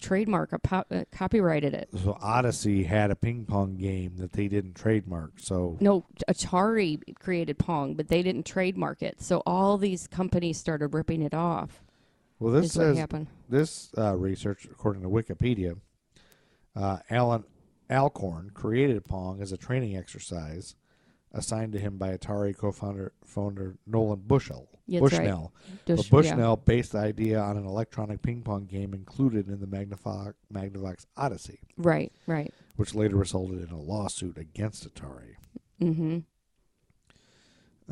S4: trademark, a po- uh, copyrighted it.
S3: so Odyssey had a ping pong game that they didn't trademark. So
S4: No, Atari created Pong, but they didn't trademark it. So all these companies started ripping it off.
S3: well, this
S4: is what
S3: says
S4: happened.
S3: this uh, research, according to Wikipedia, uh, Alan Alcorn created Pong as a training exercise assigned to him by Atari co-founder founder Nolan Bushell.
S4: Yeah, that's right.
S3: Bushnell.
S4: Just-
S3: But Bushnell based the idea on an electronic ping pong game included in the Magnavox, Magnavox Odyssey,
S4: yeah. Right. Right.
S3: which later resulted in a lawsuit against Atari.
S4: Mm-hmm.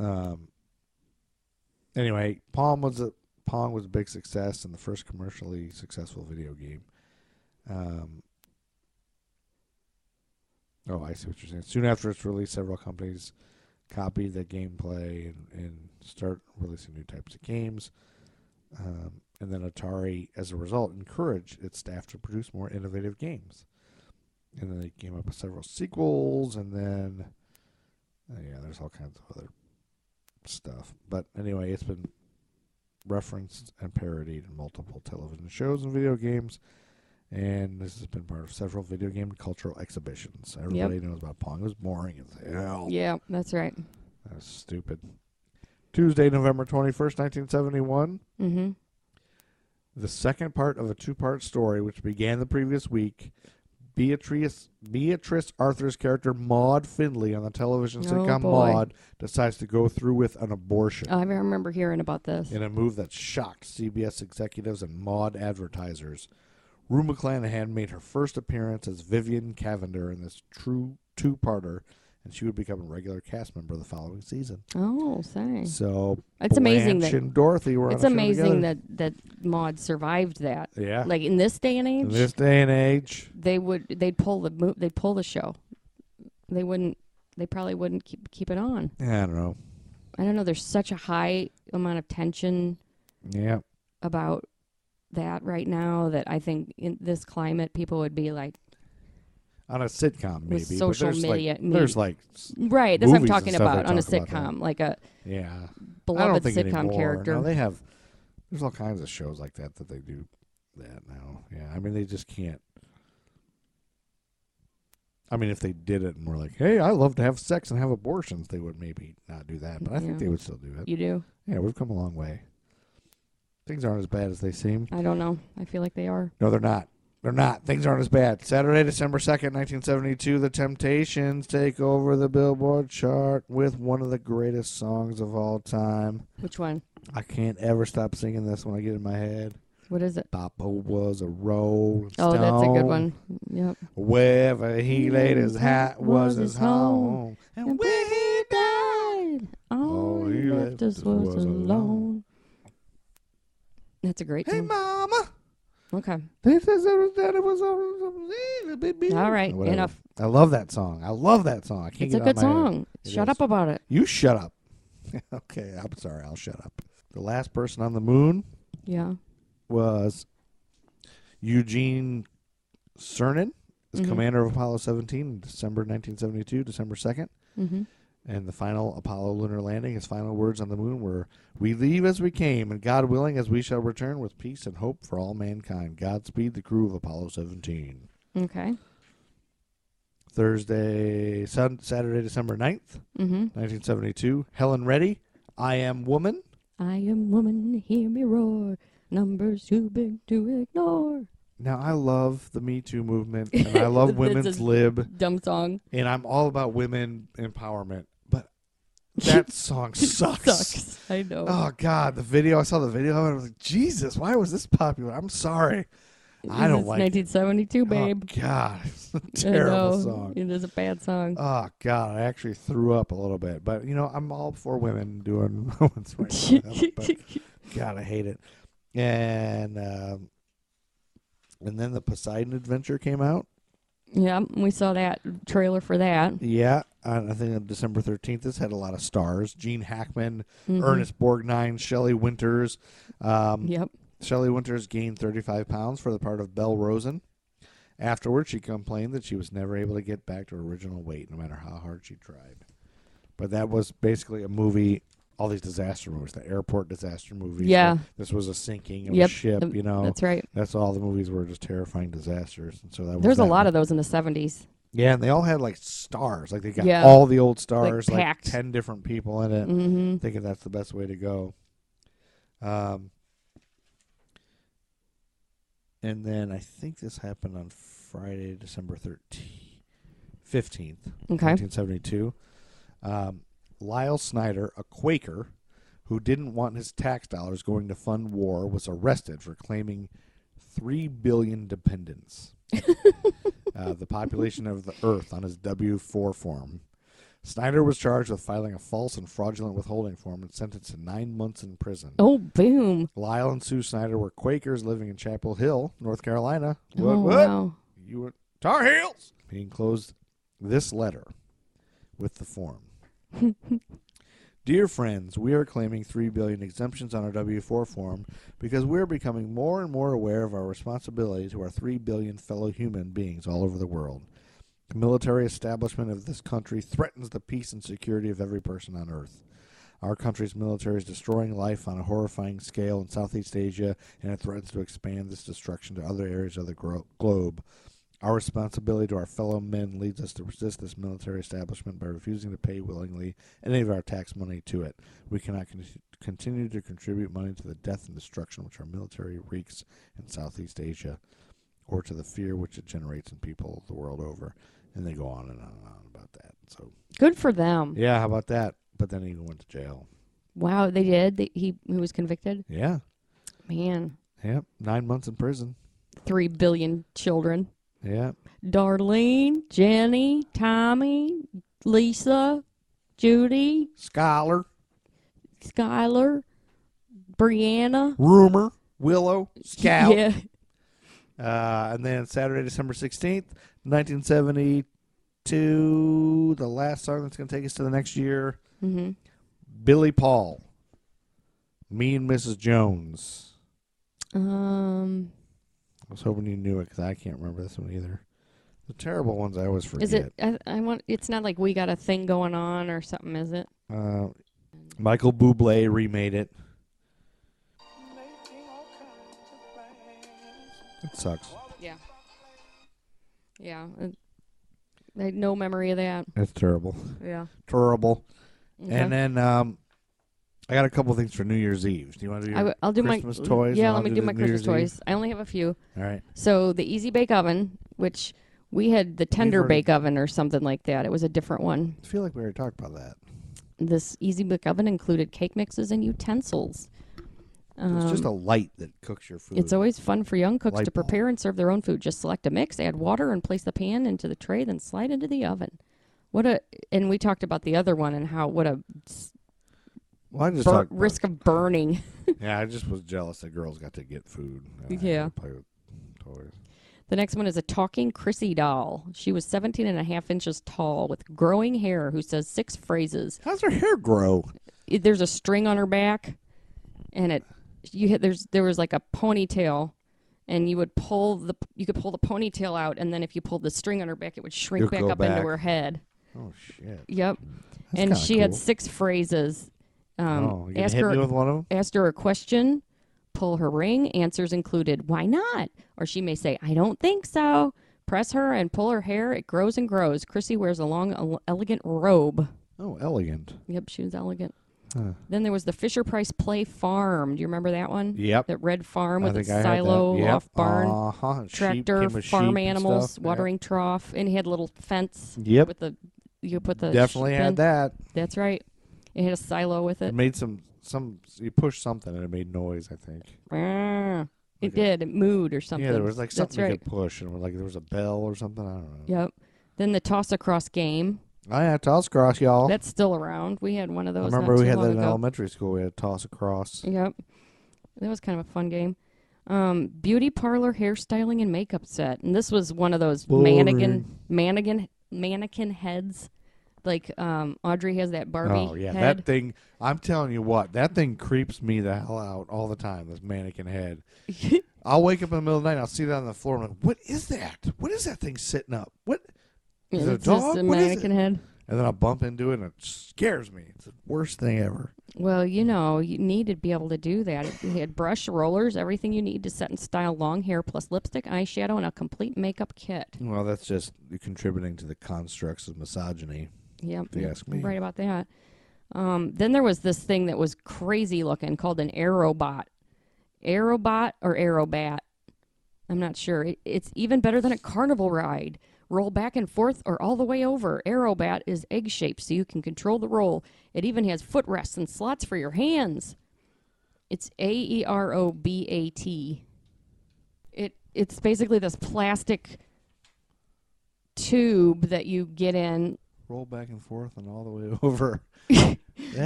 S3: Um, Anyway, Pong was a Pong was a big success and the first commercially successful video game. Um, oh, I see what you're saying. Soon after its release, several companies copied the gameplay and, and start releasing new types of games. Um, and then Atari, as a result, encouraged its staff to produce more innovative games. And then they came up with several sequels, and then uh, yeah, there's all kinds of other stuff. But anyway, it's been referenced and parodied in multiple television shows and video games. And this has been part of several video game cultural exhibitions. Everybody knows about Pong. It was boring as hell.
S4: Yeah, that's right.
S3: That's stupid. Tuesday, November 21st, 1971.
S4: Mm-hmm.
S3: The second part of a two part story, which began the previous week. Beatrice, Beatrice Arthur's character, Maud Findlay, on the television
S4: Oh,
S3: sitcom
S4: boy. Oh.
S3: Maud, decides to go through with an abortion
S4: I remember hearing about this.
S3: in a move that shocked CBS executives and Maud advertisers. Rue McClanahan made her first appearance as Vivian Cavender in this true two parter, and she would become a regular cast member the following season.
S4: Oh, thanks.
S3: So
S4: It's amazing
S3: Blanche
S4: that-
S3: and Dorothy were.
S4: It's
S3: on a show
S4: amazing
S3: together.
S4: that that Maud survived that.
S3: Yeah.
S4: Like in this day and
S3: in
S4: age,
S3: this day and age.
S4: they would they'd pull the mo- they'd pull the show. They wouldn't. They probably wouldn't keep keep it on.
S3: Yeah, I don't know.
S4: I don't know. There's such a high amount of tension
S3: Yeah,
S4: about that right now that I think in this climate people would be like,
S3: on a sitcom maybe. but
S4: social
S3: there's
S4: media-
S3: Like, there's
S4: media.
S3: like, s-
S4: right. That's what
S3: Movies
S4: I'm
S3: and
S4: talking
S3: stuff they
S4: about on a
S3: talk about that.
S4: sitcom, like a
S3: yeah. I don't
S4: beloved
S3: think
S4: sitcom
S3: anymore.
S4: character.
S3: No, they have. There's all kinds of shows like that that they do that now. Yeah, I mean they just can't. I mean, if they did it and were like, "Hey, I love to have sex and have abortions," they would maybe not do that, but I
S4: Yeah.
S3: think they would still do it.
S4: you do?
S3: Yeah, we've come a long way. Things aren't as bad as they seem.
S4: I don't know. I feel like they are.
S3: No, they're not. They're not. Things aren't as bad. Saturday, December 2nd, 1972, The Temptations take over the Billboard chart with one of the greatest songs of all time.
S4: Which one?
S3: I can't ever stop singing this when I get in my head.
S4: What is it?
S3: Papa was a rolling
S4: Oh, that's a good
S3: stone.
S4: one. Yep.
S3: Wherever he laid his hat was his home. And where he died.
S4: All
S3: All Oh, he
S4: he
S3: left
S4: left us
S3: us
S4: was
S3: was alone.
S4: alone. That's a great
S3: Hey,
S4: song.
S3: Mama.
S4: Okay.
S3: They said there was that it was a- a baby.
S4: All right,
S3: Whatever.
S4: enough.
S3: I love that song. I love that song. I can't
S4: It's
S3: get
S4: a
S3: it out
S4: good
S3: of my head.
S4: song.
S3: It
S4: Shut
S3: is.
S4: up about it.
S3: You shut up. [laughs] okay, I'm sorry. I'll shut up. The last person on the moon
S4: Yeah.
S3: was Eugene Cernan, as
S4: Mhm.
S3: commander of Apollo 17, December 1972, December 2nd.
S4: Mm-hmm.
S3: And the final Apollo lunar landing, his final words on the moon were, We leave as we came, and God willing, as we shall return with peace and hope for all mankind. Godspeed the crew of Apollo 17.
S4: Okay.
S3: Thursday, sun, Saturday, December 9th,
S4: Mm-hmm.
S3: 1972. Helen Reddy, I Am Woman.
S4: I am woman. Hear me roar. Numbers too big to ignore.
S3: Now, I love the Me Too movement, and I love
S4: That's
S3: women's
S4: a-
S3: lib,
S4: Dumb
S3: [laughs]
S4: song.
S3: and I'm all about women empowerment, but that song sucks.
S4: Sucks. I know.
S3: Oh, God, the video. I saw the video, and I was like, Jesus, why was this popular? I'm sorry. I don't
S4: it's
S3: like it.
S4: 1972, babe.
S3: Oh, God, [laughs] it's a
S4: I
S3: terrible
S4: know.
S3: song.
S4: It is a bad song.
S3: Oh God, I actually threw up a little bit, but you know I'm all for women doing [laughs] women's rights. stuff, but God, I hate it. And um, and then the Poseidon Adventure came out.
S4: yeah, we saw that trailer for that.
S3: Yeah, on, I think on December 13th. This had a lot of stars: Gene Hackman,
S4: Mm-hmm.
S3: Ernest Borgnine, Shelley Winters. Um,
S4: Yep.
S3: Shelley Winters gained 35 pounds for the part of Belle Rosen. Afterward, she complained that she was never able to get back to her original weight, no matter how hard she tried. But that was basically a movie, all these disaster movies, the airport disaster movies.
S4: Yeah.
S3: where This was a sinking of
S4: Yep.
S3: a ship,
S4: Um,
S3: you know.
S4: That's right.
S3: That's all the movies were just terrifying disasters. And so that was
S4: There's a
S3: that
S4: lot
S3: one.
S4: of those in the 70s.
S3: Yeah, and they all had like stars. Like they got
S4: Yeah.
S3: all the old stars, like,
S4: packed.
S3: 10 different people in it
S4: Mm-hmm.
S3: thinking that's the best way to go. Um, and then I think this happened on Friday, December 13th, 15th,
S4: Okay.
S3: 1972. Um, Lyle Snyder, a Quaker who didn't want his tax dollars going to fund war, was arrested for claiming 3 billion
S4: [laughs]
S3: dependents, uh, the population of the earth, on his W 4 form. Snyder was charged with filing a false and fraudulent withholding form and sentenced to nine months in prison.
S4: Oh, boom.
S3: Lyle and Sue Snyder were Quakers living in Chapel Hill, North Carolina. What?
S4: oh,
S3: what?
S4: wow.
S3: You were Tar Heels. He enclosed this letter with the form. Dear friends, we are claiming 3 billion exemptions on our W4 form because we are becoming more and more aware of our responsibility to our 3 billion fellow human beings all over the world. The military establishment of this country threatens the peace and security of every person on earth. Our country's military is destroying life on a horrifying scale in Southeast Asia, and it threatens to expand this destruction to other areas of the gro- globe. Our responsibility to our fellow men leads us to resist this military establishment by refusing to pay willingly any of our tax money to it. We cannot con- continue to contribute money to the death and destruction which our military wreaks in Southeast Asia or to the fear which it generates in people the world over. And they go on and on and on about that. So,
S4: Good for them.
S3: yeah, how about that? But then he went to jail.
S4: Wow, they did. They, he, he was convicted.
S3: Yeah.
S4: Man,
S3: Yep. Nine months in prison.
S4: three billion children.
S3: Yeah.
S4: Darlene, Jenny, Tommy, Lisa, Judy,
S3: Scholar,
S4: Skylar, Brianna. [laughs]
S3: rumor, willow, scout.
S4: Yeah.
S3: Uh, and then Saturday, December 16th, 1972, the last song that's going to take us to the next year
S4: Mm-hmm.
S3: Billy Paul, Me and Mrs. Jones.
S4: Um,
S3: I was hoping you knew it because I can't remember this one either. The terrible ones I always forget.
S4: is it? I, I want. It's not like we got a thing going on or something, is it?
S3: Uh, Michael Bublé remade it. It sucks.
S4: Yeah. Yeah. uh, I had no memory of that.
S3: It's terrible.
S4: Yeah.
S3: Terrible.
S4: Okay.
S3: And then um, I got a couple things for New Year's Eve. Do you want to do?
S4: I, w- I'll do
S3: Christmas
S4: my
S3: toys,
S4: Yeah,
S3: and I'll
S4: let me
S3: do
S4: do
S3: the
S4: my
S3: New
S4: Christmas
S3: Year's Eve.
S4: toys. I only have a few.
S3: All right.
S4: So the Easy Bake Oven, which we had the Tender
S3: already-
S4: Bake Oven or something like that. It was a different one.
S3: I feel like we already talked about that.
S4: This Easy Bake Oven included cake mixes and utensils.
S3: it's just a light that cooks your food.
S4: Um, It's always fun for young cooks
S3: Light
S4: to
S3: bulb.
S4: prepare and serve their own food. Just select a mix, add water, and place the pan into the tray, then slide into the oven. What a and we talked about the other one and how what a s-
S3: well, I just
S4: bur-
S3: talked about-
S4: risk of burning. [laughs]
S3: Yeah, I just was jealous that girls got to get food. and I had
S4: Yeah.
S3: to play with toys.
S4: The next one is a talking Chrissy doll. She was 17 and a half inches tall with growing hair who says six phrases.
S3: How's her hair grow?
S4: it- there's a string on her back and it you hit there's there was like a ponytail and you would pull the you could pull the ponytail out and then if you pulled the string on her back it would shrink
S3: It'd
S4: back
S3: go
S4: up
S3: back.
S4: into her head
S3: Oh shit!
S4: yep
S3: That's
S4: and
S3: kinda
S4: she had
S3: cool.
S4: six pherases um
S3: oh, you gonna
S4: ask
S3: hit
S4: her
S3: me with one of them?
S4: asked her a question pull her ring answers included why not or she may say i don't think so press her and pull her hair it grows and grows chrissy wears a long ele- elegant robe
S3: Oh, elegant.
S4: Yep, she was elegant.
S3: Huh.
S4: Then there was the Fisher Price Play Farm. Do you remember that one?
S3: Yep.
S4: That red farm
S3: I
S4: with
S3: think
S4: its
S3: I had that.
S4: silo,
S3: Yep.
S4: off barn,
S3: uh-huh. and sheep,
S4: tractor,
S3: came with sheep
S4: farm
S3: and
S4: animals,
S3: stuff.
S4: watering trough, and he had a little fence
S3: Yep. yep.
S4: with the you put the
S3: Definitely
S4: sheep in.
S3: had that.
S4: That's right. It had a silo with
S3: It
S4: it.
S3: made some some. You pushed something and it made noise. I think.
S4: Brrr. It
S3: Like a-
S4: did. It mooed or something.
S3: Mm. Yeah, there was like
S4: That's
S3: something you
S4: right.
S3: could push, and like there was a bell or something. I don't know.
S4: Yep. Then the toss across game.
S3: I had toss cross, y'all.
S4: That's still around. We had one of
S3: Oh. I
S4: those.
S3: remember
S4: not
S3: we
S4: too
S3: had
S4: long
S3: that in
S4: ago.
S3: elementary school. We had toss across.
S4: Yep. That was kind of a fun game. Um, beauty parlor hairstyling and makeup set. And this was one of those mannequin mannequin mannequin heads. Like um, Audrey has that Barbie
S3: Oh yeah,
S4: head.
S3: that thing. I'm telling you what, that thing creeps me the hell out all the time. This mannequin
S4: [laughs]
S3: head. I'll wake up in the middle of the night. I'll see that on the floor. I'm like, what is that? What is that thing sitting up? What? Is it a
S4: it's just
S3: dog?
S4: a
S3: What is it?
S4: mannequin head.
S3: And then I'll bump into it, and it scares me. It's the worst thing ever.
S4: Well, you know, you need to be able to do that. It it had brush, rollers, everything you need to set in style long hair, plus lipstick, eyeshadow, and a complete makeup kit.
S3: Well, that's just contributing to the constructs of misogyny.
S4: Yep.
S3: If you ask me.
S4: Right about that. Um, then there was this thing that was crazy looking called an Aerobot. Aerobot or Aerobat. I'm not sure. It, it's even better than a carnival ride. Roll back and forth or all the way over. Aerobat is egg shaped so you can control the roll. It even has footrests and slots for your hands. It's A E R O B A T. It it's basically this plastic tube that you get in
S3: roll back and forth and all the way [laughs]
S4: [laughs]
S3: over. that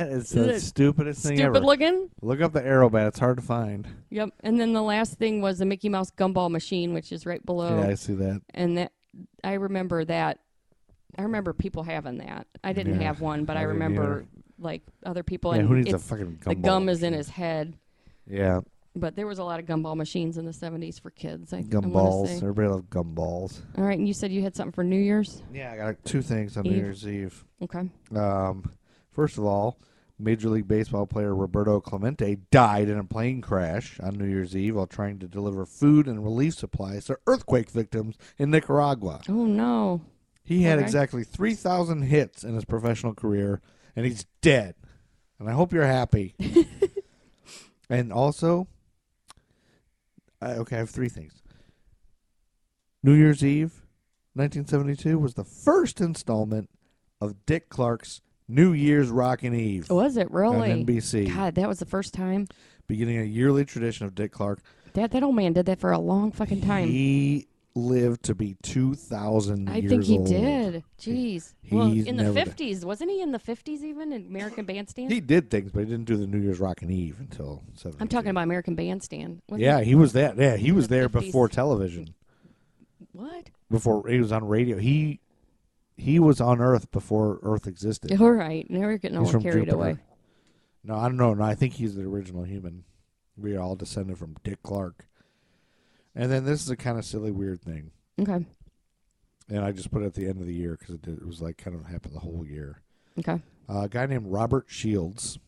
S3: is
S4: Isn't
S3: the
S4: it
S3: stupidest thing
S4: Stupid
S3: ever.
S4: looking.
S3: Look up the Aerobat. It's hard to find.
S4: Yep. And then the last thing was the Mickey Mouse gumball machine, which is right below.
S3: Yeah, I see that.
S4: And that I remember that. I remember people having that. I didn't
S3: Yeah,
S4: have one, but I,
S3: I didn't either.
S4: remember like other people.
S3: yeah,
S4: and
S3: who needs a
S4: it's-
S3: fucking gumball?
S4: the gum is in
S3: machine?
S4: his head.
S3: Yeah,
S4: But there was a lot of gumball machines in the 70s for kids. I, I wanna
S3: gumballs.
S4: say.
S3: Everybody loves gumballs.
S4: All right, and you said you had something for New Year's?
S3: Yeah, I got two things on New
S4: Eve.
S3: Year's Eve.
S4: Okay.
S3: Um, first of all, Major League Baseball player Roberto Clemente died in a plane crash on New Year's Eve while trying to deliver food and relief supplies to earthquake victims in Nicaragua.
S4: Oh, no.
S3: He had
S4: Okay.
S3: exactly 3,000 hits in his professional career, and he's dead. And I hope you're
S4: [laughs]
S3: happy. and also, I, okay, I have three things. New Year's Eve, 1972, was the first installment of Dick Clark's New Year's Rockin' Eve
S4: Was it
S3: on
S4: Oh, really?
S3: NBC,
S4: God, that was the first time.
S3: beginning a yearly tradition of Dick Clark.
S4: That, that old man did that for a long fucking time.
S3: He lived to be 2,000
S4: I
S3: years
S4: think he
S3: old.
S4: did. Jeez. well,
S3: he's
S4: in the
S3: never done-
S4: 50s. Wasn't he in the 50s even in American Bandstand?
S3: He did things, but he didn't do the New Year's Rockin' Eve until seven.
S4: I'm talking about American Bandstand. Wasn't
S3: Yeah,
S4: it?
S3: he was that. Yeah, he was
S4: the
S3: there
S4: 50s.
S3: before television.
S4: What?
S3: Before he was on radio. He he was on Earth before Earth existed.
S4: All right. Now we're getting
S3: He's
S4: all
S3: from
S4: carried
S3: Jupiter.
S4: away.
S3: No, I don't know. No, I think he's the original human. We are all descended from Dick Clark. And then this is a kind of silly, weird thing.
S4: Okay.
S3: And I just put it at the end of the year because it, did- it was like kind of happened the whole year.
S4: Okay.
S3: Uh, a guy named Robert Shields.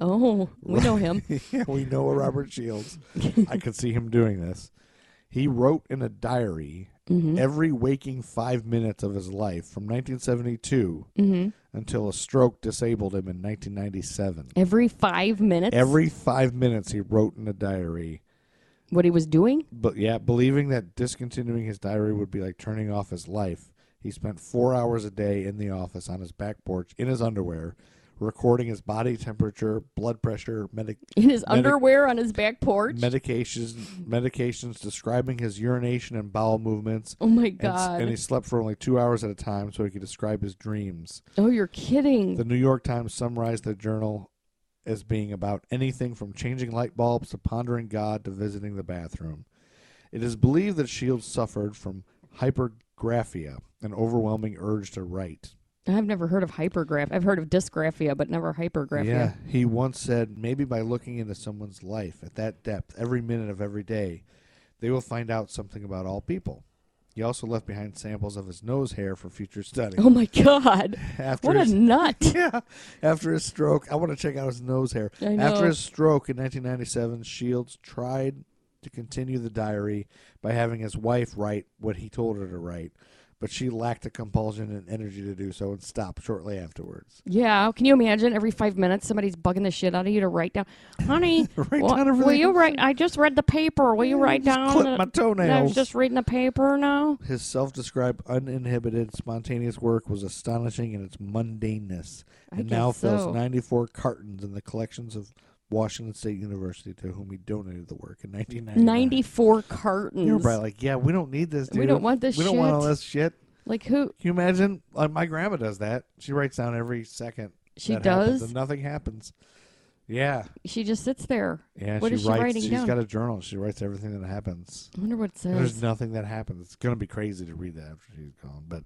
S4: Oh, we
S3: [laughs]
S4: know him.
S3: yeah, we know a Robert Shields. I could see him doing this. He wrote in a diary every waking five minutes of his life from 1972 until a stroke disabled him in 1997.
S4: Every five minutes?
S3: Every five minutes, he wrote in a diary.
S4: What he was doing?
S3: But yeah, believing that discontinuing his diary would be like turning off his life, he spent four hours a day in the office on his back porch in his underwear, recording his body temperature, blood pressure, medic
S4: In his
S3: Medic-
S4: underwear on his back porch?
S3: medications medications describing his urination and bowel movements
S4: oh, my
S3: and, s-
S4: God.
S3: and he slept for only two hours at a time so he could describe his dreams
S4: oh, you're kidding.
S3: the new york times summarized the journal as being about anything from changing light bulbs to pondering god to visiting the bathroom it is believed that shields suffered from hypergraphia an overwhelming urge to write
S4: I've never heard of hypergraph. I've heard of dysgraphia, but never hypergraphia.
S3: Yeah, he once said, maybe by looking into someone's life at that depth, every minute of every day, they will find out something about all people. He also left behind samples of his nose hair for future study.
S4: Oh
S3: [laughs]
S4: my God.
S3: After
S4: What a
S3: his-
S4: nut.
S3: yeah, after his stroke, I want to check out his nose hair.
S4: I know.
S3: After his stroke in 1997, Shields tried to continue the diary by having his wife write what he told her to write, but she lacked the compulsion and energy to do so and stopped shortly afterwards.
S4: Yeah, can you imagine? Every five minutes, somebody's bugging the shit out of you to
S3: [laughs]
S4: write down, honey.
S3: Write
S4: wha-
S3: down
S4: will
S3: everything
S4: you
S3: you
S4: write? I just read the paper. Will you write
S3: Just
S4: down?
S3: clip
S4: that-
S3: my
S4: that I was
S3: toenails.
S4: just reading the paper now.
S3: His self described uninhibited, spontaneous work was astonishing in its mundaneness
S4: I
S3: and now
S4: guess so.
S3: fills 94 cartons in the collections of Washington State University, to whom he donated the work in 1999.
S4: Ninety-four cartons.
S3: You're probably like, yeah, we don't need this, dude.
S4: We don't want this
S3: We don't want
S4: shit."
S3: all this shit.
S4: Like who?
S3: Can you imagine? Like, my grandma does that. She writes down every second.
S4: She
S3: that happens,
S4: does?
S3: and nothing happens. Yeah.
S4: She just sits there.
S3: Yeah,
S4: What
S3: she
S4: is she
S3: writes.
S4: writing
S3: She's
S4: down?
S3: got a journal. She writes everything that happens.
S4: I wonder what it
S3: And
S4: says.
S3: There's nothing that happens. It's gonna be crazy to read that after she's gone. But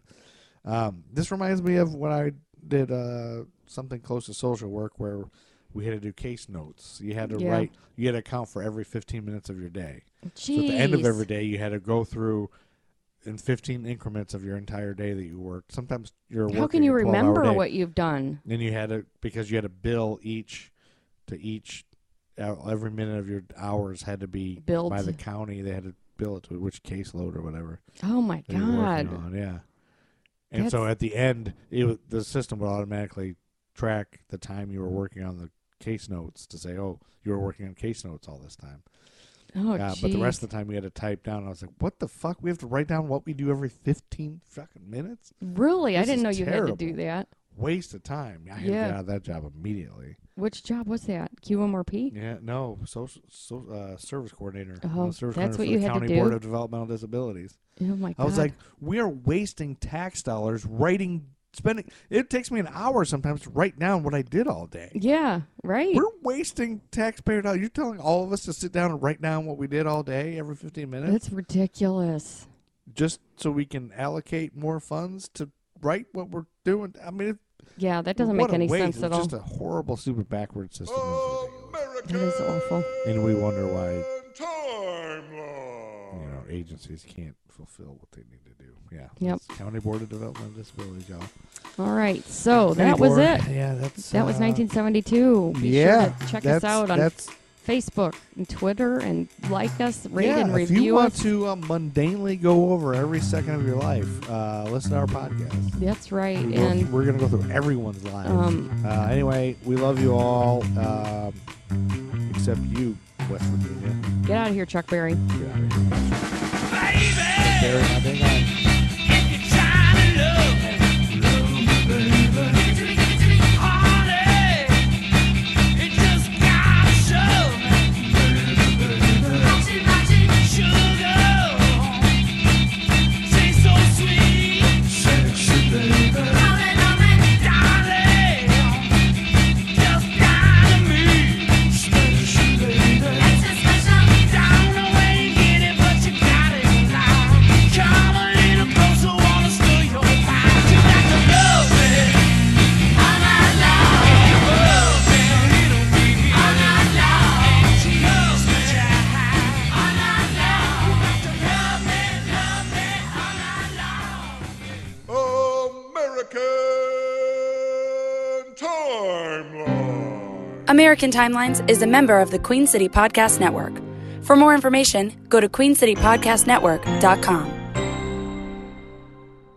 S3: um, this reminds me of when I did uh, something close to social work, where we had to do case notes. You had to
S4: Yeah.
S3: write. You had to account for every 15 minutes of your day. So at the end
S4: Jeez.
S3: of every day, you had to go through in 15 increments of your entire day that you worked. Sometimes you're
S4: How can you remember what
S3: You-
S4: you've done?
S3: and you had to because you had to bill each to each. uh, Every minute of your hours had to be
S4: Billed.
S3: by the county. They had to bill it to which caseload or whatever
S4: Oh my
S3: that you're working
S4: God.
S3: on, yeah. And so
S4: That's-
S3: at the end, it would- the system would automatically track the time you were working on the case notes to say, "Oh, you were working on case notes all this time."
S4: Oh,
S3: Uh, but the rest of the time, we had to type down. I was like, "What the fuck? We have to write down what we do every fifteen fucking minutes?
S4: really, I
S3: this
S4: didn't
S3: is
S4: know you had to do
S3: terrible.
S4: that.
S3: Waste of time." I had
S4: Yeah.
S3: to get out of that job immediately.
S4: Which job was that? QMRP.
S3: Yeah, no, social so, uh, service coordinator. I'm
S4: Oh,
S3: a service coordinator
S4: that's what
S3: for
S4: you
S3: the
S4: had to
S3: County Board
S4: do?
S3: of Developmental Disabilities.
S4: Oh my God.
S3: I was like, we are wasting tax dollars writing spending. It takes me an hour sometimes to write down what I did all day.
S4: Yeah, right.
S3: We're wasting taxpayer dollars. You're telling all of us to sit down and write down what we did all day every 15 minutes
S4: That's ridiculous.
S3: just so we can allocate more funds to write what we're doing. I mean, it
S4: Yeah, that doesn't
S3: what
S4: make
S3: a
S4: any
S3: waste.
S4: sense
S3: It's
S4: at all.
S3: just a horrible, super backward system.
S4: That is awful.
S3: and we wonder why you know agencies can't fulfill what they need to do. Yeah.
S4: Yep.
S3: It's County Board of Developmental Disabilities, y'all.
S4: All right, so
S3: County
S4: Oh, that was
S3: Board.
S4: it.
S3: Yeah, that's
S4: That was
S3: uh,
S4: 1972. Be
S3: yeah,
S4: sure to check us
S3: that's-
S4: out on
S3: that's
S4: Facebook and Twitter and like us, rate
S3: yeah,
S4: and
S3: if
S4: review
S3: you want
S4: us.
S3: to uh, mundanely go over every second of your life, uh, listen to our podcast.
S4: That's right.
S3: We go-
S4: And
S3: we're gonna go through everyone's life.
S4: Um,
S3: uh, anyway, we love you all, um, except you, West Virginia.
S4: get out of here, Chuck Berry.
S3: Get out of here.
S6: Baby,
S3: Barry, now, hang on.
S6: if you're trying to love, love me, baby. Give it to me, give it to me, honey. It just gotta show, Sugar, tastes so sweet.
S7: American Timeline.
S1: American Timelines is a member of the Queen City Podcast Network. For more information, go to queencitypodcastnetwork.com.